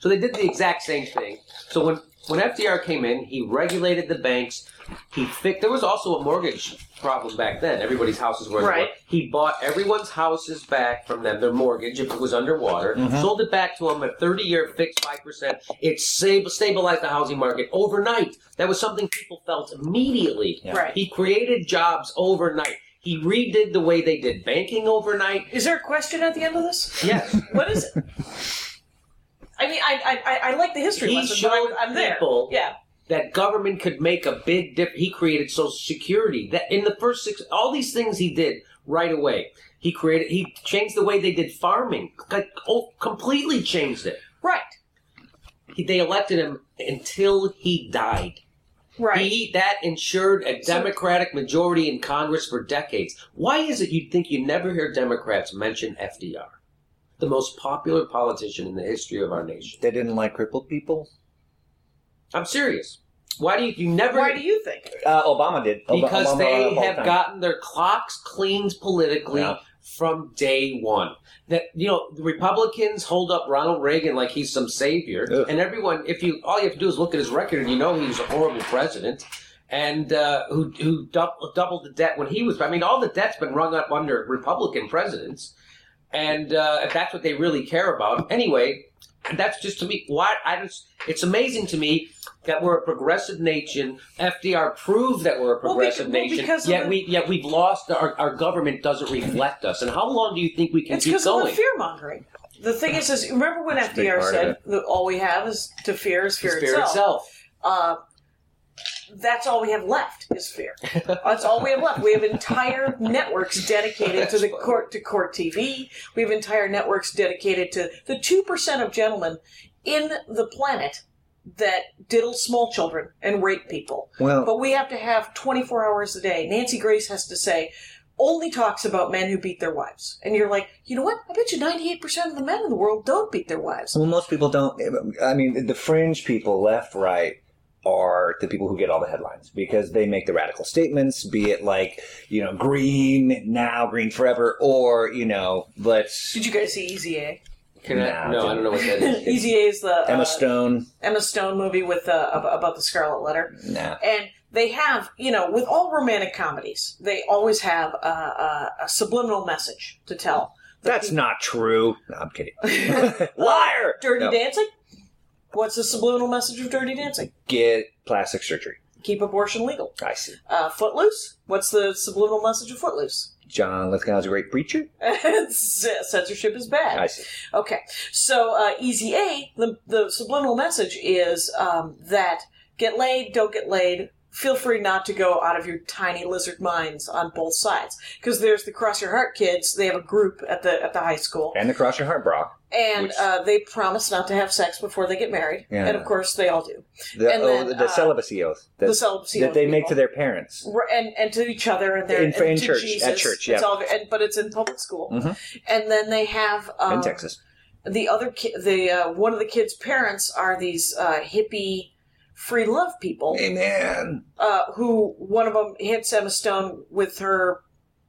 Speaker 3: So they did the exact same thing. So when, when FDR came in, he regulated the banks. He fixed. There was also a mortgage problem back then. Everybody's houses were
Speaker 2: Right.
Speaker 3: He bought everyone's houses back from them, their mortgage if it was underwater, sold it back to them at 30 year fixed 5%. It sab- stabilized the housing market overnight. That was something people felt immediately.
Speaker 5: Yeah.
Speaker 2: Right.
Speaker 3: He created jobs overnight. He redid the way they did banking
Speaker 2: (laughs)
Speaker 3: overnight.
Speaker 2: Is there a question at the end of this?
Speaker 3: Yes.
Speaker 2: What is
Speaker 3: (laughs)
Speaker 2: it? I mean, I, I- I, I like the history
Speaker 3: He
Speaker 2: lesson, but I'm,
Speaker 3: showed
Speaker 2: I'm there.
Speaker 3: people-
Speaker 2: Yeah.
Speaker 3: that government could make a big difference. He created Social Security. That in the first six, all these things he did right away. He created. He changed the way they did farming. Like, oh, completely changed it.
Speaker 2: Right.
Speaker 3: He, they elected him until he died.
Speaker 2: Right.
Speaker 3: He that ensured a Democratic majority in Congress for decades. Why is it you'd think you never hear Democrats mention FDR, the most popular politician in the history of our nation?
Speaker 5: they didn't like crippled people?
Speaker 3: I'm serious. Why do you, you never?
Speaker 2: Why do you think?
Speaker 5: Uh, Obama did. Ob-
Speaker 3: because
Speaker 5: Obama brought
Speaker 3: they
Speaker 5: up all
Speaker 3: have
Speaker 5: the time.
Speaker 3: gotten their clocks cleaned politically
Speaker 5: Yeah.
Speaker 3: from day one. That you know, the Republicans hold up Ronald Reagan like he's some savior,
Speaker 9: Ugh.
Speaker 3: and everyone, if you all you have to do is look at his record, and you know he was a horrible president. And uh, who who dou- doubled the debt when he was? I mean, all the debt's been rung up under Republican presidents, and uh, if that's what they really care about, anyway, that's just to me. Why I just it's amazing to me that we're a progressive nation. FDR proved that we're a
Speaker 2: Well,
Speaker 3: progressive
Speaker 2: beca- well,
Speaker 3: nation.
Speaker 2: because of
Speaker 3: yet
Speaker 2: the-
Speaker 3: we yet we've lost. Our, our government doesn't reflect us. And how long do you think we can
Speaker 2: It's
Speaker 3: keep
Speaker 2: because of the
Speaker 3: going?
Speaker 2: fear mongering. The thing is, is remember when
Speaker 5: big
Speaker 2: FDR
Speaker 5: part of
Speaker 2: said
Speaker 5: it.
Speaker 2: that all we have is to fear is fear,
Speaker 3: It's
Speaker 2: itself.
Speaker 3: itself.
Speaker 2: Uh, that's all we have left is
Speaker 5: (laughs)
Speaker 2: fear. That's all we have left. We have entire networks dedicated to the court to court TV. We have entire networks dedicated to the two percent of gentlemen in the planet that diddle small children and rape people.
Speaker 5: Well,
Speaker 2: But we have to have 24 hours a day. Nancy Grace has to say, only talks about men who beat their wives. And you're like, you know what? I bet you 98% of the men in the world don't beat their wives.
Speaker 5: well, most people don't. I mean, the fringe people, left, right, are the people who get all the headlines because they make the radical statements. Be it like, you know, green now, green forever, or you know, let's
Speaker 2: Did you guys see Easy A?
Speaker 3: Can I,
Speaker 5: Nah,
Speaker 3: no, I don't know what that
Speaker 5: (laughs)
Speaker 3: is.
Speaker 2: Easy A is the uh,
Speaker 5: Emma Stone.
Speaker 2: Emma Stone movie with uh, ab- about the Scarlet Letter,
Speaker 5: Nah.
Speaker 2: and they have you know with all romantic comedies, they always have a, a, a subliminal message to tell. The
Speaker 5: That's
Speaker 2: peop-
Speaker 5: not true. No,
Speaker 2: (laughs)
Speaker 5: I'm kidding. (laughs) Liar!
Speaker 2: Dirty
Speaker 5: No.
Speaker 2: Dancing. What's the subliminal message of Dirty Dancing?
Speaker 5: Get plastic surgery.
Speaker 2: Keep abortion legal.
Speaker 5: I see.
Speaker 2: Uh, Footloose. What's the subliminal message of Footloose? (laughs)
Speaker 5: John Lithgow's a great preacher.
Speaker 2: Censorship is bad.
Speaker 5: I see.
Speaker 2: Okay, so uh, Easy A, the, the subliminal message is um, that get laid, don't get laid. Feel free not to go out of your tiny lizard minds on both sides, because there's the Cross Your Heart kids. They have a group at the at the high school,
Speaker 5: And the cross your heart bra.
Speaker 2: and
Speaker 5: Which-
Speaker 2: uh, they promise not to have sex before they get married,
Speaker 5: Yeah.
Speaker 2: and of course they all do.
Speaker 5: The,
Speaker 2: And
Speaker 5: oh,
Speaker 2: then,
Speaker 5: the
Speaker 2: uh,
Speaker 5: celibacy oath that,
Speaker 2: the celibacy
Speaker 5: that
Speaker 2: oath
Speaker 5: they make
Speaker 2: people.
Speaker 5: to their parents.
Speaker 2: R- and and to each other and their
Speaker 5: In-
Speaker 2: and
Speaker 5: in
Speaker 2: to
Speaker 5: church, at
Speaker 2: Jesus.
Speaker 5: church,
Speaker 2: It's
Speaker 5: yeah.
Speaker 2: all, and, but it's in public school,
Speaker 5: Mhm.
Speaker 2: and then they have um,
Speaker 5: in Texas.
Speaker 2: the other ki- the uh, one of the kids' parents are these uh, hippie free love people
Speaker 5: Amen.
Speaker 2: uh, who one of them hits Emma Stone with her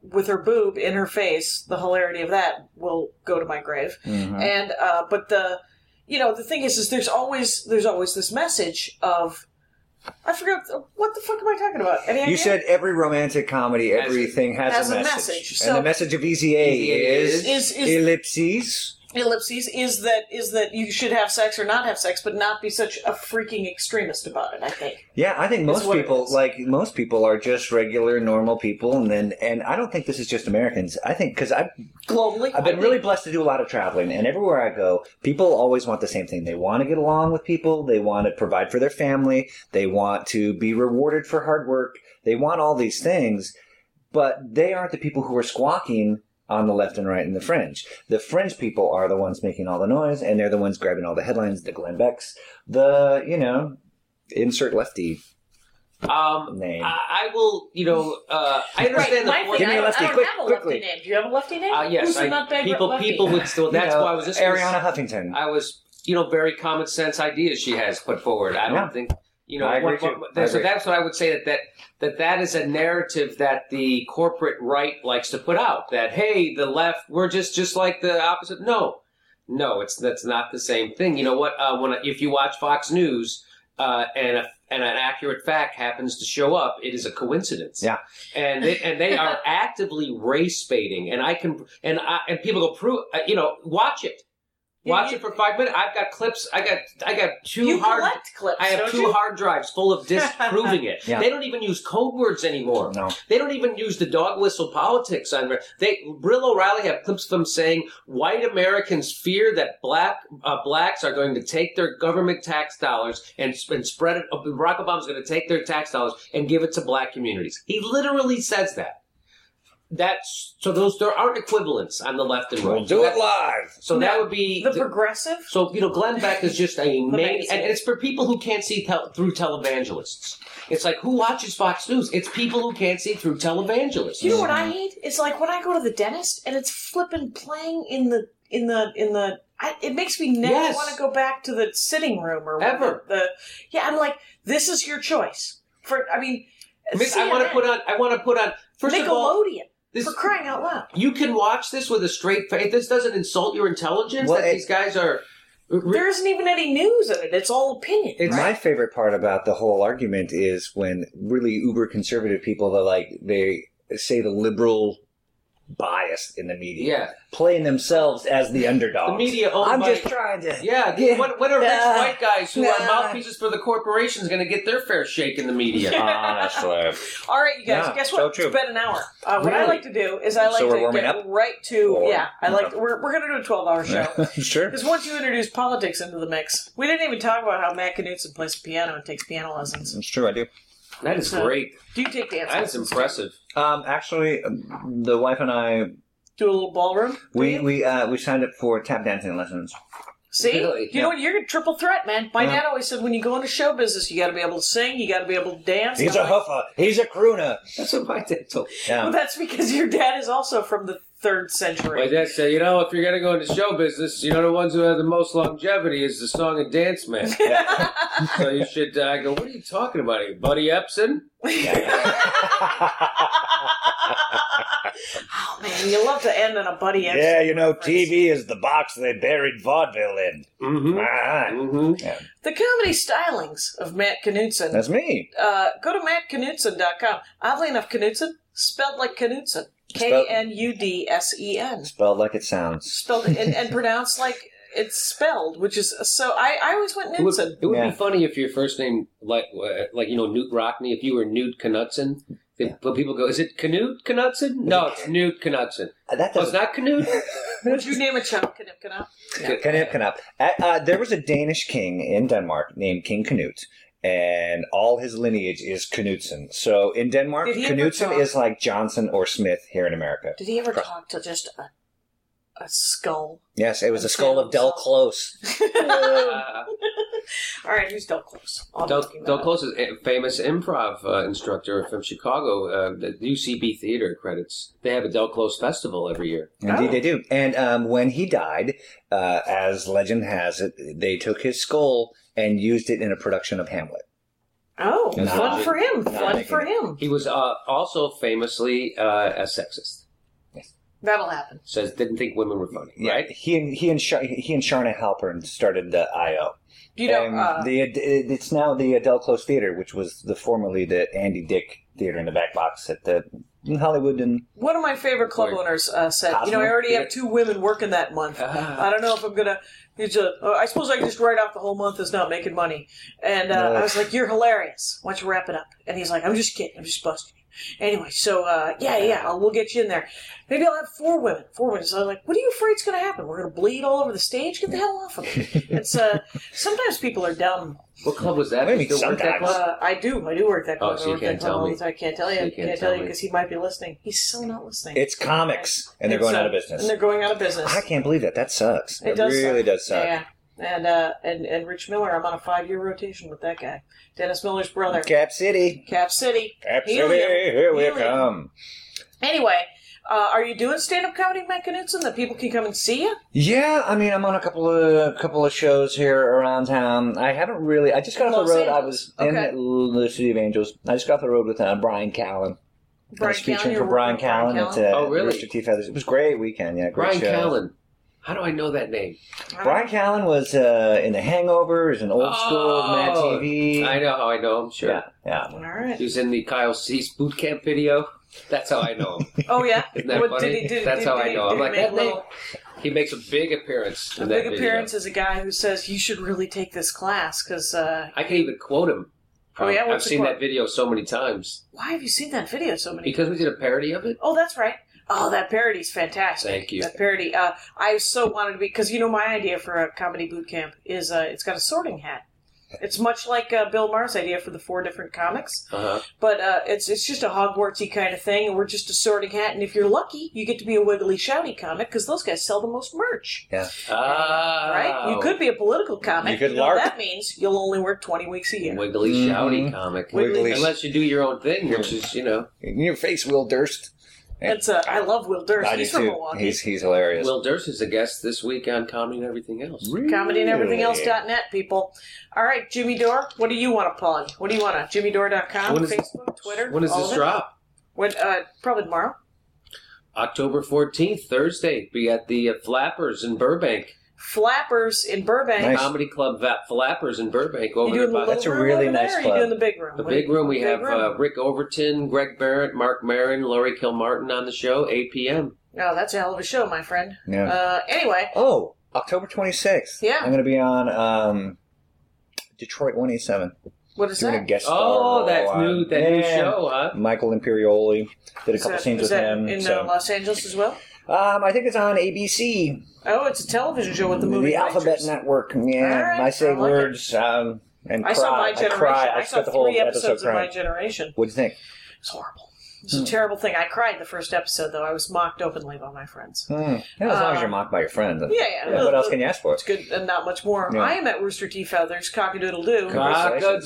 Speaker 2: with her boob in her face. The hilarity of that will go to my grave.
Speaker 5: Mhm.
Speaker 2: And uh, but the you know the thing is is there's always there's always this message of I forgot uh, what the fuck am I talking about? Any
Speaker 5: You
Speaker 2: idea?
Speaker 5: said every romantic comedy,
Speaker 3: Message.
Speaker 5: everything has,
Speaker 2: Has
Speaker 5: a
Speaker 2: a
Speaker 5: message.
Speaker 2: message,
Speaker 5: and
Speaker 2: so-
Speaker 5: the message of Easy A
Speaker 3: Easy A
Speaker 5: is,
Speaker 2: is is
Speaker 5: ellipses.
Speaker 2: ellipses is that is that you should have sex or not have sex, but not be such a freaking extremist about it. I think.
Speaker 5: Yeah, I think most
Speaker 2: what it
Speaker 5: people
Speaker 2: is.
Speaker 5: like most people are just regular, normal people, and then and I don't think this is just Americans. I think because I've
Speaker 2: Globally,
Speaker 5: I've
Speaker 2: I
Speaker 5: been
Speaker 2: think-
Speaker 5: really blessed to do a lot of traveling, and everywhere I go, people always want the same thing. They want to get along with people, they want to provide for their family, they want to be rewarded for hard work, they want all these things, but they aren't the people who are squawking on the left and right in the fringe. The fringe people are the ones making all the noise, and they're the ones grabbing all the headlines, the Glenn Becks, the, you know, insert lefty
Speaker 3: Um,
Speaker 5: name.
Speaker 3: I, I will. You know, uh, I understand
Speaker 6: my
Speaker 3: the point.
Speaker 6: thing-
Speaker 5: Give me
Speaker 6: I
Speaker 5: a
Speaker 6: don't-
Speaker 5: lefty,
Speaker 6: I don't
Speaker 5: quick,
Speaker 6: have a
Speaker 5: quickly.
Speaker 6: lefty name. Do you have a lefty name?
Speaker 3: Uh, yes,
Speaker 6: Who's
Speaker 3: I,
Speaker 6: a nutbag
Speaker 3: people
Speaker 6: lefty?
Speaker 3: people would still. That's
Speaker 5: You know,
Speaker 3: why I was just gonna
Speaker 5: Ariana Huffington.
Speaker 3: I was, you know, very common sense ideas she has put forward. I don't
Speaker 5: Yeah.
Speaker 3: think, you know,
Speaker 5: I agree
Speaker 3: what- what-
Speaker 5: too.
Speaker 3: what-
Speaker 5: I
Speaker 3: so
Speaker 5: agree.
Speaker 3: that's what I would say that, that that that is a narrative that the corporate right likes to put out. That hey, the left, we're just just like the opposite. No, no, it's that's not the same thing. You know what? Uh, when if you watch Fox News uh, and a, and an accurate fact happens to show up, it is a coincidence.
Speaker 5: Yeah.
Speaker 3: and they, and they
Speaker 2: (laughs)
Speaker 3: are actively race baiting. And I can and I, and people go prove uh, you know watch it.
Speaker 2: Yeah,
Speaker 3: Watch
Speaker 2: you-
Speaker 3: it for five minutes. I've got clips. I got I got two
Speaker 2: you
Speaker 3: hard.
Speaker 2: collect clips.
Speaker 3: I have
Speaker 2: don't
Speaker 3: two
Speaker 2: you?
Speaker 3: hard drives full of
Speaker 2: (laughs)
Speaker 3: disproving it.
Speaker 5: Yeah.
Speaker 3: They don't even use code words anymore.
Speaker 5: No.
Speaker 3: They don't even use the dog whistle politics on there. They Brill O'Reilly have clips of them saying white Americans fear that black uh, blacks are going to take their government tax dollars and, sp- and spread it. uh, Barack Obama's going to take their tax dollars and give it to black communities. He literally says that. That's so those there aren't equivalents on the left and right.
Speaker 5: We'll
Speaker 3: So
Speaker 5: do it
Speaker 3: that-
Speaker 5: live.
Speaker 3: So that
Speaker 2: No.
Speaker 3: would be
Speaker 2: The
Speaker 3: the-
Speaker 2: progressive?
Speaker 3: so you know, Glenn Beck is just a main,
Speaker 2: magazine.
Speaker 3: and it's for people who can't see tel- through televangelists. It's like who watches Fox News? It's people who can't see through televangelists.
Speaker 2: You know what I hate? It's like when I go to the dentist and it's flipping playing in the in the in the. I, it makes me never
Speaker 3: Yes.
Speaker 2: want to go back to the sitting room or
Speaker 3: Ever.
Speaker 2: The, the- yeah, I'm like, this is your choice. For I mean,
Speaker 3: Miss, I want to
Speaker 2: CNN,
Speaker 3: put on. I want to put on. First
Speaker 2: Nickelodeon
Speaker 3: of all, this
Speaker 2: for crying out loud.
Speaker 3: you can watch this with a straight face. This doesn't insult your intelligence.
Speaker 5: Well,
Speaker 3: that
Speaker 5: it-
Speaker 3: these guys are.
Speaker 2: There isn't even any news in it. It's all opinion.
Speaker 3: It's-
Speaker 5: My favorite part about the whole argument is when really uber conservative people that like they say the liberal bias in the media.
Speaker 3: Yeah.
Speaker 5: Playing themselves as the underdogs.
Speaker 3: The media owned
Speaker 5: I'm
Speaker 3: by-
Speaker 5: just trying to.
Speaker 3: Yeah, What, what are rich
Speaker 5: Nah.
Speaker 3: white guys who are
Speaker 5: Nah.
Speaker 3: mouthpieces for the corporations going to get their fair shake in the media?
Speaker 5: Ah,
Speaker 3: (laughs)
Speaker 5: Honestly.
Speaker 2: All right, you guys.
Speaker 5: Yeah,
Speaker 2: guess
Speaker 5: so
Speaker 2: what?
Speaker 5: true.
Speaker 2: It's been an hour. Uh, What I
Speaker 3: Really?
Speaker 2: like to do is I like
Speaker 5: So we're
Speaker 2: to
Speaker 5: warming
Speaker 2: get
Speaker 5: up?
Speaker 2: right to
Speaker 5: Or-
Speaker 2: yeah. I like we're we're gonna do a twelve hour show
Speaker 5: (laughs) sure.
Speaker 2: because once you introduce politics into the mix, we didn't even talk about how Matt Knutson plays the piano and takes piano lessons.
Speaker 5: It's true, I do.
Speaker 3: that is great.
Speaker 2: Do you take dance
Speaker 3: That is
Speaker 2: lessons?
Speaker 3: impressive.
Speaker 5: Um, actually, um, the wife and I,
Speaker 2: Do a little ballroom. Do
Speaker 5: we
Speaker 2: you?
Speaker 5: we uh, we signed up for tap dancing lessons.
Speaker 2: See,
Speaker 3: Really?
Speaker 2: you know what? You're a triple threat, man. My
Speaker 5: Yeah.
Speaker 2: dad always said when you go into show business, you got to be able to sing, you got to be able to dance.
Speaker 5: He's
Speaker 2: I'm
Speaker 5: a
Speaker 2: like,
Speaker 5: huffa. He's a crooner.
Speaker 3: That's what my dad told me.
Speaker 2: Well,
Speaker 5: Yeah.
Speaker 2: that's because your dad is also from the third century.
Speaker 3: My dad said, you know, if you're going to go into show business, you know, the ones who have the most longevity is the song and dance man.
Speaker 5: (laughs)
Speaker 3: (laughs)
Speaker 5: Yeah.
Speaker 3: so you should uh, go, what are you talking about here? Buddy Epson?
Speaker 2: Oh, man, you love to end on a buddy. Epps
Speaker 5: Yeah, you know,
Speaker 2: reference.
Speaker 5: TV is the box they buried vaudeville in.
Speaker 3: Mm-hmm.
Speaker 5: Ah,
Speaker 3: Mm-hmm.
Speaker 2: The comedy stylings of Matt Knutson.
Speaker 5: that's me.
Speaker 2: Uh, go to mattknutson.com. Oddly enough, Knutson spelled like Knutson. K
Speaker 5: Spelled-
Speaker 2: N U D S E N.
Speaker 5: Spelled like it sounds.
Speaker 2: Spelled and, and pronounced like it's spelled, which is so. I, I always went
Speaker 3: It would, it
Speaker 2: Knutson.
Speaker 3: would
Speaker 5: Yeah.
Speaker 3: be funny if your first name, like, uh, like you know, Newt Rockney, if you were Newt Knutson. if- But people go, is it Canute Knutson? No, it's Newt Knutson.
Speaker 5: Uh, That
Speaker 3: Oh, it's
Speaker 5: doesn't.
Speaker 3: not Canute?
Speaker 2: Would you name a child Knut Knut?
Speaker 5: Canute, Canute. Uh, uh, there was a Danish king in Denmark named King Canute, and all his lineage is Knutsen. So in Denmark,
Speaker 2: Did he ever
Speaker 5: Knutsen
Speaker 2: talk?
Speaker 5: is like Johnson or Smith here in America.
Speaker 2: Did he ever talk to just a, a skull?
Speaker 5: Yes, it was
Speaker 2: And
Speaker 5: the skull of Del
Speaker 2: Samson.
Speaker 5: Close.
Speaker 3: (laughs)
Speaker 2: (laughs)
Speaker 3: Uh,
Speaker 2: All right, who's Del Close? All I'm
Speaker 3: Del,
Speaker 2: talking
Speaker 3: Del
Speaker 2: about.
Speaker 3: Close is a famous improv uh, instructor from Chicago. Uh, the UCB Theater credits. They have a Del Close festival every year.
Speaker 2: Oh.
Speaker 5: Indeed, they do. And um, when he died, uh, as legend has it, they took his skull and used it in a production of Hamlet.
Speaker 2: Oh,
Speaker 5: Nah.
Speaker 2: fun for him.
Speaker 5: Nah,
Speaker 2: Fun
Speaker 5: making
Speaker 2: for
Speaker 5: it.
Speaker 2: him.
Speaker 3: He was uh, also famously uh, a sexist.
Speaker 2: That'll happen.
Speaker 3: Says didn't think women were funny.
Speaker 5: Yeah,
Speaker 3: Right?
Speaker 5: he and he and Shar he and Sharna Halpern started the IO.
Speaker 2: You know,
Speaker 5: And
Speaker 2: uh,
Speaker 5: Um, the it- it's now the Del Close Theater, which was the formerly the Andy Dick Theater in the back box at the in Hollywood and
Speaker 2: One of my favorite club
Speaker 3: Like,
Speaker 2: owners uh, said, "You know, I
Speaker 5: Cosmo?
Speaker 2: already have two women working that month.
Speaker 3: Ah.
Speaker 2: I don't know if I'm gonna. It's a, uh, I suppose I can just write off the whole month as not making money." And uh, I was like, "You're hilarious. Why don't you wrap it up?" And he's like, "I'm just kidding. I'm just busting." you." Anyway, so uh, yeah, yeah, I'll, we'll get you in there. Maybe I'll have four women. Four women. So I was like, "What are you afraid's gonna happen? We're gonna bleed all over the stage? Get the hell off of
Speaker 3: (laughs)
Speaker 2: me!" it's uh, sometimes people are dumb.
Speaker 3: What club was that?
Speaker 5: What do you
Speaker 3: You
Speaker 5: mean
Speaker 3: still work that
Speaker 5: sometimes?
Speaker 3: club?
Speaker 2: Uh, I do. I do work that
Speaker 3: Oh,
Speaker 2: club.
Speaker 3: so
Speaker 2: I
Speaker 3: you
Speaker 2: work
Speaker 3: can't
Speaker 2: that club
Speaker 3: tell
Speaker 2: all
Speaker 3: me.
Speaker 2: the time. I can't tell you.
Speaker 3: So you
Speaker 2: I
Speaker 3: can't
Speaker 2: can't tell
Speaker 3: tell
Speaker 2: you
Speaker 3: me.
Speaker 2: because he might be listening. He's so not listening.
Speaker 5: it's comics, and they're
Speaker 2: It's,
Speaker 5: going out of
Speaker 2: uh,
Speaker 5: business.
Speaker 2: And they're going out of business.
Speaker 5: I can't believe that. That sucks.
Speaker 2: It does
Speaker 5: really
Speaker 2: suck.
Speaker 5: does suck.
Speaker 2: Yeah. And uh, and and Rich Miller, I'm on a five year rotation with that guy, Dennis Miller's brother,
Speaker 5: Cap City,
Speaker 2: Cap City.
Speaker 5: Cap
Speaker 2: Helium.
Speaker 5: City, here we
Speaker 2: Helium.
Speaker 5: come.
Speaker 2: Anyway, uh, are you doing stand up comedy, Matt Knutson, that people can come and see you?
Speaker 5: Yeah, I mean, I'm on a couple of couple of shows here around town. I haven't really. I just got
Speaker 2: Los
Speaker 5: off the road. I
Speaker 2: Angeles.
Speaker 5: was in
Speaker 2: Okay.
Speaker 5: the, the City of Angels. I just got off the road with uh, Brian Callen. I was featuring
Speaker 2: you're
Speaker 5: for Brian
Speaker 2: working with
Speaker 5: Callen at uh,
Speaker 3: Oh, really?
Speaker 5: Rooster Teeth Feathers. It was a great weekend. Yeah,
Speaker 3: Brian
Speaker 5: great show.
Speaker 3: Callen. How do I know that name?
Speaker 2: Callen?
Speaker 5: Brian Callen was uh, in The Hangover. He's an old school
Speaker 3: Oh,
Speaker 5: Mad TV.
Speaker 3: I know how I know him. Sure.
Speaker 5: Yeah, yeah.
Speaker 2: All right.
Speaker 3: He (laughs) was in the Kyle Cease boot camp video. That's how I know
Speaker 5: (laughs)
Speaker 3: him.
Speaker 2: Oh yeah.
Speaker 3: Isn't that
Speaker 2: What,
Speaker 3: funny?
Speaker 2: did he, did,
Speaker 3: That's
Speaker 2: did,
Speaker 3: how
Speaker 2: did
Speaker 3: I
Speaker 2: he-
Speaker 3: know.
Speaker 2: Did
Speaker 3: I'm
Speaker 2: he
Speaker 3: like,
Speaker 2: make
Speaker 3: that
Speaker 2: little-
Speaker 3: name. He makes a big appearance.
Speaker 2: A
Speaker 3: in that
Speaker 2: big
Speaker 3: video.
Speaker 2: appearance is a guy who says you should really take this class because uh,
Speaker 3: I can even quote him. Um,
Speaker 2: Oh, yeah?
Speaker 3: I've
Speaker 2: What's the
Speaker 3: seen
Speaker 2: quote?
Speaker 3: that video so many times
Speaker 2: why have you seen that video so many
Speaker 3: because we did a parody of it.
Speaker 2: Oh, that's right. Oh, that parody's fantastic.
Speaker 3: Thank you.
Speaker 2: That parody. Uh, I so wanted to be because you know my idea for a comedy boot camp is uh, it's got a sorting hat. It's much like uh, Bill Maher's idea for the four different comics,
Speaker 3: Uh-huh.
Speaker 2: but uh, it's it's just a Hogwartsy kind of thing, and we're just a sorting hat. And if you're lucky, you get to be a wiggly shouty comic because those guys sell the most merch,
Speaker 3: Ah,
Speaker 2: right? You could be a political comic.
Speaker 5: You could
Speaker 2: know what
Speaker 5: LARP.
Speaker 2: That means you'll only work twenty weeks a year.
Speaker 3: wiggly shouty comic.
Speaker 5: Mm-hmm. Wiggly-
Speaker 3: Unless you do your own thing, which is you know
Speaker 5: In your face, Will Durst.
Speaker 2: That's uh, I love Will Durst.
Speaker 5: I do
Speaker 2: He's from
Speaker 5: too.
Speaker 2: Milwaukee.
Speaker 5: He's he's hilarious.
Speaker 3: Will Durst is a guest this week on comedy and everything else.
Speaker 2: comedy and everything else dot net people all right jimmy dore what do you want to plug what do you want to jimmydore.com
Speaker 3: When is-
Speaker 2: facebook twitter
Speaker 3: When does
Speaker 2: all
Speaker 3: this
Speaker 2: of it?
Speaker 3: drop?
Speaker 2: when uh probably tomorrow
Speaker 3: October 14th, Thursday, be at the uh, Flappers in Burbank.
Speaker 2: Flappers in Burbank.
Speaker 5: Nice.
Speaker 3: Comedy Club Va- Flappers in Burbank over
Speaker 2: You doing
Speaker 3: there
Speaker 2: the
Speaker 3: by
Speaker 2: little
Speaker 5: That's a
Speaker 2: room
Speaker 5: really
Speaker 2: over
Speaker 5: nice
Speaker 2: there, or
Speaker 5: club.
Speaker 2: You doing the big room?
Speaker 3: the
Speaker 2: What-
Speaker 3: big room. We have
Speaker 2: room?
Speaker 3: uh, Rick Overton, Greg Barrett, Mark Marin, Laurie Kilmartin on the show, 8 p.m.
Speaker 2: oh, that's a hell of a show, my friend.
Speaker 5: uh, Yeah.
Speaker 2: Uh, anyway,
Speaker 5: oh, October 26th.
Speaker 2: Yeah.
Speaker 5: I'm going to be on um, Detroit 187.
Speaker 2: what is
Speaker 5: Doing a
Speaker 2: that?
Speaker 5: guest star
Speaker 3: Oh,
Speaker 5: role
Speaker 3: that's
Speaker 5: on-
Speaker 3: new, that new
Speaker 5: Yeah.
Speaker 3: show, huh?
Speaker 5: Michael Imperioli. Did a
Speaker 2: Is
Speaker 5: couple
Speaker 2: that-
Speaker 5: scenes
Speaker 2: is
Speaker 5: with
Speaker 2: that
Speaker 5: him.
Speaker 2: in
Speaker 5: so.
Speaker 2: uh, Los Angeles as well.
Speaker 5: um, I think it's on ABC,
Speaker 2: Oh, it's a television show with the
Speaker 5: the,
Speaker 2: movie
Speaker 5: Alphabet
Speaker 2: pictures.
Speaker 5: Network. Yeah,
Speaker 2: All right,
Speaker 5: I say
Speaker 2: I like
Speaker 5: words um, and
Speaker 2: I
Speaker 5: cry.
Speaker 2: saw my generation.
Speaker 5: I, cried. I,
Speaker 2: saw
Speaker 5: spent the whole
Speaker 2: three
Speaker 5: episode
Speaker 2: episodes of my
Speaker 5: crying.
Speaker 2: generation.
Speaker 5: What'd you think?
Speaker 2: It's horrible. It's
Speaker 3: Hmm.
Speaker 2: a terrible thing. I cried the first episode though. I was mocked openly by my friends.
Speaker 5: Hmm. Yeah, as long
Speaker 2: Uh,
Speaker 5: as you're mocked by your friends.
Speaker 2: Yeah, yeah.
Speaker 5: what else can you ask for?
Speaker 2: It's good and not much more.
Speaker 5: Yeah.
Speaker 2: I am at Rooster Teeth Feathers, Cockadoodle Doo.
Speaker 3: Cock-a-doodle-doo.
Speaker 5: Congratulations.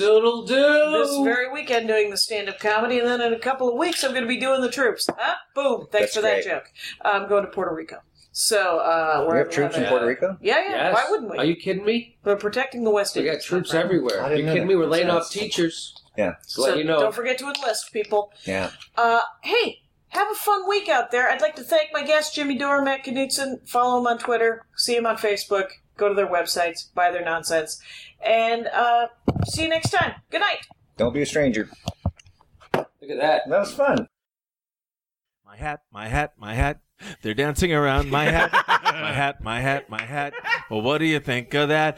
Speaker 2: This very weekend doing the stand-up comedy, and then in a couple of weeks I'm going to be doing the troops. Huh? Boom! Thanks
Speaker 5: That's
Speaker 2: for
Speaker 5: great.
Speaker 2: that joke. I'm going to Puerto Rico. So uh,
Speaker 5: We
Speaker 2: we're
Speaker 5: have troops in
Speaker 3: Yeah.
Speaker 5: Puerto Rico?
Speaker 2: Yeah, yeah.
Speaker 3: Yes.
Speaker 2: Why wouldn't we?
Speaker 3: Are you kidding me?
Speaker 2: We're protecting the West
Speaker 3: We
Speaker 2: Indies.
Speaker 3: got troops
Speaker 2: my friend.
Speaker 3: everywhere.
Speaker 5: I
Speaker 3: Are
Speaker 5: didn't
Speaker 3: you
Speaker 5: know
Speaker 3: kidding
Speaker 5: that.
Speaker 3: me? We're laying
Speaker 5: That's-
Speaker 3: off teachers.
Speaker 5: Yeah.
Speaker 3: Just let you know.
Speaker 2: Don't forget to enlist, people.
Speaker 5: Yeah.
Speaker 2: Uh, hey, have a fun week out there. I'd like to thank my guests, Jimmy Dore, Matt Knudsen. Follow them on Twitter, see them on Facebook, go to their websites, buy their nonsense, and uh, see you next time. Good night.
Speaker 5: Don't be a stranger.
Speaker 3: Look at that.
Speaker 5: That was fun.
Speaker 10: My hat, my hat, my hat. They're dancing around my hat, my hat, my hat, my hat. Well, what do you think of that?